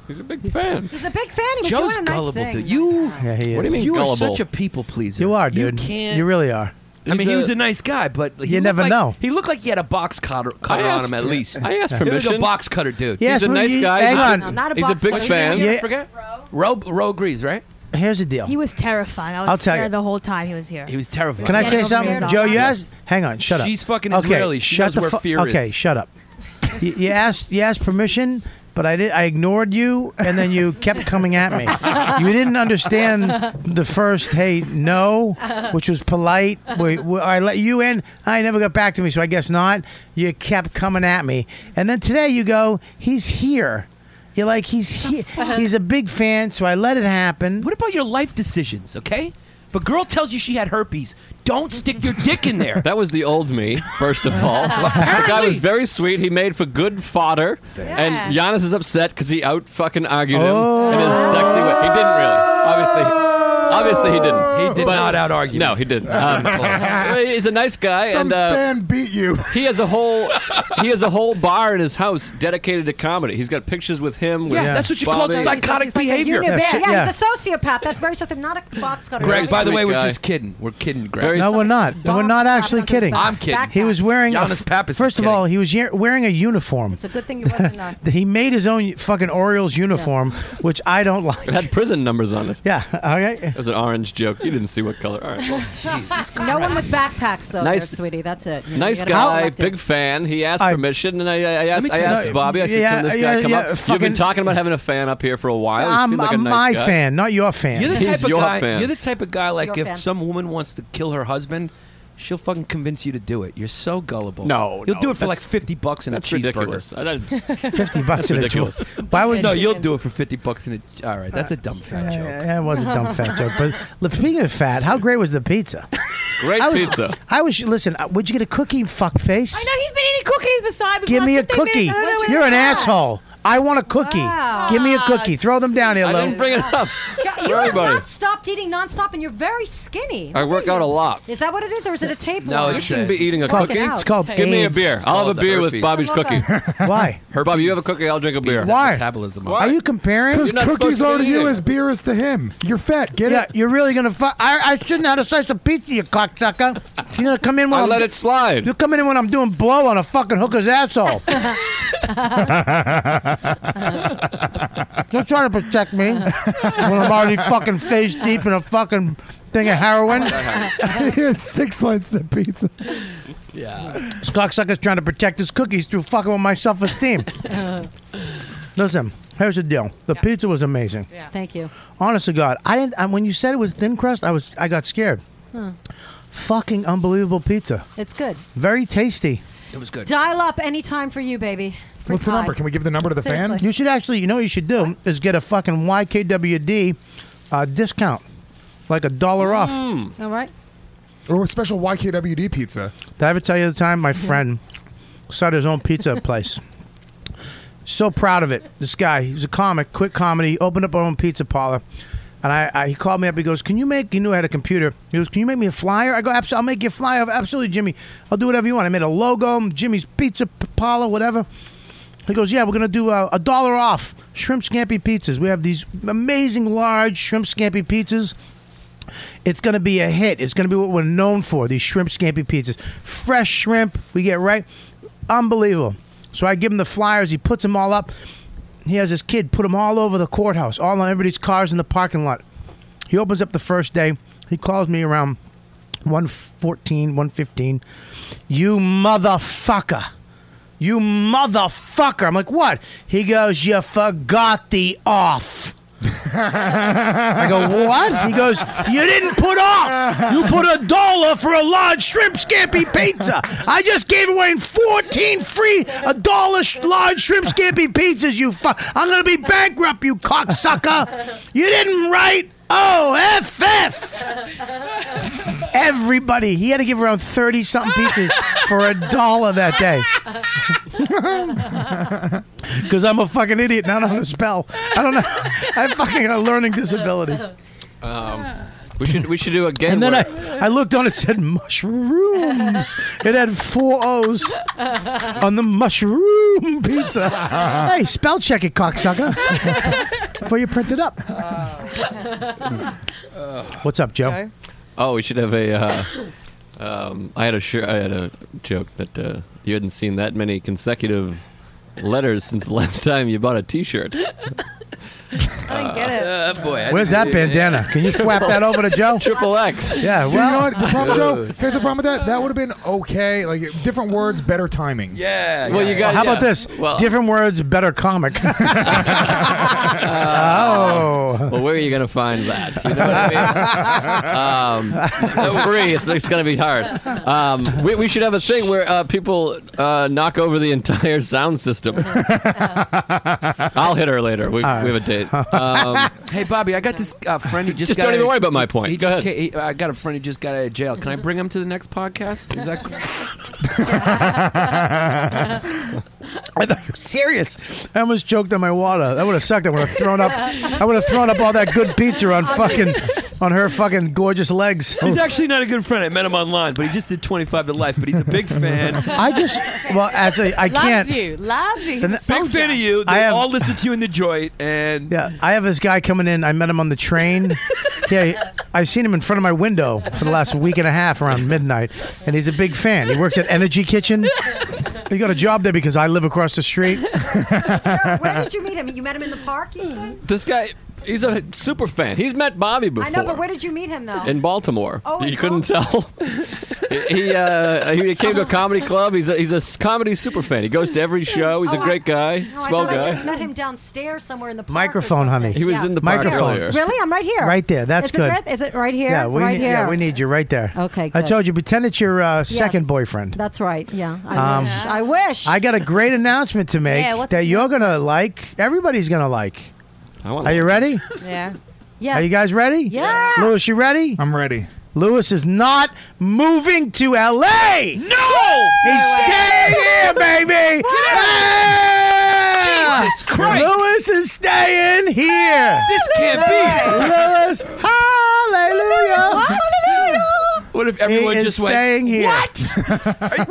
He's a big fan.
He's a big fan. He was
Joe's
doing a nice
gullible,
thing.
dude. You,
Yeah, he is.
What do you mean
you are
gullible?
such a people pleaser.
You are, dude.
You can't.
You really are.
I mean,
He's
he was
a-
a nice guy, but he
You
looked
never
like-
know.
He looked like he had a box cutter, cutter
I
on
asked-
him at least.
I asked
He looked like
permission.
a box cutter dude.
Yeah,
He's a
it's
nice
really-
guy.
Hang
He's a-
on.
No, not a
He's a
box
big
cutter.
fan.
Yeah.
I forget. Ro, Ro agrees, right?
Here's the deal.
He was terrifying. I was
I'll tell
scared
you.
the whole time he was
<laughs>
here.
He was terrified.
Can I
Yeah,
say
those
something,
weird
Joe? You
options.
asked. Hang on. Shut up.
She's fucking
okay,
Israeli. She
shut
knows
the
where
fu-
fear is.
Okay, shut up. you, you asked. You asked permission, but I did. I ignored you, and then you kept coming at me. You didn't understand the first "Hey, no," which was polite. We, we, I let you in. I never got back to me, so I guess not. You kept coming at me, and then today you go, "He's here." You're like, "He's here." He's a big fan, so I let it happen.
What about your life decisions, okay? If a girl tells you she had herpes, don't stick your dick in
<laughs>
there.
That was the old me, first of all. the guy was very sweet. He made for good fodder. And Giannis is upset because he out fucking argued him in his sexy way. He didn't really, obviously. Obviously, he didn't.
He did not out argue.
No, he didn't.
<laughs>
Um, well, he's a nice guy,
Some
and uh,
fan beat you.
he has a whole he has a whole bar in his house dedicated to comedy. He's got pictures with him. With
Yeah, that's what you call
Bobby.
psychotic
He's like a
behavior.
unibit.
Yeah,
Yeah,
shit, yeah.
he's a sociopath. That's very something. Not a box cutter.
Greg, by the way, <laughs> we're
guy.
just kidding. We're kidding, Greg.
no, we're not. We're not actually kidding.
I'm kidding.
He was wearing. a-
Giannis Pappas is
first of
kidding.
all, he was ye- wearing a uniform.
It's a good thing you
<laughs>
wasn't on.
He made his own fucking Orioles uniform, which I don't like.
It had prison numbers on it.
Yeah. Okay.
It was an orange joke. You didn't see what color. All right. well.
No one with backpacks though,
Nice-
there, sweetie. That's it. You know,
Nice
you gotta
guy,
respect it.
big fan. He asked
I-
permission, and I, I asked,
me
I
tell
asked
you-
Bobby. I said,
yeah,
"Can this guy
yeah,
come
yeah,
up?" You've
fucking-
been talking about having a fan up here for a while. He
I'm,
seemed like a
I'm
nice
my
guy.
fan, not your fan.
You're the type of
your
guy.
fan.
You're the type of guy. Like
your
if
fan.
some woman wants to kill her husband, she'll fucking convince you to do it. You're so gullible.
No,
you'll
no,
do it for
that's-
like fifty bucks in a
That's
cheeseburger.
ridiculous. I don't-
<laughs> Fifty bucks
That's
in a tour.
ridiculous.
Why would
No, you'll do it for fifty bucks in a. All right, that's a dumb fat
Yeah,
joke.
yeah, it was a dumb fat joke.
<laughs>
But look, speaking of fat, how great was the pizza?
Great
I was,
pizza.
I was. Listen, uh, would you get a cookie, fuck face?
I know he's been eating cookies beside me. for
Give
like
me a
15 minutes.
cookie.
I don't know where
You're an
they're at.
asshole. I want a cookie.
Wow.
Give me a cookie. Throw them down here,
I
Lou.
didn't bring it up.
Yeah, You have
For everybody.
not stopped eating nonstop, and you're very skinny.
I work out a lot.
Is that what it is, or is it a tape?
No,
warmer?
You
it's
shouldn't be eating a
It's called-
cookie.
it's called
Give me a
AIDS.
beer.
It's
I'll have
called
a beer with
herpes.
Bobby's
Love
cookie.
<laughs> Why?
Bobby, you have a cookie. I'll drink a beer.
Why?
Metabolism.
Are you comparing?
Because
You're not
cookies
supposed to
are to
be
you
eating.
as beer is to him. You're fat. Get
Yeah,
it?
you're really gonna. Fu- I, I shouldn't have had a slice of pizza, you cocksucker. You're gonna come in when
I
I'm-
let it slide.
You're coming in when I'm doing blow on a fucking
<laughs>
hooker's asshole. Don't try to protect me when I'm already fucking face deep in a fucking thing
<laughs>
of heroin.
Here's six slices of pizza.
This cocksucker's trying to protect his cookies through fucking with my self-esteem. Listen, here's the deal. The pizza was amazing.
<laughs> Thank you.
Honest to God, I didn't. I, when you said it was thin crust, I was I got scared. Fucking unbelievable pizza.
It's good.
Very tasty.
It was good.
Dial up anytime for you, baby. Free
What's the
time.
number? Can we give the number to the fan?
Seriously.
You should actually, you know, what you should do is get a fucking YKWd uh, discount, like a dollar off.
All right.
Or a special YKWD pizza. Mm-hmm.
Did I ever tell you the time my friend started his own
<laughs>
pizza place? So proud of it. This guy, he's a comic, quit comedy, opened up our own pizza parlor. And I, I, he called me up. He goes, "Can you make?" He knew I had a computer. He goes, "Can you make me a flyer?" I go, "Absolutely, I'll make you a flyer. Absolutely, Jimmy. I'll do whatever you want." I made a logo, Jimmy's Pizza P- Parlor, whatever. He goes, yeah, we're gonna do uh, a, a dollar off shrimp scampi pizzas. We have these amazing large shrimp scampi pizzas. It's gonna be a hit. It's gonna be what we're known for. These shrimp scampi pizzas, fresh shrimp. We get right, unbelievable. So I give him the flyers. He puts them all up. He has his kid put them all over the courthouse, all on everybody's cars in the parking lot. He opens up the first day. He calls me around 114, 115. You motherfucker. You motherfucker. I'm like, what? He goes, You forgot the off. I go, What? He goes, You didn't put off. You put a dollar for a large shrimp scampi pizza. I just gave away 14 free a dollar sh- large shrimp scampi pizzas, you fuck. I'm going to be bankrupt, you cocksucker. You didn't write OFF. Everybody, he had to give around 30 something pizzas for a dollar that day. <laughs> Because I'm a fucking idiot, not on a spell. I don't know. I fucking got a learning disability.
Um, We should we should do a game.
And then I,
where-
I looked on, it said mushrooms. It had four O's on the mushroom
<laughs>
pizza. Hey, spell check it, cocksucker. Before you print it up. What's up, Joe?
Oh.
<laughs>
Joe?
Oh, we should have a. Uh, um, I had a sure, I had a joke that uh, you hadn't seen that many consecutive letters since the last <laughs> time you bought a T-shirt.
I didn't get it.
Uh, boy, I
Where's
didn't-
that bandana? Can you flap that over
<laughs>
to Joe?
<laughs> Triple X.
Yeah,
Dude, you know
well,
what? The problem,
<laughs>
Joe, here's the problem with that. That would have been okay. Like different words, better timing.
Yeah.
Well, you got.
how
yeah.
about this?
Well,
Different words,
<laughs>
better
<laughs>
comic. oh.
Well, where are you going to find that? You know what I mean? um, free. It's, it's going to be hard. Um, we, we should have a thing where uh, people uh, knock over the entire sound
<laughs>
system. I'll hit her later. We, we have a date.
<laughs>
Um,
<laughs> Hey, Bobby, I got this uh, friend who just,
Just
got
don't even
out-
worry about my point.
He
Go
just
ahead.
ca- he- uh, I got a friend who just got out of jail. Can I bring him to the next podcast? Is that
<laughs> I thought you were serious. I almost choked on my water. That would have sucked. I would have thrown up. I would have thrown up all that good pizza on fucking on her fucking gorgeous legs.
He's actually not a good friend. I met him online, but he just did 25 to life. But he's a big fan.
I just well, actually, I can't.
Loves you.
The ne-
Big fan of you. They
I have-
all listen to you in the joint, and
Yeah, I have this guy coming in. I met him on
<laughs>
the train. yeah, I've seen him in front of my window for the last week and a half around midnight, and he's a big fan. He works at
<laughs>
Energy Kitchen. He got a job there because I live across
<laughs>
the street.
Where did you meet him? You met him in the park, you said?
This guy, he's a super fan. He's met Bobby before.
I know, but where did you meet him, though?
in Baltimore.
Oh, in
you couldn't tell. he uh, he came to a comedy club. He's a, he's a s- comedy super fan. He goes to every show. He's
Oh,
a
I-
great guy,
no,
swell
I thought
guy.
I just met him downstairs somewhere in the park. or
Microphone, honey.
He was in the park
microphone.
earlier.
Really? I'm right here.
Right there.
is
That's good.
It right, is it right here?
Yeah, we
right
need,
here.
yeah, we need you right there.
Okay,
I
good.
told you, pretend it's your uh, second boyfriend.
That's right. Yeah. I
Um,
wish. I wish. <laughs>
I got a <laughs> great announcement to make
Yeah, what's
that you're gonna like. Everybody's gonna like. Are you ready?
yeah. Yes.
Are you guys ready?
Yeah.
Lewis, you ready? I'm ready. Lewis is not moving to LA. No, he's staying
<laughs>
here, baby. Yeah!
Jesus Christ.
Lewis is staying here.
This can't be.
Lewis, hallelujah.
What if everyone
he is
just went?
staying here.
Wait a second.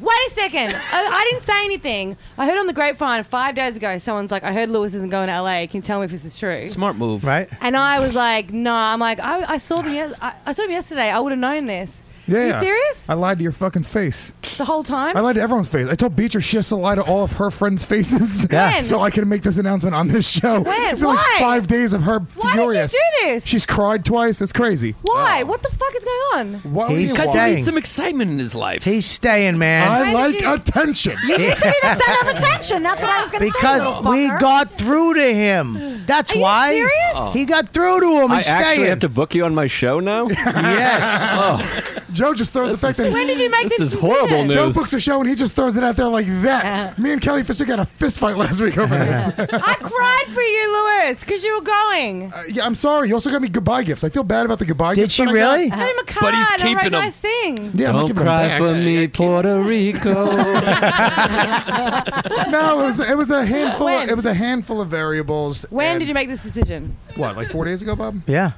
Wait a second. I, I didn't say anything. I heard on the grapevine five days ago. Someone's like, "I heard Lewis isn't going to LA. Can you tell me if this is true?"
Smart move,
right?
And I was like, "No." I'm like, "I, I saw them. Yes- I, I saw them yesterday. I would have known this."
Yeah.
You serious?
I lied to your fucking face.
The whole time?
I lied to everyone's face. I told Beatrice she has to lie to all of her friends' faces.
Yeah.
<laughs>
When?
So I can make this announcement on this show.
When?
It's been
Why?
like five days of her
Why did you
furious.
do this?
She's cried twice. It's crazy.
Why? What the fuck is going on?
Why would
He's
you lie?
staying. He needs
some excitement in his life.
He's staying, man.
I like attention.
You need to be the center of attention. That's what I was going to say.
Because
little <laughs>
we
fucker.
got through to him. That's why
serious?
he got through to him.
I
He's
actually
staying.
have to book you on my show now.
<laughs>
Oh.
yes.
Joe just throws the fact that
When did you make this
this is horrible
Joe
news.
books a show and he just throws it out there like that.
Uh-huh.
Me and Kelly Fisher got a fist fight last week over this.
I cried for you, Lewis, because you were going.
Uh, yeah, I'm sorry. You also got me goodbye gifts. I feel bad about the goodbye gifts.
she
that I
really?
got.
I had him a card.
But he's
I wrote
keeping 'em.
nice things.
Yeah, I'm not
Don't
giving
cry
back.
for me, Puerto Rico.
<laughs> no, it was it was a handful. Of, it was a handful of variables.
When
and-
did you make this decision?
What, like four days ago, Bob?
Yeah.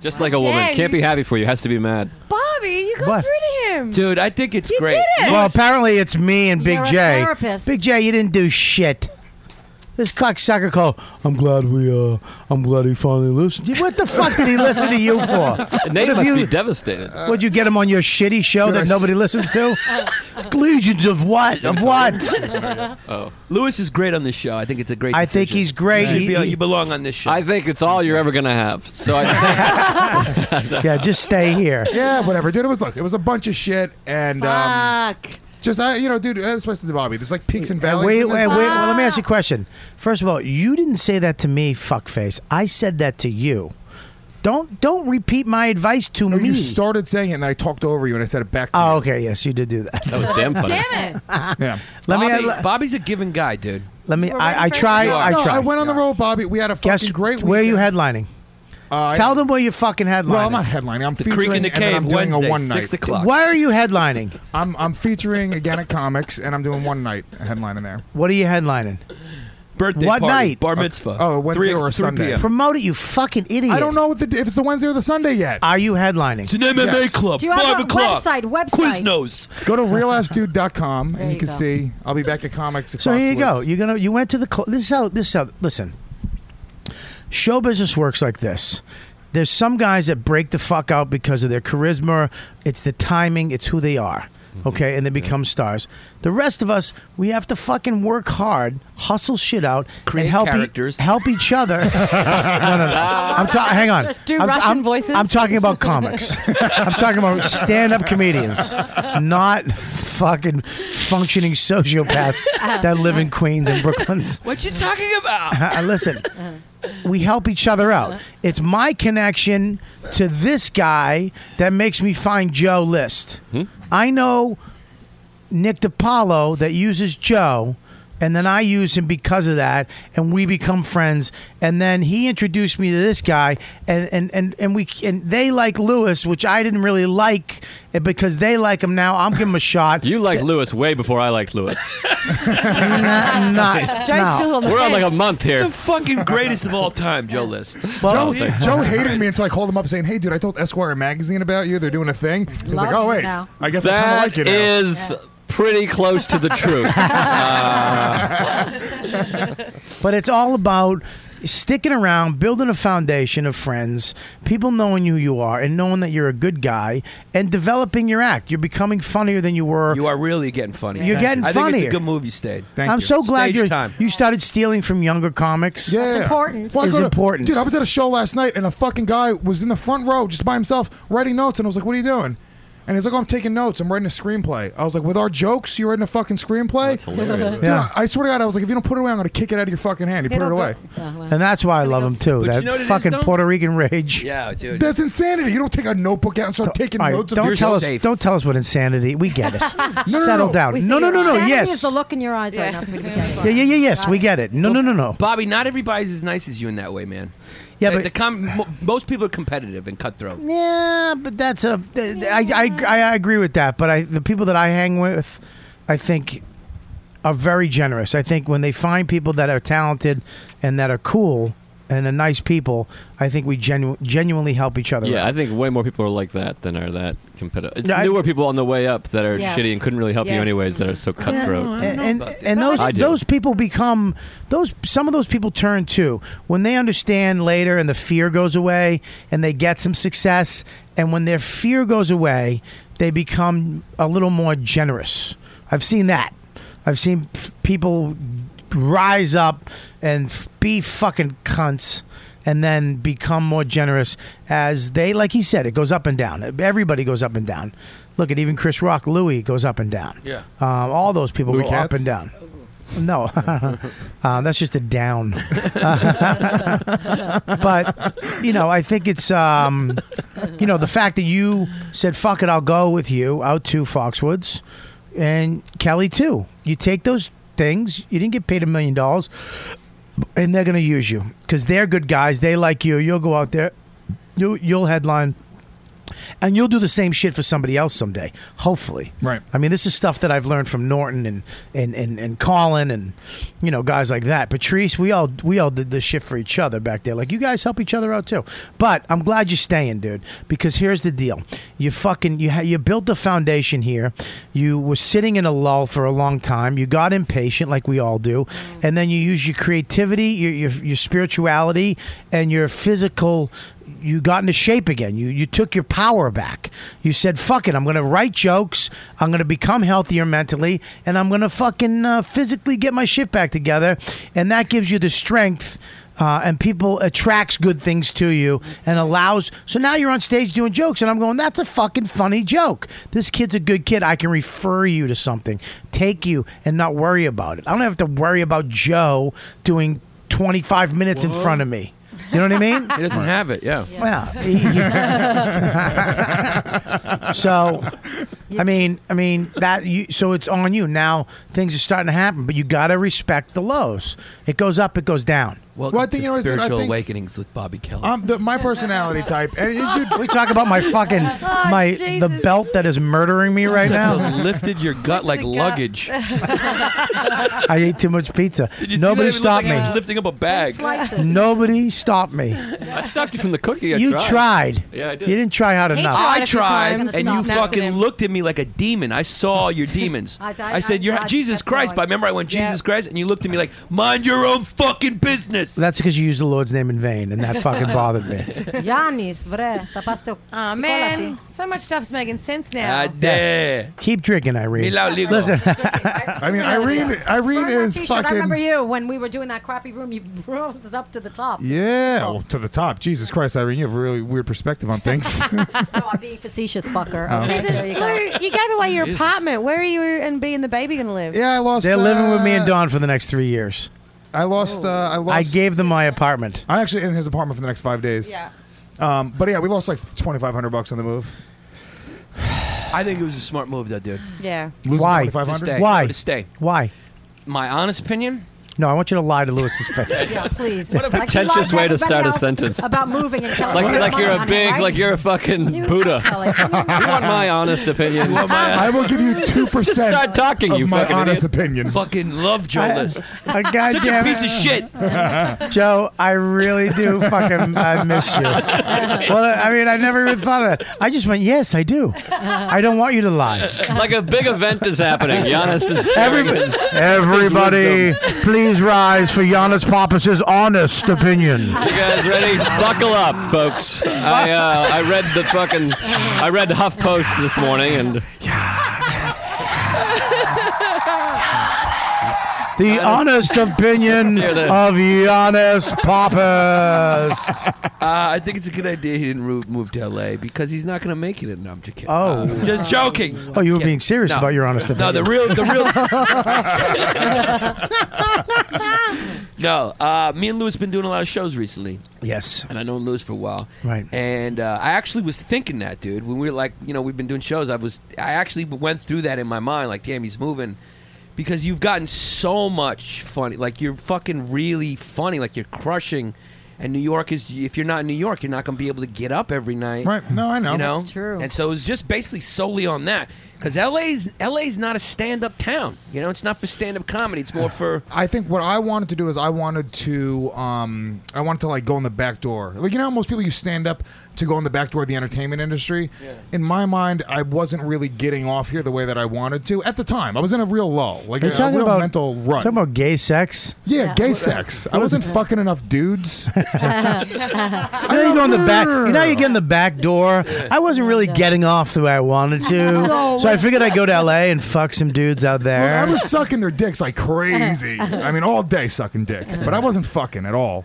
Just like a woman,
Dang,
can't be
you-
happy for you. Has to be mad.
Bobby, you got
What?
through to him.
Dude, I think it's
You
great.
did it.
Well, apparently it's me and Big
You're a
J.
therapist.
Big J, you didn't do shit. This cocksucker called. I'm glad we. uh I'm glad he finally listened. <laughs> What the fuck did he listen to you for?
<laughs> Nate must
What have you? Uh,
be devastated.
would you get him on your shitty show
Did I
that
s-
nobody listens to? Legions of what? Of what?
<laughs> Oh, Lewis is great on this show. I think it's a great.
I think
decision.
he's great.
You, should
He-
be-
he-
you belong on this show.
I think it's all you're ever gonna have. So
<laughs>
I <laughs> think.
yeah, just stay here.
Yeah, whatever, dude. It was look. It was a bunch of shit and. Um, just I, you know, dude. That's what I said to Bobby. There's like peaks and valleys.
Wait,
in this
wait, wait.
business.
Well, let me
Ah.
ask you a question. First of all, you didn't say that to me, fuckface. I said that to you. Don't don't repeat my advice to
No,
me.
you started saying it, and I talked over you, and I said it back. To
oh, okay. Yes, you did do that.
That was damn funny.
<laughs>
Damn it.
yeah.
Let me-
Bobby,
let-
Bobby's a giving guy, dude.
Let me. I, I tried.
You are.
I
no,
tried.
I went on the road, Bobby. We had a fucking
Guess
great.
where you
weekend.
headlining.
Uh,
Tell them where you fucking headlining.
Well, I'm not headlining. I'm
The
featuring,
Creek in the
and then I'm
Cave,
doing a
Wednesday,
one night.
6 o'clock.
Why are you headlining?
I'm I'm featuring again at comics, and I'm doing one night headlining there.
What are you headlining?
Birthday
what
party,
night?
bar mitzvah.
Oh, Wednesday
Three-
or a
three
Sunday.
p.m.
Promote it, you fucking idiot.
I don't know what the, if it's the Wednesday or the Sunday yet.
Are you headlining?
It's an MMA club.
Do you have
five
a
o'clock.
website? Website.
Quiznos.
Go to realassdude.com and you,
you
can
go.
see I'll be back at comics.
So here you go. <laughs>
afterwards.
You're gonna. You went to the. Cl- this is how. This is how. Listen. Show business works like this. There's some guys that break the fuck out because of their charisma. It's the timing. It's who they are.
Mm-hmm.
Okay, and they become stars. The rest of us, we have to fucking work hard, hustle shit out,
Create
and help e-
characters.
help
<laughs>
each other. no, no, no. I'm ta- hang on.
<laughs> Do
I'm,
Russian
I'm-
voices?
I'm talking about
<laughs>
comics. <laughs> I'm talking about stand-up comedians, not fucking functioning sociopaths <laughs> that live in Queens and Brooklyn.
<laughs> What you
<laughs>
talking about? <laughs> Uh-huh.
Listen, we help each other out. It's my connection to this guy that makes me find Joe List. I know Nick DiPaolo that uses Joe and then I use him because of that, and we become friends. And then he introduced me to this guy, and and and, and we and they like Lewis, which I didn't really like, and because they like him now. I'm giving him a shot.
You liked Lewis way before I liked Lewis.
not, not, no.
We're on
<laughs>
like a month here.
It's the fucking greatest of all time, Joe List.
Joe, Joe hated me until I called him up saying, "Hey, dude, I told Esquire magazine about you. They're doing a thing." He's like,
Loves
"Oh wait,
now.
I guess I kind of
That
like you now."
is pretty close to the truth. Uh,
But it's all about sticking around, building a foundation of friends, people knowing who you are and knowing that you're a good guy, and developing your act. You're becoming funnier than you were.
You are really getting funny.
You're getting
I think it's
funnier.
a good move you stayed.
I'm so glad
Stage
you
time.
you started stealing from younger comics.
Yeah, yeah. I
Is
go to-
important.
Dude, I was at a show last night and a fucking guy was in the front row just by himself writing notes, and I was like, "What are you doing?" And he's like, oh, "I'm taking notes. I'm writing a screenplay." I was like, "With our jokes, you're writing a fucking screenplay." That's
hilarious.
Dude, I, I swear to God, I was like, "If you don't put it away, I'm gonna kick it out of your fucking hand." He put it away.
Oh,
and that's why I love him
But
too.
you
that
know what it is,
fucking
though?
Puerto Rican rage.
Yeah, dude.
That's insanity. You don't take a notebook out and start taking
All right,
notes.
don't tell us. Don't tell us what insanity.
<laughs>
We get it. Settle down.
We
No,
see
no,
it.
no, no.
Sanity is
Yes.
the look in your eyes right now. It's really
Yeah, yeah, yeah. Yes, we get it. No, no, no, no.
Bobby, not everybody's as nice as you in that way, man.
Yeah,
The-
but-
the com- mo- most people are competitive and cutthroat.
Yeah, but that's a. I, I, I, I agree with that. But I, the people that I hang with, I think, are very generous. I think when they find people that are talented and that are cool and are nice people, I think we genu- genuinely help each other.
Yeah,
out.
I think way more people are like that than are that competitive. It's
Yeah, I-
newer people on the way up that are
Yes.
shitty and couldn't really help you
Yes.
anyways that are so cutthroat.
and, and, and those
I do.
those people become those some of those people turn to when they understand later and the fear goes away and they get some success and when their fear goes away they become a little more generous i've seen that i've seen f- people rise up and f- be fucking cunts and then become more generous as they like he said it goes up and down everybody goes up and down look at even chris rock louis goes up and down
Yeah.
um, all those people
Louis
go up
Katz?
and down. No, <laughs> uh, that's just a down. <laughs> but you know, I think it's um, you know the fact that you said "fuck it," I'll go with you out to Foxwoods and Kelly too. You take those things. You didn't get paid a million dollars, and they're going to use you because they're good guys. They like you. You'll go out there. You you'll headline. And you'll do the same shit for somebody else someday, hopefully. Right. I mean, this is stuff that I've learned from Norton and and and, and Colin and you know guys like that. Patrice, we all we all did this shit for each other back there. Like you guys help each other out too. But I'm glad you're staying, dude. Because here's the deal: you fucking you ha- you built the foundation here. You were sitting in a lull for a long time. You got impatient, like we all do, and then you use your creativity, your your, your spirituality, and your physical you got into shape again. You you took your power back. You said, "Fuck it, I'm going to write jokes. I'm going to become healthier mentally, and I'm going to fucking uh, physically get my shit back together." And that gives you the strength. Uh, and people attracts good things to you and allows so now you're on stage doing jokes and i'm going that's a fucking funny joke this kid's a good kid i can refer you to something take you and not worry about it i don't have to worry about joe doing 25 minutes in
Whoa.
front of me you know what i mean
He doesn't have it. Yeah.
well,
<laughs>
he- so I mean, I mean that. You, so it's on you now. Things are starting to happen, but you got to respect the lows. It goes up, it goes down.
Welcome
Well, I think
to
you know what, dude, I
spiritual
think-
awakenings with Bobby Kelly.
Um, the, my personality type. And it, dude,
we talk about my
<laughs>
fucking
Oh,
my the belt that is murdering
<laughs>
me right now.
lifted your gut like
<laughs>
luggage.
I ate too much pizza.
Did you see
Nobody
that? It looked
stopped
like I was
me.
lifting up a bag.
Nobody stopped me.
I stopped you from the cookie. I
You
tried.
tried.
Yeah, I did.
You didn't try hard
He
enough.
tried
I
a few times
tried,
and
and you
snapped at
fucking
him.
looked at me like a demon. I saw your demons.
I-
I,
I-
said,
I-
"You're
I-
Jesus Christ." But I remember I went, "Jesus Christ," and you looked at me like, "Mind your own fucking business."
That's because you used the Lord's name in vain, and that fucking bothered
<laughs>
me.
Yanis, bre, tapaste.
Oh, man. So much stuff's making sense now.
<laughs> I dare.
Keep drinking, Irene.
Mila Oligo.
Listen,
I mean,
<laughs>
Irene. Irene
Burn my
is
t-shirt. I
fucking.
remember you when we were doing that crappy room. You <laughs> rose up to the top.
Yeah, well, Oh, to the top. Jesus Christ, Irene, you have a really weird perspective on <laughs> things.
No, I'm being facetious, fucker.
Oh.
Okay, there you go.
Lou, you gave away your
Jesus.
apartment. Where are you and B and the baby going to live?
Yeah, I lost. uh,
They're living with me and Dawn for the next three years.
I lost. Uh, I lost.
I gave them my apartment.
I'm actually in his apartment for the next five days. Yeah. Um, but yeah, we lost like 2,500 bucks on the move.
I think it was a smart move, though, dude.
Yeah.
Losing
Why?
To stay.
Why?
To stay.
Why?
my honest opinion.
No, I want you to lie to Lewis's
<laughs>
face.
Yeah, please.
What a
Like, you lied
pretentious way <laughs> to
everybody
start a
else
sentence.
About moving and
<laughs>
killing
Like, like you're a
Right?
big, like you're a fucking Buddha. you want my honest opinion? <laughs>
I will
<laughs>
give you two percent.
Just start talking,
of
you
my
fucking
honest
idiot.
opinion.
Fucking love Joe
I-
List.
I goddamn-
Such a piece of shit.
<laughs> Joe, I really do fucking I miss you. Well, I mean, I never even thought of that. I just went, yes, I do. I don't want you
<laughs>
to lie.
like a big event is happening. Giannis is sharing
Everybody,
his-
everybody,
his wisdom.
please rise for Giannis Pappas' honest
<laughs>
opinion.
You guys ready? <laughs> Buckle up, folks. I uh, I read the fucking I read Huff Post this morning and
The honest opinion
Let's hear this.
of Giannis Pappas.
<laughs> Uh, I think it's a good idea he didn't move, move to LA because he's not going to make it. In, no, I'm just kidding.
Oh.
Uh, just joking.
Oh, you were
Kidding.
being serious
No.
about your honest
No,
opinion.
the real, the
<laughs>
<laughs> real. no, uh, me and Louis been doing a lot of shows recently.
Yes.
and I known Louis for a while.
Right.
And uh, I actually was thinking that, dude, when we were like, you know, we've been doing shows. I was, I actually went through that in my mind, like, damn, he's moving, because you've gotten so much funny. Like you're fucking really funny. Like you're crushing. And New York is, if you're not in New York, you're not going to be able to get up every night.
Right. No, I know.
You know?
That's true.
And so it was just basically solely on that. Because LA's, LA's not a stand up town. You know, it's not for stand up comedy. It's more for.
I think what I wanted to do is I wanted to um, I wanted to like go in the back door. Like you know how most people you stand up to go in the back door of the entertainment industry. In my mind, I wasn't really getting off here the way that I wanted to at the time. I was in a real low, like
Are you
a, a
talking
real
about
mental run.
Talking about gay sex.
yeah, gay sex. I wasn't fucking enough
<laughs>
dudes.
Now you go in the back. Now you get in the back door. I wasn't really getting off the way I wanted
<laughs>
to,
No,
so I
like-
figured I'd go to L.A. and fuck some dudes out
Look, I <laughs>
there.
was sucking their dicks like crazy. I mean, all day sucking dick, but I wasn't fucking at all.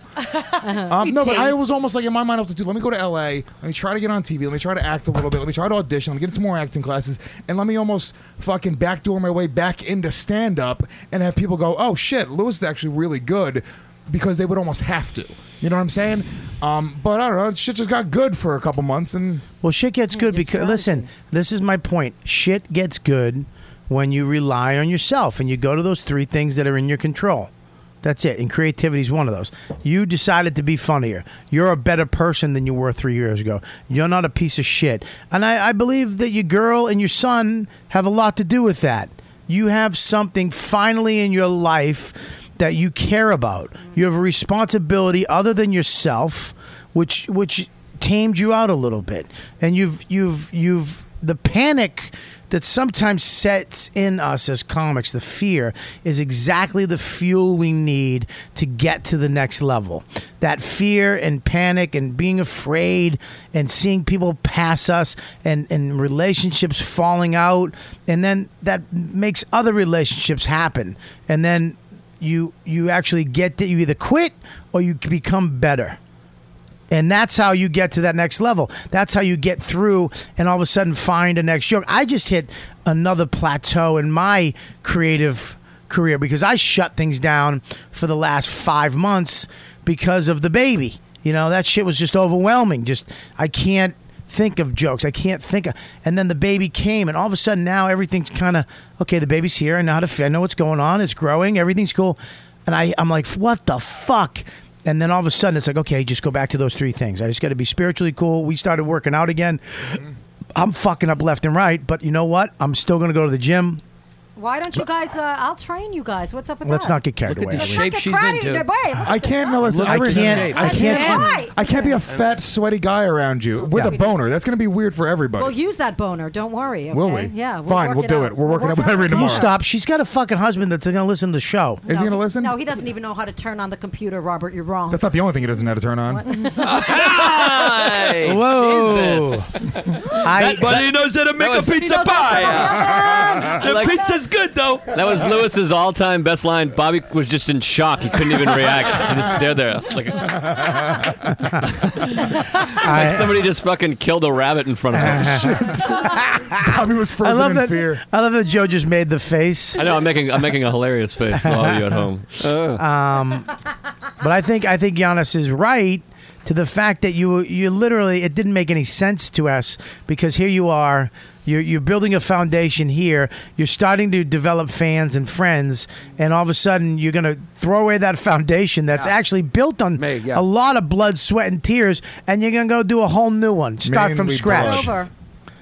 Um, no, but I was almost like in my mind, I was like, dude, let me go to LA. Let me try to get on TV. Let me try to act a little bit. Let me try to audition. Let me get some more acting classes. And let me almost fucking backdoor my way back into stand up and have people go, oh shit, Lewis is actually really good because they would almost have to. You know what I'm saying? Um, but I don't know. Shit just got good for a couple months. And
Well, shit gets good because listen, this is my point. Shit gets good when you rely on yourself and you go to those three things that are in your control. That's it. And creativity is one of those. You decided to be funnier. You're a better person than you were three years ago. You're not a piece of shit. And I, I believe that your girl and your son have a lot to do with that. You have something finally in your life that you care about. You have a responsibility other than yourself, which which tamed you out a little bit and you've you've you've the panic that sometimes sets in us as comics the fear is exactly the fuel we need to get to the next level that fear and panic and being afraid and seeing people pass us and and relationships falling out and then that makes other relationships happen and then you you actually get that you either quit or you become better and that's how you get to that next level. That's how you get through and all of a sudden find a next joke. I just hit another plateau in my creative career because I shut things down for the last five months because of the baby. You know, that shit was just overwhelming. Just, I can't think of jokes. I can't think of. And then the baby came, and all of a sudden now everything's kind of okay. The baby's here. I know how to. Fit. I know what's going on. It's growing. Everything's cool. And I, I'm like, what the fuck? And then all of a sudden it's like, okay, just go back to those three things. I just got to be spiritually cool. We started working out again.
Mm-hmm.
I'm fucking up left and right, but you know what? I'm still going to go to the gym.
Why don't you guys? Uh, I'll train you guys. What's up with
Let's
that?
not get carried away.
Let's not get crowded in. Wait, look
I
at
can't.
this.
No, listen.
Look at
I
the
can't.
shape.
I
Why?
can't. I can't be a fat, sweaty guy around you with a boner. That's gonna be weird for everybody.
We'll use that boner. Don't worry. Okay?
Will we?
Yeah. We'll
Fine,
work
we'll do it. We're working up with Irene
You
tomorrow.
stop. She's got a fucking husband that's going to listen to the show.
Is he gonna listen?
No, he doesn't even know how to turn on the computer, Robert. You're wrong.
That's not the only thing he doesn't know how to turn on.
Whoa. <laughs> I,
but he knows how to make a pizza pie. the
Like-
pizza's good though.
That was Lewis's all-time best line. Bobby was just in shock. He couldn't even react. He just stared there like,
<laughs>
like somebody just fucking killed a rabbit in front of him.
<laughs> Bobby was
I
frozen
love
in
that.
fear.
I love that Joe just made the face.
I know I'm making I'm making a hilarious face for all of you at home.
Um, But I think I think Giannis is right to the fact that you you literally it didn't make any sense to us because here you are you're, you're building a foundation here you're starting to develop fans and friends and all of a sudden you're going to throw away that foundation that's actually built on a lot of blood sweat and tears and you're going to go do a whole new one start from
Mainly
scratch
blood.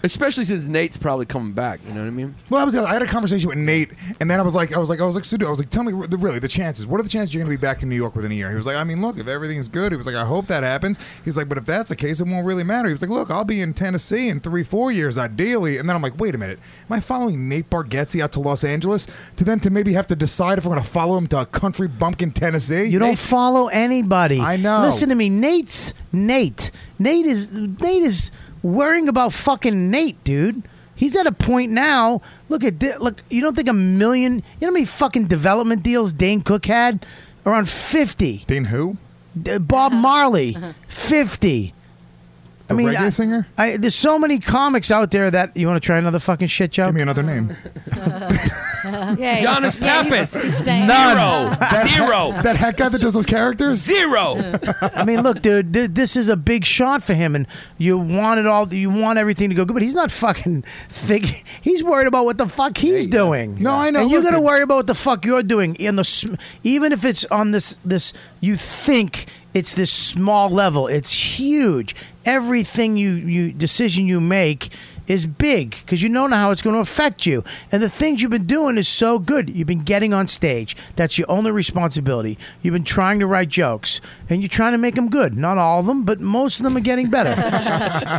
Especially since Nate's <laughs> probably coming back. You know what I mean?
Well, I was. I had a conversation with Nate, and then I was like, I was like, I was like, Sudo, I was like, tell me re- the- really the chances. What are the chances you're going to be back in New York within a year? He was like, I mean, look, if everything's good, he was like, I hope that happens. He's like, but if that's the case, it won't really matter. He was like, look, I'll be in Tennessee in three, four years ideally. And then I'm like, wait a minute, am I following Nate Bargatze out to Los Angeles to then to maybe have to decide if I'm going to follow him to country bumpkin Tennessee?
You don't follow anybody. I know. Listen to me, Nate's Nate. Nate is Nate is worrying about fucking Nate, dude. He's at a point now. Look at thi- look. You don't think a million? You know how many fucking development deals Dane Cook had? Around fifty.
Dane who?
Bob Marley, fifty.
The reggae singer.
I, there's so many comics out there that you want to try another fucking shit joke. Give
me another name.
Giannis
yeah, yeah, he's-
Pappas.
he's staying.
Zero. Zero.
That hat guy that does those characters.
Zero.
I mean, look, dude, th- this is a big shot for him, and you want it all. You want everything to go good, but he's not fucking think. He's worried about what the fuck he's doing. No,
I know.
And you're
Look,
gonna
it-
worry about what the fuck you're doing in the, sm- even if it's on this this. You think it's this small level. It's huge. Everything you you decision you make is big because you don't know how it's going to affect you. And the things you've been doing is so good. You've been getting on stage. That's your only responsibility. You've been trying to write jokes and you're trying to make them good. Not all of them, but most of them are getting better.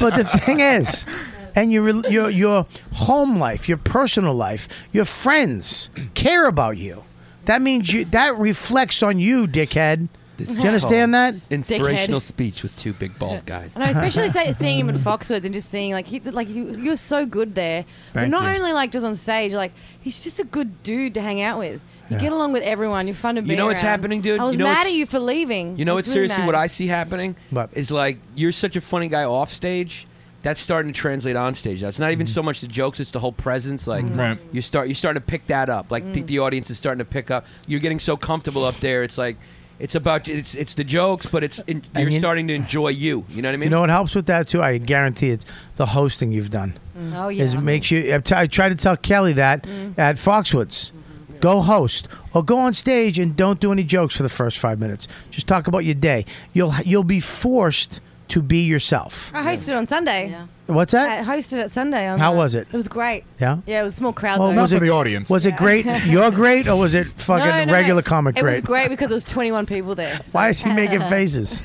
but the thing is, and your, rel- your your home life, your personal life, your friends care about you. That means you that reflects on you, dickhead. Do you understand that?
Inspirational
Dickhead.
speech with two big bald guys.
And
<laughs>
I especially say,
<laughs>
seeing him in Foxwoods and just seeing like he like you, you're so good there. but
Thank
not
you.
only like just on stage, like he's just a good dude to hang out with. You
Yeah.
get along with everyone. You're fun to be.
You know what's
around.
happening, dude?
I was
You know
mad
what's-
at you for leaving.
You know
it's
what's
really
seriously
mad.
what I see happening? What? Is like you're such a funny guy off stage. That's starting to translate on stage. Now it's not even
Mm-hmm.
so much the jokes; it's the whole presence. Like
Mm. Right.
you start, you start to pick that up. Like the,
Mm.
the audience is starting to pick up. You're getting so comfortable up there. It's like it's about it's it's the jokes, but it's in, you're
you-
starting to enjoy you. You know what I mean?
You know what helps with that too? I guarantee it's the hosting you've done.
Mm. Oh,
Is
yeah. Mm.
it makes you. I t- I try to tell Kelly that at Foxwoods. Go host or go on stage and don't do any jokes for the first five minutes. Just talk about your day. You'll you'll be forced to be yourself.
I hosted on Sunday.
What's that?
I hosted at Sunday. On
How
the-
was it?
It was great.
Yeah?
Yeah, it was a small crowd.
Well,
though.
was it- Was
<laughs>
it great? You're great, or was it fucking
No, no,
regular
no.
comic
It
great?
was great because it was 21 people there. so-
Why is he making
<laughs>
faces? <laughs>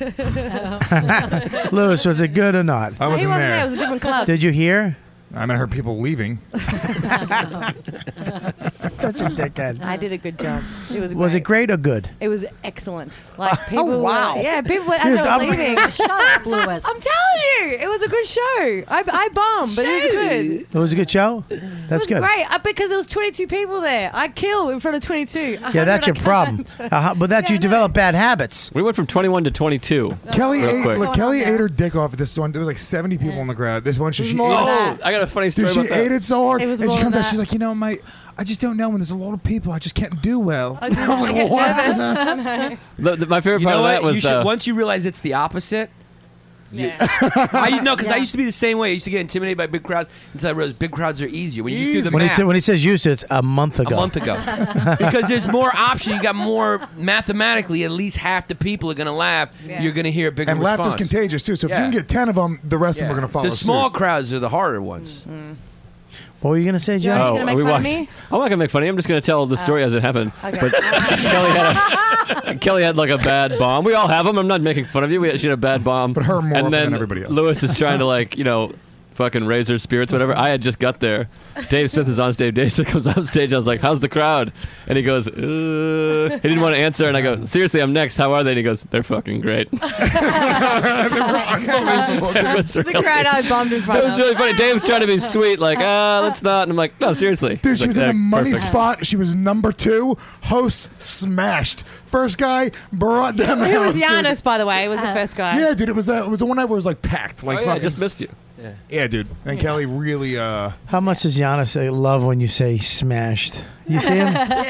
Lewis, was it good or not?
I wasn't,
wasn't
there.
there. It was a different club.
Did you hear?
I mean, I heard people leaving.
Such a dickhead.
I did a good job. It was.
Was it great or good?
It was excellent. Like people. were-
Oh, wow.
yeah, people. Were,
He
as
was
I
up-
was leaving.
Shut
<laughs> up, Lewis. I'm telling you, it was a good show. I, I bombed, but it was good.
It was a good show. That's
it was
good.
great uh, because there was 22 people there. I kill in front of 22.
Yeah, that's your
100 I
problem.
can't. <laughs>
Uh, but that you develop bad habits.
We went from 21 to 22.
Kelly
real
ate,
quick.
look, Kelly ate her dick off at this one. There was like 70 people in the crowd. This one, she, she ate,
More than that. Oh, I got a funny story
Dude, she
about that.
ate it so hard.
It was
and
more
she comes
than
out,
that.
she's like, you know, my, I just don't know when there's a lot of people, I just can't do well. I, <laughs> was like,
get
what?
nervous.
The- the- my favorite
You
part
know
of
what?
that was
you should,
uh,
once you realize it's the opposite. <laughs> I no, because I used to be the same way. I used to get intimidated by big crowds until I realized big crowds are easier. When you just do the
When he,
math,
sa- when he says used to, it's a month ago.
a month ago,
<laughs>
because there's more option. You got more mathematically. At least half the people are going to laugh. You're going to hear a bigger
and
response.
laughter's contagious, too. So if
Yeah.
you can get 10 of them, the rest of them are going to follow
The small
suit.
crowds are the harder ones. <laughs>
What were you gonna say, Joe?
Oh, are we watching- I'm not gonna make fun of you. I'm just gonna tell the
Oh.
story as it happened.
<laughs>
But Kelly had a, Kelly had like a bad bomb. We all have them. I'm not making fun of you. We, she had a bad bomb. But her
more often
and then
than everybody else.
Lewis is trying to like you know. Fucking raise her spirits, whatever. I had just got there. Dave Smith is on stage. Dave Smith comes on stage. I was like, "How's the crowd?" And he goes, "Uh." "He didn't want to answer." And I go, "Seriously, I'm next. How are they?" And he goes, "They're fucking
<laughs>
great." <laughs> It was
the crowd I was bombed in front
That was
of.
really funny. Dave was trying
<laughs>
to be sweet, like, ah, let's not. And I'm like, no, seriously.
Dude,
He's
she
like,
was in
"Yeah,
the money
perfect."
spot. She was number two. Host smashed. First guy brought down the
<laughs>
<laughs> Who
house.
was
dude.
Uh-huh.
Giannis, by the way? Was the first guy.
Yeah, dude, it was that. It was the one night where it was like packed, like
Oh, yeah, I
fucking-
just missed you.
Yeah, dude. And Kelly really. uh
How much does Giannis say love when you say smashed? You see <laughs>
<laughs>
him?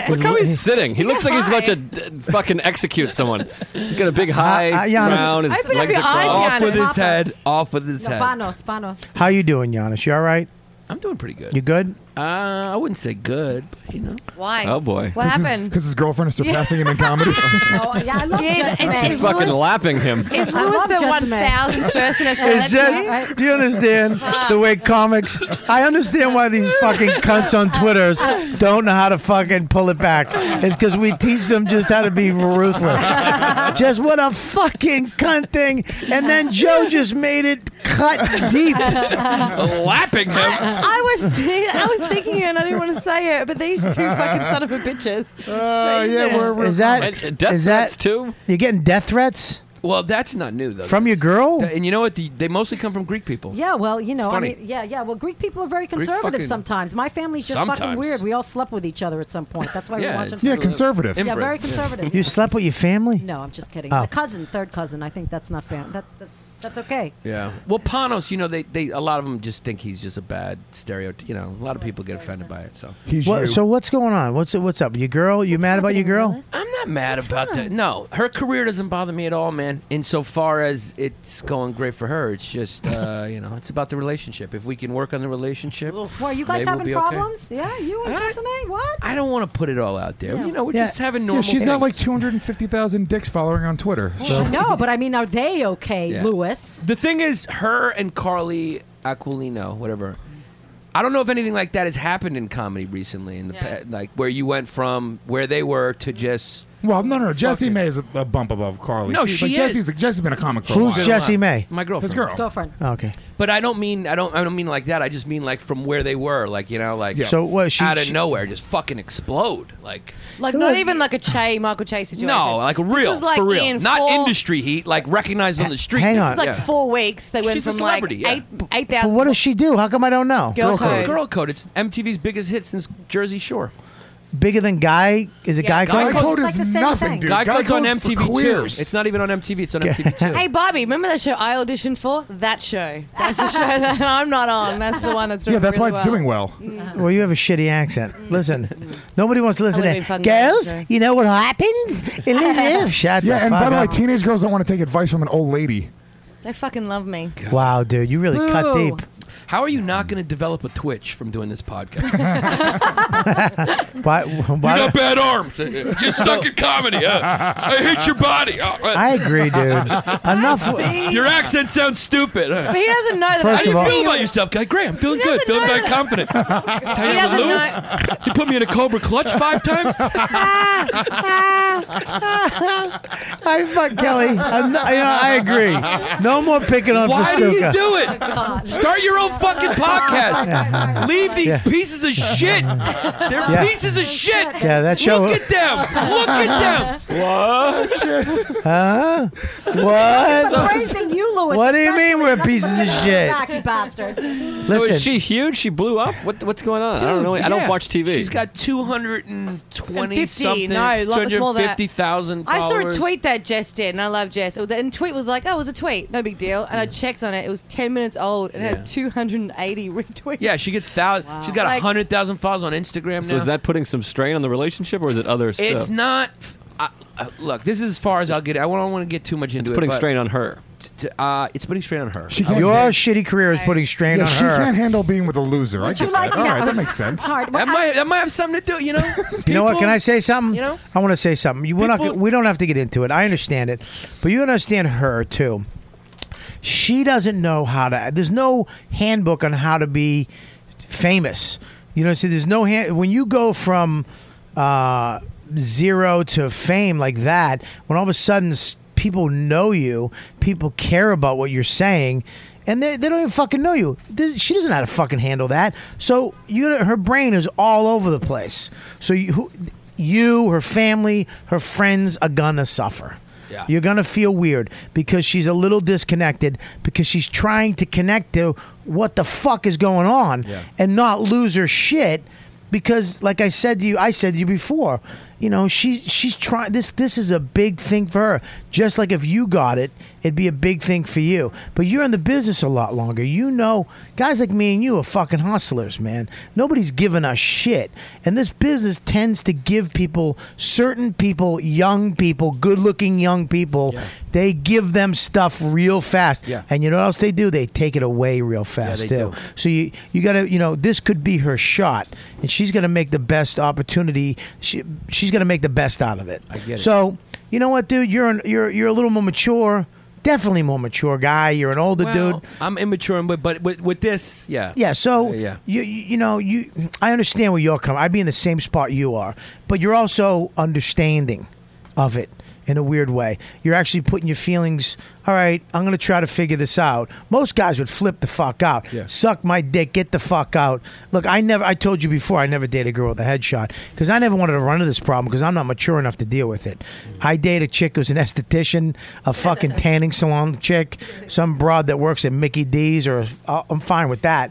Look how he's sitting. He looks like he's about to d- fucking execute someone. He's got a big high
Uh, uh, Giannis.
round. His
Open up
legs
your
are
eyes,
crossed.
Giannis. Off with his head.
Off with
<laughs>
his
No,
head.
Banos, Banos.
How you doing, Giannis? You all right?
I'm doing pretty good.
You good?
Uh, I wouldn't say good, but you know.
Why?
Oh, boy. <laughs>
What happened?
Because his girlfriend is surpassing him in comedy.
Oh, yeah, I love
Jeez,
Judge
it's-
May.
She's fucking lapping him.
Is
I
Lewis
love
the
Judge
one
May.
thousand person that said
It's just, do you
<laughs>
understand the way comics? I understand why these fucking cunts on Twitters don't know how to fucking pull it back. It's because we teach them just how to be ruthless. just what a fucking cunt thing. And then Joe just made it cut deep.
Lapping him.
<laughs> I was I was thinking it and I didn't want to say it, but these two fucking son of a bitches.
Uh, yeah, we're, we're
Is that
And death
is that
threats, too?
You're getting death threats
Well, that's not new though.
from your girl?
Th- And you know what? The, they mostly come from Greek people.
Yeah, well, you know,
It's
I
funny.
mean, yeah, yeah. Well, Greek people are very
Greek
conservative
fucking-
sometimes. My family's just fucking
Sometimes.
weird. We all slept with each other at some point. That's why
Yeah,
we're watching.
it's- Yeah,
conservative.
Yeah,
inbred.
very
Yeah.
conservative.
You slept with your family?
No, I'm just kidding.
Oh.
A cousin, third cousin. I think that's not fair. That, that that's okay.
Yeah. Well, Panos, you know, they, they a lot of them just think he's just a bad stereotype. You know, a lot of people get offended by it. So
He's
What-
you.
so what's going on? What's what's up? Your girl? You mad about your girl?
I'm not mad about that. No, her career doesn't bother me at all, man. Insofar as it's going great for her, it's just uh, you know, it's about the relationship. If we can work on the relationship,
Well, you guys
maybe we'll
having
be okay.
problems? Yeah, you and Jessamay? What?
I don't want to put it all out there.
Yeah.
You know, we're
Yeah.
just having
Yeah,
normal.
she's got like
things.
250,000 dicks following on Twitter. So.
no, but I mean, are they okay,
Yeah.
Lewis?
The thing is, her and Carly Aquilino, whatever. I don't know if anything like that has happened in comedy recently, in the
Yeah.
pa- like where you went from where they were to just
Well, no, no. Jesse May is a, a bump above Carly.
No,
She's
she
like,
is.
Jesse's, Jesse's been a comic for a
Who's
while.
Jesse May?
my girlfriend.
His girl.
Girlfriend.
Okay.
But I don't mean I don't I don't mean like that. I just mean like from where they were, like you know, like
Yeah.
So, what, she-
out of
she-
nowhere, just fucking explode, like.
Like not even like a Che Michael Che situation.
No, like real,
This was like
for real,
in
not
four,
industry heat, like recognized on the street.
hang
This
on.
is
It's like four weeks. They went
She's a
from like
celebrity, yeah.
eight eight
But
thousand.
what does she do? How come I don't know?
Girl code.
Girl, Code. It's MTV's biggest hit since Jersey Shore.
Bigger than guy? Is it guy
Yeah,
Guy
code?
Code's
Code
like the
is
same
nothing,
thing.
dude.
Guy Code's on
Code's for
MTV too.
queers.
It's not even on MTV. It's on MTV
<laughs>
too.
Hey Bobby, remember that show I auditioned for? That show. That's the show that I'm not on. That's the one that's doing
yeah, that's
really
why it's doing well.
Well, you have a shitty accent. Listen, nobody wants to listen
I
to
would've been fun
girls.
though, sure.
You know
<laughs>
what happens? It is- Shut
Yeah,
the
and
fuck
by the way,
up.
teenage girls don't want to take advice from an old lady.
They fucking love me.
wow, dude, you really cut
Boo.
deep.
How are you not going to develop a twitch from doing this
<laughs>
podcast?
Why? Why?
bad arms. You suck at comedy. huh? I hate your body. Uh, uh,
I agree, dude.
<laughs>
Enough.
See?
your accent sounds stupid. huh?
But he doesn't know that.
First
I'm
of all-
being-
feel about yourself, guy? Great. I'm feeling
He
good.
doesn't
Feeling
know
very
<laughs>
that-
confident.
He
Hanging with
doesn't
Lewis.
know.
You put me in a cobra clutch five
<laughs>
times. <laughs>
<laughs> I fuck Kelly. I'm not, you know, I agree. No more picking on
Why do you
Pastuca.
do it? Start your own fucking podcast. Leave these
Yeah.
pieces of shit.
<laughs>
They're
Yeah.
pieces of shit.
Yeah, that show.
Look at them. Look at them.
<laughs> huh? What?
Praising you, Lewis.
What do you mean
especially.
we're
Nothing
pieces
but
of
good
shit?
feedback,
<laughs>
you bastard.
Listen,
So is she huge? She blew up? What, what's going on? I don't know. I don't
Yeah.
watch TV.
She's got 220
50,
something.
no, a lot more than that.
250,000
I saw
followers.
a tweet that Jess did, and I love Jess. And the tweet was like, "Oh, it was a tweet, no big deal." And I checked on it; it was ten minutes old and it
Yeah.
had two hundred and eighty retweets.
Yeah, she gets thousand. She's got
Like-
100,000 followers on Instagram now.
so is that putting some strain on the relationship, or is it other stuff?
It's not. I, uh, look, this is as far as I'll get. I don't want to get too much into
It's putting
it. but
strain on her.
t- t- uh, it's putting strain on her.
She can't,
your
yeah,
shitty career is putting strain on
she
her.
can't handle being with a loser. I
Would you
get
like
that. All
that?
right, that makes sense.
Hard.
That might that might have something to do. You know.
<laughs> You know what? Can I say something?
you know?
I want to say something. You, we're not,
People-
we don't have to get into it. I understand it, but you understand her too. She doesn't know how to. There's no handbook on how to be famous. You know, see, there's no hand when you go from uh, zero to fame like that. When all of a sudden s- people know you, people care about what you're saying. And they, they don't even fucking know you. Th- She doesn't know how to fucking handle that. So you, her brain is all over the place. So you, who, you, her family, her friends are gonna suffer.
Yeah.
You're gonna feel weird because she's a little disconnected because she's trying to connect to what the fuck is going on
Yeah.
and not lose her shit because like I said to you, I said to you before, you know, she she's trying this this is a big thing for her. Just like if you got it, it'd be a big thing for you. But you're in the business a lot longer. You know, guys like me and you are fucking hustlers, man. Nobody's giving us shit. And this business tends to give people certain people, young people, good-looking young people, they give them stuff real fast.
Yeah.
And you know what else they do? They take it away real fast
they
too.
do.
So you you gotta you know this could be her shot, and she's gonna make the best opportunity. She she's gonna make the best out of it. I
get it.
So you know what, dude, you're an, you're you're a little more mature, definitely more mature guy. You're an older
Well,
dude.
I'm immature, but but with, with this, yeah,
Yeah, so
Uh, yeah.
you you you know you I understand where you're coming. I'd be in the same spot you are, but you're also understanding of it in a weird way. You're actually putting your feelings. All right, I'm gonna try to figure this out. Most guys would flip the fuck out,
Yeah.
suck my dick, get the fuck out. Look, I never. I told you before, I never dated a girl with a headshot because I never wanted to run into this problem because I'm not mature enough to deal with it. I date a chick who's an esthetician, a fucking tanning salon chick, some broad that works at Mickey D's, or uh, I'm fine with that.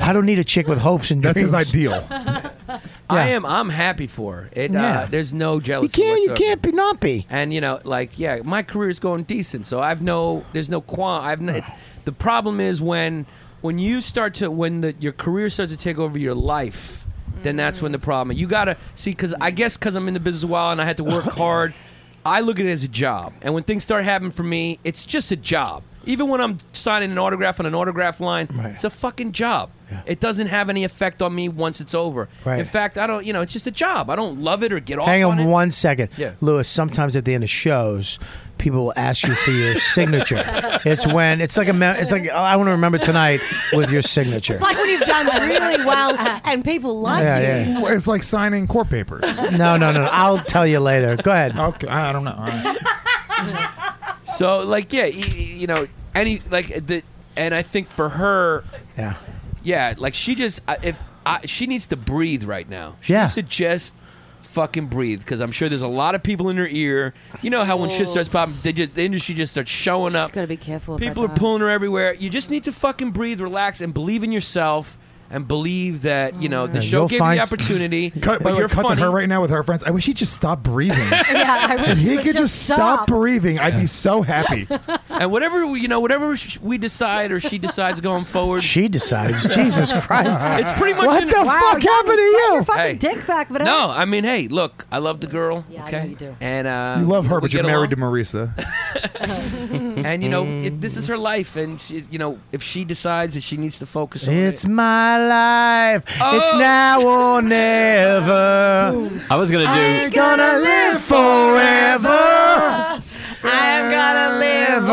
I don't need a chick with hopes and
That's
dreams.
his
<laughs>
ideal.
I am. I'm happy for her. it.
Yeah.
Uh, there's no jealousy.
can't- you
whatsoever.
can't be- not be.
And you know, like, yeah, my career is going decent, so I've no. There's no qualm. I've. No, it's, the problem is when when you start to when the, your career starts to take over your life, then that's when the problem. You gotta see because I guess because I'm in the business a while and I had to
<laughs>
work hard. I look at it as a job, and when things start happening for me, it's just a job. Even when I'm signing an autograph on an autograph line, it's a fucking job. It doesn't have any effect on me once it's over.
Right.
In fact, I don't. You know, it's just a job. I don't love it or get off
Hang
on,
on
it.
one second,
Yeah.
Lewis. Sometimes at the end of shows, people will ask you for
<laughs>
your signature. It's when it's like a me- it's like oh, I want to remember tonight with your signature.
It's like when you've done really well and people like
Yeah,
you.
yeah.
Well, It's like signing court papers.
no, no, no, no. I'll tell you later. Go ahead.
Okay, I don't know. All right.
So like yeah, you, you know any like the and I think for her,
Yeah.
yeah, like she just I- if I, she needs to breathe right now. She
Yeah.
needs to just fucking breathe because I'm sure there's a lot of people in her ear. You know how when shit
Oh.
starts popping, they just, the industry just starts showing
She's
up.
got to be careful. about
People are
that.
pulling her everywhere. You just need to fucking breathe, relax, and believe in yourself. And believe that you know the
Yeah,
show
you'll
gave
find
you
s-
the opportunity.
<laughs> Cut, by
but
the way,
you're
cut to
funny.
her right now with her friends. I wish he'd just stop <laughs> breathing.
yeah, I wish
if
she
he
would
could
just
just stop
stop.
breathing, I'd be so happy.
<laughs> and whatever we- you know, whatever sh- we decide or she decides going forward,
she
<laughs>
decides. Jesus Christ!
It's pretty much
what
in-
the fuck happened to you?
Hey. No, I mean, hey, look, I love the girl. Yeah, okay, you do. And uh,
you love her, but
we
you're
get
married
along.
to
<laughs>
Marisa.
and you know, it, this is her life, and she, you know, if she decides that she needs to focus on
It's my life.
Oh.
It's now or never.
I was gonna do.
I'm gonna live forever. I'm gonna live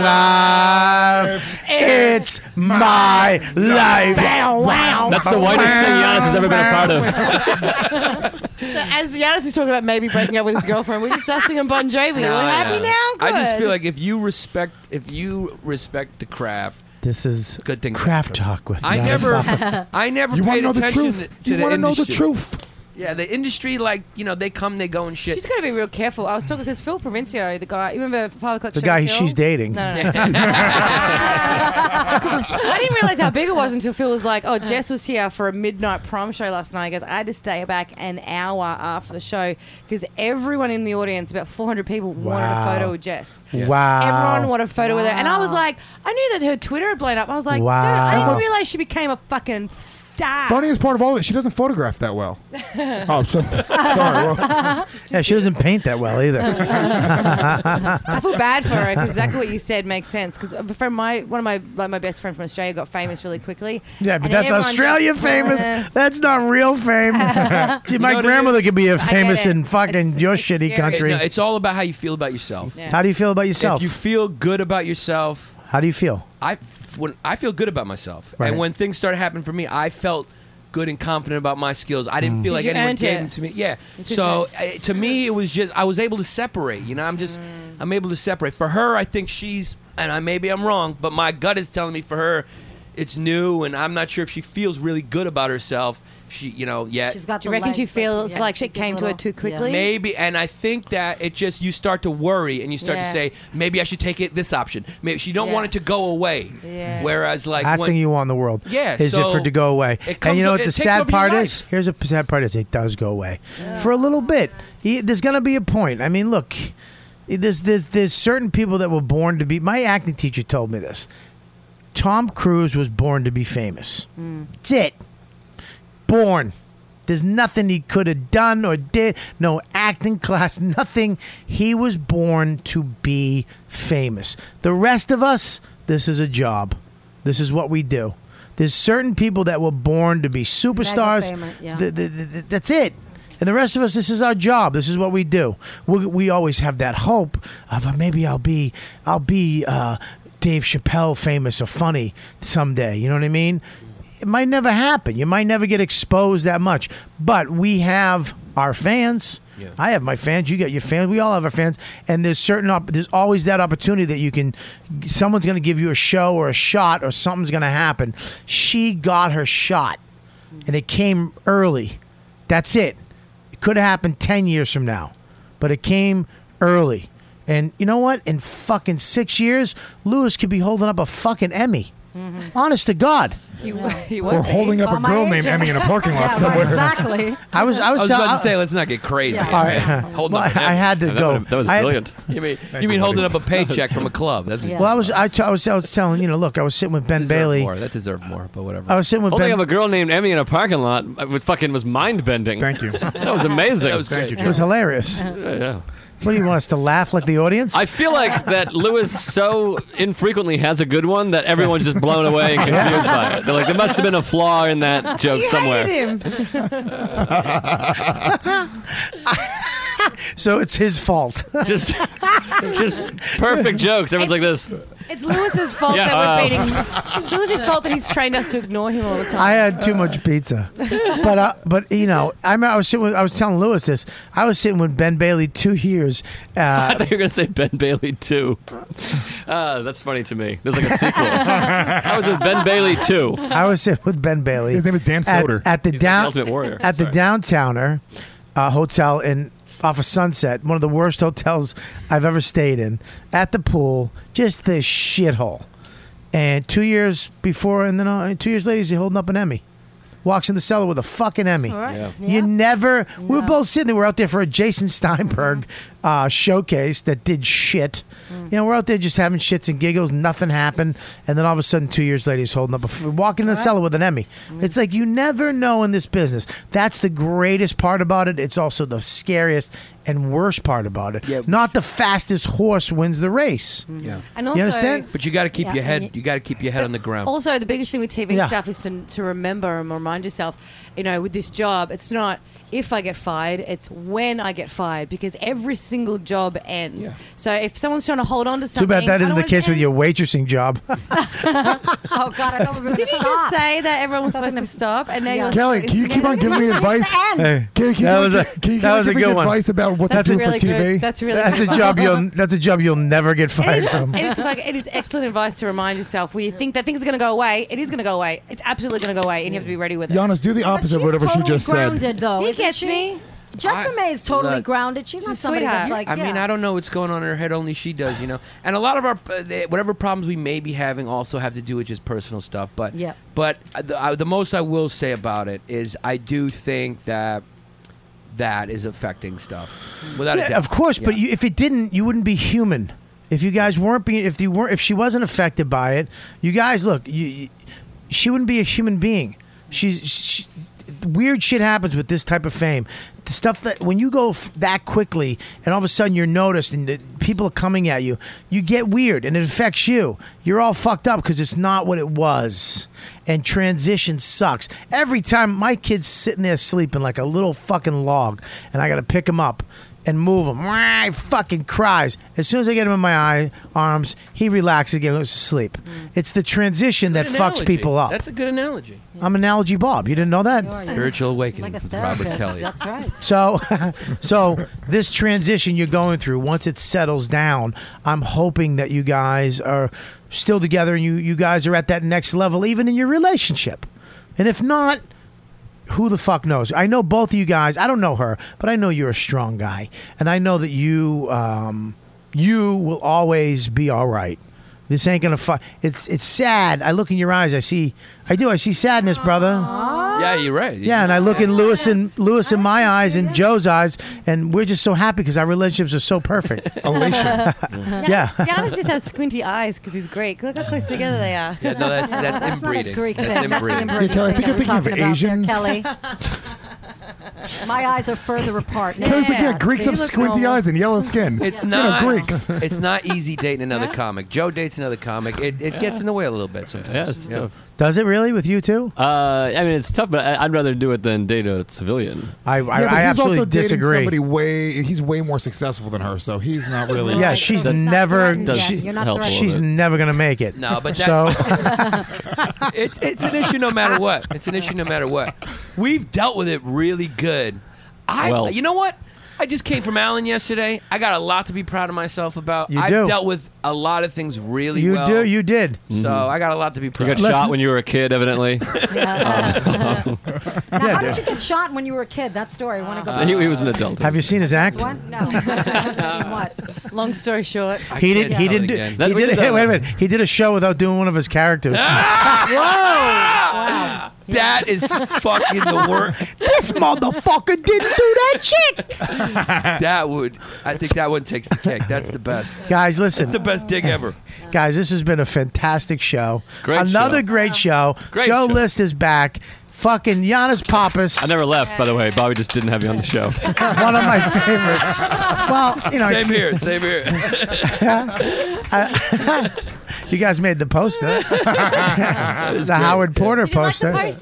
a life. It's my life.
That's the whitest thing Giannis has ever been a part of.
So as Giannis is talking about maybe breaking up with his girlfriend, we're just asking Bon Jovi. we're happy now. Good.
I just feel like if you respect, if you respect the craft.
This is
good thing
craft talk with
I
Giannis
never,
Papas.
<laughs> I never
You wanna
paid
know the
attention
truth?
to
You
the
wanna know the
industry.
truth?
Yeah, the industry, like you know, they come, they go, and shit.
She's got to be real careful. I was talking because Phil Provincio, the guy, you remember Five O'Clock
The
Sugar
guy
Hill?
she's dating.
No, no, no.
<laughs>
<laughs>
I didn't realize how big it was until Phil was like, "Oh, Jess was here for a midnight prom show last night." He goes, "I had to stay back an hour after the show because everyone in the audience, about 400 people, wanted a
Wow.
photo with Jess.
Yeah. Wow.
Everyone wanted a photo with her, and I was like, I knew that her Twitter had blown up. I was like,
Wow.
Dude, I
How
didn't
about-
realize she became a fucking star. <laughs>
Funniest part of all of it, she doesn't photograph that well. Oh, so, sorry. Well,
yeah, she doesn't paint that well <laughs> either.
I feel bad for her 'cause exactly what you said makes sense. Because from my one of my like my best friend from Australia got famous really quickly.
Yeah, but
And
that's
everyone-
Australia
<laughs>
famous.
Uh,
That's not real
<laughs>
fame.
You know
Gee, my
what it
grandmother
is?
could be a
I get
famous
it.
in fucking your shitty
It-
country.
no, it's all about how you feel about yourself.
How do you feel about yourself?
If you feel good about yourself,
How do you feel?
I when I feel good about myself,
Right.
and when things started happening for me, I felt good and confident about my skills. I didn't
Mm.
feel
'Cause
like
you
anyone
earned
gave
it.
them to me. Yeah.
You took
So I, to me, it was just I was able to separate. You know, I'm just
Mm.
I'm able to separate. For her, I think she's and I maybe I'm wrong, but my gut is telling me for her, it's new, and I'm not sure if she feels really good about herself. she, you know, yet.
She's got Do you the reckon leg, she but- feels yeah, like she she did came to little- it too Oh, yeah. quickly? <laughs>
Maybe, and I think that it just you start to worry and you start
Yeah.
to say, maybe I should take it this option. Maybe she don't
Yeah.
want it to go away.
Yeah.
Whereas, like,
last
when-
thing you want in the world
Yeah,
is it for
so
it to go away.
it
and
comes
you know
o-
what
it
the
takes
sad
over your
part
life.
is? Here's the p- sad part is it does go away for a little bit. Y- There's gonna be a point. I mean, look, there's there's there's certain people that were born to be. My acting teacher told me this. Tom Cruise was born to be famous. That's it. Born. There's nothing he could have done or did. No acting class, nothing. He was born to be famous. The rest of us, this is a job. This is what we do. There's certain people that were born to be superstars.
famous, yeah.
Th- th- th- th- that's it. And the rest of us, this is our job. This is what we do. We, we always have that hope of uh, maybe I'll be, I'll be uh, Dave Chappelle famous or funny someday. You know what I mean? It might never happen. You might never get exposed that much. But we have our fans. I have my fans. You got your fans. We all have our fans. And there's certain op- there's always that opportunity that you can. Someone's going to give you a show or a shot or something's going to happen. She got her shot, and it came early. That's it. It could have happened 10 years from now, but it came early. And you know what? In fucking six years, Lewis could be holding up a fucking Emmy. Honest to God.
Mm-hmm. He, he
Or holding up a girl named Emmy in a parking
<laughs>
lot somewhere.
I was, I was, tell-
about
I-
to say, let's not get crazy.
Yeah. <laughs> All right.
<laughs> Hold
Well,
on.
I- I had to Yeah, that go. would've- that was I had- brilliant.
<laughs> You mean you mean holding
<laughs>
up a paycheck from a club? That's
Well, I was, I, t- I was, I was telling you know, look, I was sitting with Ben
deserved
Bailey.
more. That deserved more, but whatever.
I was sitting with
Holding up
Ben.
a girl named Emmy in a parking lot uh, was fucking was mind bending. Thank <laughs>
you.
that was amazing.
That was Thank great. you, Joe. It was hilarious.
Yeah, yeah.
What do you want us to laugh like the
<laughs>
audience?
I feel like that Lewis so infrequently has a good one that everyone's just blown away and confused by it. They're like, there must have been a flaw in that joke somewhere.
<laughs>
<laughs>
so it's his fault.
<laughs> just, just perfect jokes. Everyone's like this.
<laughs> It's Lewis's fault
Yeah.
that we're beating. Lewis's fault that he's trained us to ignore him all the time.
I had too much pizza, but uh, but you know, I mean, I was sitting with, I was telling Lewis this. I was sitting with Ben Bailey two years.
<laughs> <laughs> I
Uh,
thought you were gonna say Ben Bailey too. Uh, that's funny to me. There's like a sequel. I was with Ben Bailey too.
<laughs> I was sitting with Ben Bailey. His name is Dan
Soder.
At, the
He's like
down
the Ultimate Warrior.
at the
Sorry.
downtowner uh, hotel in off of Sunset, one of the worst hotels I've ever stayed in. At the pool, just this shithole. And two years before, and then uh, two years later, he's holding up an Emmy. Walks in the cellar with a fucking Emmy.
All right. Yeah.
You never. We were both sitting there. We're out there for a Jason Steinberg
Mm-hmm.
uh, showcase that did shit.
Mm.
You know, we're out there just having shits and giggles. Nothing happened, and then all of a sudden, two years later, he's holding up a f- walking in the cellar with an Emmy.
Mm.
It's like you never know in this business. That's the greatest part about it. It's also the scariest and worst part about it. Not the fastest horse wins the race.
Mm.
Yeah.
And
you
also-
understand?
But you got to keep
Yeah,
your
and
head. You got to keep your head on the ground.
Also, the biggest thing with TV
Yeah.
stuff is to, to remember and remind yourself, you know, with this job, it's not if I get fired, it's when I get fired because every single job ends. So if someone's trying to hold on to
Too
something,
bad that
I
isn't
don't
the
want it to
case with
end.
your waitressing job.
Oh God, <laughs> I don't Did you just say that everyone was supposed to stop? And now you're
Kelly, can you keep on giving me
<laughs>
advice?
Hey,
Kelly, can you
that
on
was a
gi- can you keep
that
on
was a
giving me
good one.
advice about what
That's
to do
really
for
good.
TV?
That's really
that's
good
a
advice.
job
<laughs>
you'll that's a job you'll never get
It
fired
is,
from.
it is fucking- it is excellent advice to remind yourself when you think that thing's going to go away, it is going to go away. It's absolutely going to go away, and you have to be ready with it.
Giannis, do the opposite of whatever she just said.
grounded, though.
He
isn't
gets
she?
me.
Jessime is totally
Look,
grounded. She's not
she's a
somebody that's
sweetheart.
like.
I mean,
yeah.
I don't know what's going on in her head. Only she does, you know. And a lot of our uh, they- whatever problems we may be having also have to do with just personal stuff. But
Yeah.
But uh, the, uh, the most I will say about it is I do think that that is affecting stuff. Without a
Yeah,
doubt.
of course, but
Yeah.
you, if it didn't, you wouldn't be human. If you guys weren't being, if you weren't, if she wasn't affected by it, you guys look, you, you- she wouldn't be a human being. She's she, weird shit happens with this type of fame. The stuff that when you go f- that quickly and all of a sudden you're noticed and the people are coming at you, you get weird and it affects you. You're all fucked up because it's not what it was. And transition sucks. Every time my kid's sitting there sleeping like a little fucking log and I got to pick him up and move him. Wah, He fucking cries. As soon as I get him in my eye, arms, he relaxes again, goes to sleep. It's the transition that
Mm. Good
fucks
analogy.
people up.
That's a good analogy.
I'm analogy Bob. You didn't know that?
Spiritual awakening with Robert Kelly.
That's right.
<laughs> So, so this transition you're going through, once it settles down, I'm hoping that you guys are still together and you you guys are at that next level, even in your relationship. And if not, Who the fuck knows? I know both of you guys. I don't know her, but I know you're a strong guy, and I know that you um, you will always be all right. This ain't gonna fuck. It's it's sad. I look in your eyes. I see. I do. I see sadness, brother.
Yeah, you're right.
Yeah, and I look in Lewis and Lewis in my eyes and Joe's eyes, and we're just so happy because our relationships are so
<laughs>
perfect.
<laughs> Alicia.
yeah.
Giannis just has squinty eyes because he's Greek. Look how close together they are.
Yeah,
<laughs>
no, that's
That's
that's
not a
inbreeding.
Greek
that's
thing. That's the
inbreeding.
inbreeding
Yeah, Kelly, I think
thing
you're
that
thinking
we're
of
talking about
Asians.
there,
<laughs>
Kelly. My eyes are further apart. now.
Kelly's like, yeah, Greeks
See,
have
look
squinty
normal.
eyes and yellow skin.
It's
You know,
not <laughs>
Greeks.
It's not easy dating another comic. Joe dates another comic. It, it gets in the way a little bit sometimes.
Yeah, it's tough.
Does it really with you too?
Uh, I mean, it's tough, but I, I'd rather do it than date a civilian.
I, I,
yeah, but
I
he's
absolutely
also dating
disagree.
Somebody way he's way more successful than her, so he's not really.
yeah, she's never.
Does
she-
you're not help a little
she's
bit.
never gonna make it.
No, but that-
<laughs> so
it's it's an issue no matter what. It's an issue no matter what. We've dealt with it really good. I
Well-
you know what? I just came from Allen yesterday. I got a lot to be proud of myself about.
You
I've
do.
dealt with a lot of things really
you
well.
do. You Mm-hmm. did.
So I got a lot to be
You
proud.
Mm-hmm. got
of.
shot when you were a kid,
<laughs>
evidently.
Now, how did you get shot when you were a kid? That story. I want to go.
Uh, he, he was an adult.
Have you seen his
<laughs>
act?
what? Long story short.
He did. He didn't. Do,
<laughs>
again.
he
That- we
did.
did
Hey,
that
<laughs> wait a
one.
minute. He did a show without doing one of his characters.
Ah!
Whoa!
Oh! That is fucking the worst.
this motherfucker didn't do that shit.
<laughs> That would. I think that one takes the cake. That's the best.
Guys, listen.
It's the best dig ever.
Guys, this has been a fantastic show.
Great
Another
show.
great show.
Great
Joe
show.
List is back. Fucking Giannis Pappas.
<laughs> I never left, by the way. Bobby just didn't have you on the show.
one of my favorites. Well, you know,
Same here. Same here.
<laughs> I- you guys made the poster, the Howard Porter poster.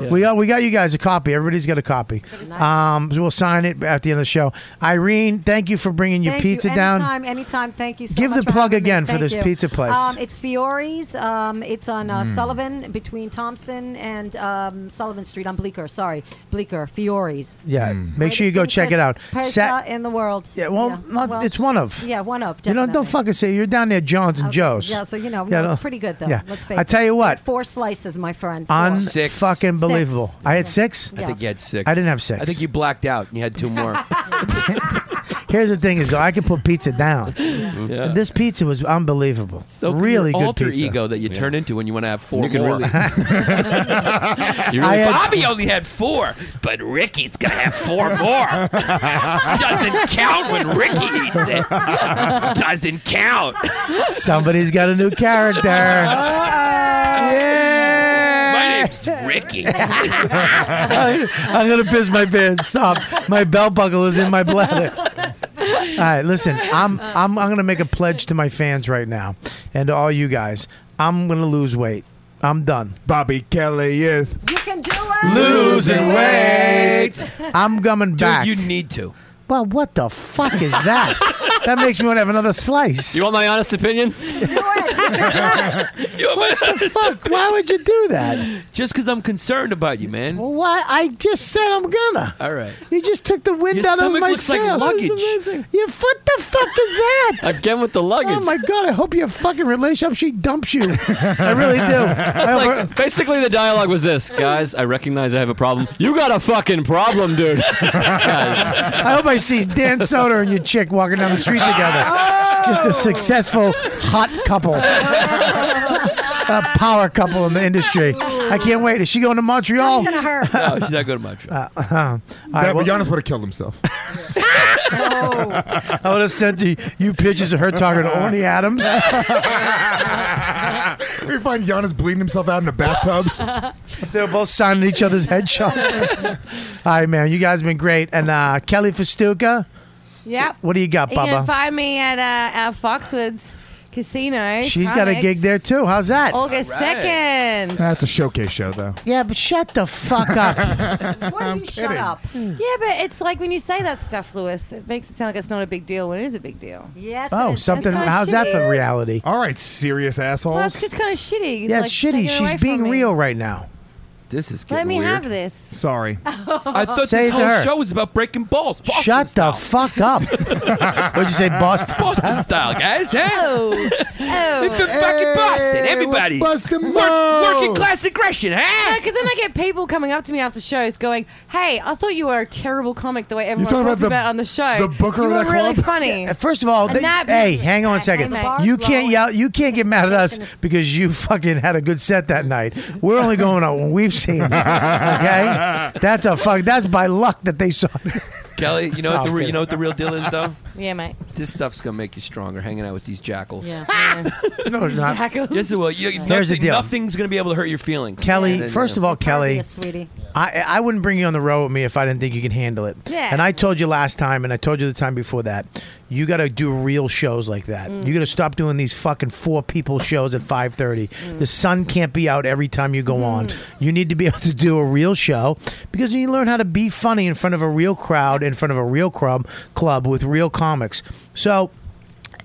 We got we got you guys a copy. Everybody's got a copy. Um, so we'll sign it at the end of the show. Irene, thank you for bringing your
Thank
pizza
you.
down.
Anytime, anytime. Thank you so
Give
much
the
for
plug
having me.
again for
Thank
this
you.
pizza place. Mm.
Um, it's Fiore's. Um, it's on uh, Sullivan between Thompson and um, Sullivan Street on Bleecker. Sorry, Bleecker. Fiore's.
Yeah,
Mm.
make sure you go
Greatest
check it out.
Pizza
Sat-
in the world.
Yeah, well, not- it's one of.
Yeah, one of.
you
Definitely.
know, don't fucking say you're down there, John's and
Okay,
Joe's.
Yeah, so you know,
Yeah,
no,
no.
it's pretty good though.
Yeah.
Let's face
I tell
it.
you what,
four slices, my friend. Four.
on
Six.
fucking
Six.
<laughs>
believable. I had six.
I think you had six.
I didn't have six.
I think you blacked out and you had two more.
Here's the thing: is though, I can put pizza down.
Mm-hmm. Yeah.
This pizza was unbelievable.
So can
<laughs> really
your
good
alter
pizza.
ego that you turn into when you want to have four
You can
more.
<laughs>
really-
You
I had-
Bobby only had four, but Ricky's gonna have four more.
<laughs>
Doesn't count when Ricky eats it. Doesn't count.
Somebody's got a
<laughs>
new character.
My
Uh, yeah.
name's
<laughs>
Ricky.
I'm gonna piss my pants. Stop. My belt buckle is in my bladder. All right, listen. I'm I'm I'm gonna make a pledge to my fans right now, and to all you guys. I'm gonna lose weight. I'm done.
Bobby Kelly is
You can do it.
Losing weight. I'm coming back.
Dude, you need to.
well, what the fuck is that? that makes me want to have another slice.
You want my honest opinion?
Do it.
what the fuck? Why would you do that?
Just because I'm concerned about you, man.
Well, why? I just said I'm gonna.
All right.
You just took the wind
Your
out of
stomach
my
looks like
sails.
luggage.
That's amazing. You what the fuck is that?
Again with the luggage.
Oh my god! I hope your fucking relationship she dumps you. <laughs> I really do. I
<laughs> It's
hope her-
like, basically, the dialogue was this Guys, I recognize I have a problem. You got a fucking problem,
<laughs>
dude. Guys.
I hope I see Dan Soder and your chick walking down the street together. Just a successful hot couple. a power couple in the industry. I can't wait. Is she going to Montreal?
It's gonna
<laughs>
hurt.
No, she's not good much.
Uh-huh. All
That,
right, well,
Giannis would have killed himself.
Oh.
I would have sent you, you pictures of her talking to Orny Adams.
<laughs> we find Giannis bleeding himself out in a bathtub.
<laughs> they were both signing each other's headshots.
<laughs>
All right, man. You guys have been great. And uh, Kelly Festuca,
Yep.
what do you got,
You can
Bubba?
find me at uh, our Foxwoods Casino.
She's got a
Comics,
gig there too. How's that?
August
All right.
second.
That's a showcase show, though.
Yeah, but shut the fuck up.
Why do you shut
kidding.
up?
Hmm.
Yeah, but it's like when you say that stuff, Lewis, it makes it sound like it's not a big deal when it is a big deal.
Yes. it
oh,
is.
something.
That's not
How's that for
shitty.
reality?
All right, serious
Well, it's
assholes.
just kind of shitty.
Yeah, it's
like,
shitty.
take it
She's
away from
being
me.
real right now.
This is
Let
getting
me
weird.
have this. <laughs>
Sorry.
<laughs>
I thought
Say
this
it to
whole
her.
show was about breaking balls. Boston
Shut
style.
the
<laughs>
fuck up. What'd you say, Boston?
Boston style, guys. Hey. <laughs> Hey,
Oh. Oh.
fucking Boston,
Hey,
everybody.
we're Boston
Work,
balls.
working class aggression, huh?
because then I get people coming up to me after shows going, "Hey, I thought you were a terrible comic the way everyone
talking
talks
about
about,
the-
on the
the
show.
Booker
you
of
were
that
really
club?"
funny."
Yeah, First of all,
And
they-
that-
hey, hang on a second.
Hey,
You can't yell. You can't get mad at us because you fucking had a good set that night. We're only going on what we've seen. Okay, <laughs> that's a fuck. That's by luck that they saw. it.
Kelly, you know
Oh,
what the re-
kidding.
you know what the real deal is though?
Yeah, mate.
This stuff's gonna make you stronger. Hanging out with these jackals.
Yeah.
No, it's not. Jackals.
Yes, it will. You,
Here's the
nothing-
deal.
Nothing's gonna be able to hurt your feelings,
Kelly,
And then,
first
you
of
know.
all, Kelly,
Yes, sweetie.
I, I wouldn't bring you on the road with me if I didn't think you could handle it.
Yeah.
And I told you last time, and I told you the time before that, you got to do real shows like that.
Mm.
You got to stop doing these fucking four people shows at five thirty.
Mm.
The sun can't be out every time you go on. You need to be able to do a real show because you learn how to be funny in front of a real crowd, in front of a real club, club with real comics. So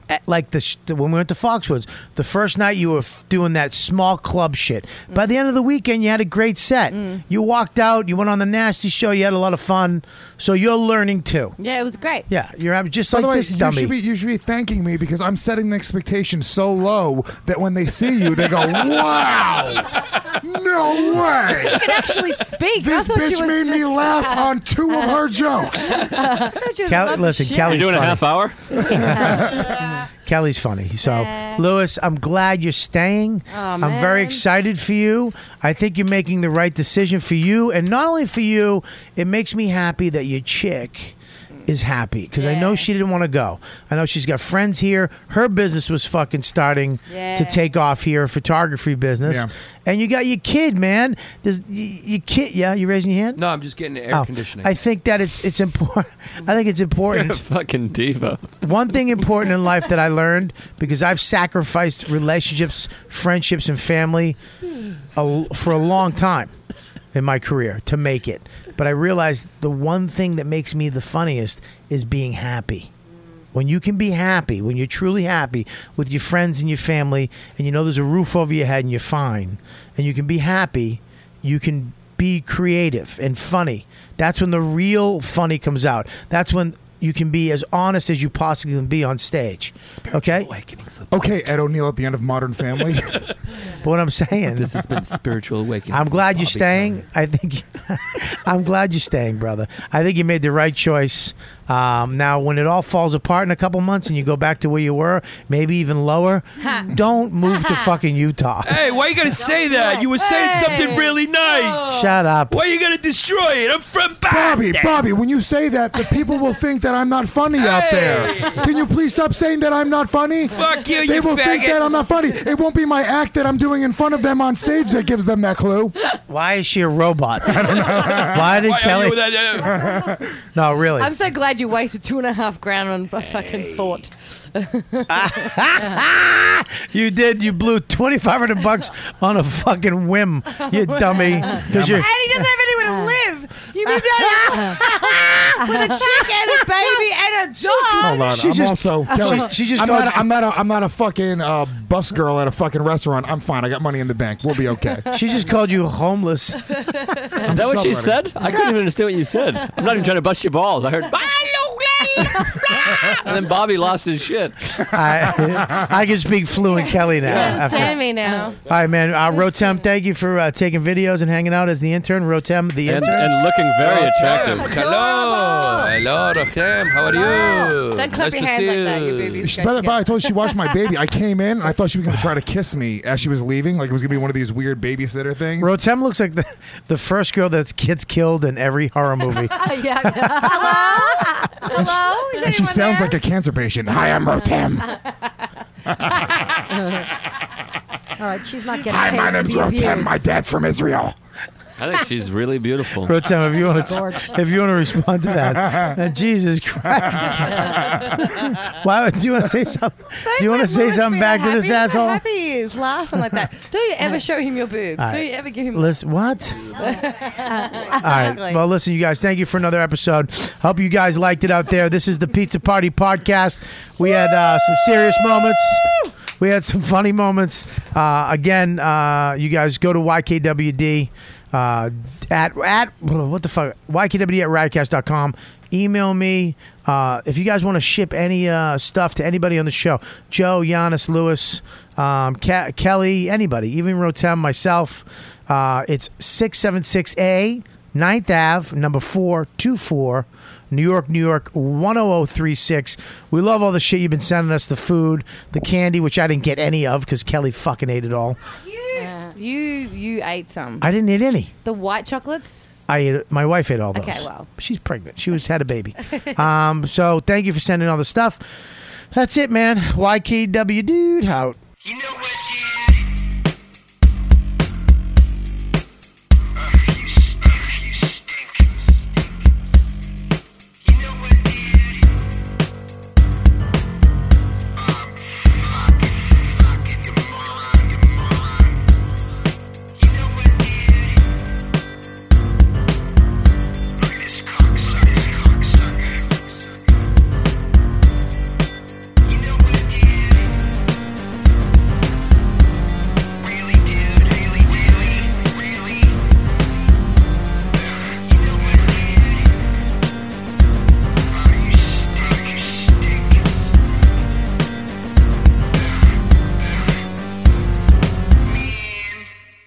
at, like the, sh- the when we went to Foxwoods, the first night you were f- doing that small club shit. By the end of the weekend, you had a great set. You walked out, you went on the nasty show, you had a lot of fun. So you're learning too.
Yeah, it was great.
Yeah, you're having just
By
like
the way,
this
you
dummy.
should be you should be thanking me because I'm setting the expectation so low that when they see you,
<laughs>
they go, "Wow, no way!"
She can actually speak.
This
I thought she
bitch
was
made me
just- uh,
laugh on two of her jokes.
I thought she was
Kelly-
loving
listen,
shit.
Kelly's funny.
hour?
<laughs> Kelly's funny. So, Lewis, I'm glad you're staying.
Aw,
I'm very
Oh, man.
excited for you. I think you're making the right decision for you. And not only for you, it makes me happy that your chick is happy because I know she didn't want to go. I know she's got friends here. Her business was fucking starting
Yeah.
to take off here, photography business.
Yeah.
And you got your kid, man. There's, you, you kid, yeah, you raising your hand?
No, I'm just getting air
Oh,
conditioning.
I think that it's it's important. <laughs> I think it's important
fucking diva.
one thing important in life that I learned because I've sacrificed relationships, friendships, and family a, for a long time in my career to make it. But I realized the one thing that makes me the funniest is being happy. When you can be happy, when you're truly happy with your friends and your family, and you know there's a roof over your head and you're fine, and you can be happy, you can be creative and funny. That's when the real funny comes out. That's when you can be as honest as you possibly can be on stage. okay?
Okay, Ed O'Neill at the end of Modern Family.
<laughs> But what I'm saying,
this has been
<laughs>
spiritual awakening.
I'm glad
Bobby
you're staying. I think <laughs> I'm glad you're staying, brother. I think you made the right choice. Um, now, when it all falls apart in a couple months and you go back to where you were, maybe even lower, don't move to fucking Utah.
Hey, why you gotta say that? You were saying something really nice.
<laughs> Shut up.
Why you gotta destroy it? I'm from
Bobby,
Boston.
Bobby, when you say that, the people will think that I'm not funny out there. Can you please stop saying that I'm not funny?
Fuck you,
They
you
will think
faggot.
that I'm not funny. It won't be my act that I'm doing in front of them on stage that gives them that clue.
Why is she a robot? I don't know. Why did
Why are
Kelly?
you that-
<laughs> no, really.
I'm so glad you wasted two and a half grand on a
<laughs>
fucking thought. <laughs>
Ah! You did. You blew twenty five hundred bucks on a fucking whim,
<laughs>
you dummy.
<laughs>
Because you're.
and he doesn't have anywhere to live. You moved
<laughs>
out of- with a chick and a baby and a dog.
Hold on.
She
I'm
<laughs>
<laughs>
just-
also
she-
Kelly.
she just
I'm,
got-
not a, I'm not a I'm not a fucking uh, bus girl at a fucking restaurant. I'm fine. I got money in the bank. We'll be okay.
<laughs> She just called you homeless.
Is that what you said? I couldn't even understand what you said. I'm not even trying to bust your balls. I heard, and then Bobby lost his shit.
I, I can speak fluent Kelly now. after-
Stand me now.
All right, man. Uh, Rotem, thank you for uh, taking videos and hanging out as the intern. Rotem, the
And,
intern.
and looking very attractive.
Hello, hello, Rakim. How are you?
Don't
Nice
clap your
to
hands
see
like that. Your
you.
baby's
By the by, I told you she watched my baby. I came in and I thought she was gonna try
<laughs>
to kiss me as she was leaving, like it was gonna be one of these weird babysitter things.
Rotem looks like the, the first girl that gets killed in every horror
<laughs>
movie.
<laughs> yeah. Hello?
<laughs>
Hello? Is
And she
anyone
sounds
there?
like a cancer patient. Hi, I'm Rotem. <laughs>
All right, she's not getting
Hi,
paid
my
to
name's
be
Rotem.
abused.
My dad's from Israel.
I think she's really beautiful.
Rotem, if you want to, if you want to respond
<laughs>
to that, uh, Jesus Christ! Why would do you want to say something? Do you want to say something back to this
Happy-
asshole?
Happy he is laughing
<laughs>
like that. Don't you ever show him your boobs.
All right.
Don't you ever give him. <laughs>
Listen, what? All right. Well, listen, you guys, thank you for another episode. Hope you guys liked it out there. This is the Pizza Party Podcast. We had uh, some serious moments. We had some funny moments. Uh, again, uh, you guys go to YKWD. uh, at at what the fuck YKWd at riotcast.com. Email me uh, if you guys want to ship any uh, stuff to anybody on the show. Joe, Giannis, Lewis, um, Ke- Kelly, anybody, even Rotem, myself. Uh, it's six seven six A 9th Ave, number 424, New York, New York, 10036. We love all the shit you've been sending us the food, the candy, which I didn't get any of because Kelly fucking ate it all.
You you ate some.
I didn't eat any.
the white chocolates.
I ate, my wife ate all those.
Okay, well.
she's pregnant. She was had a baby. <laughs> um, so thank you for sending all the stuff. That's it, man. YKW dude out.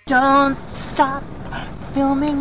Don't stop filming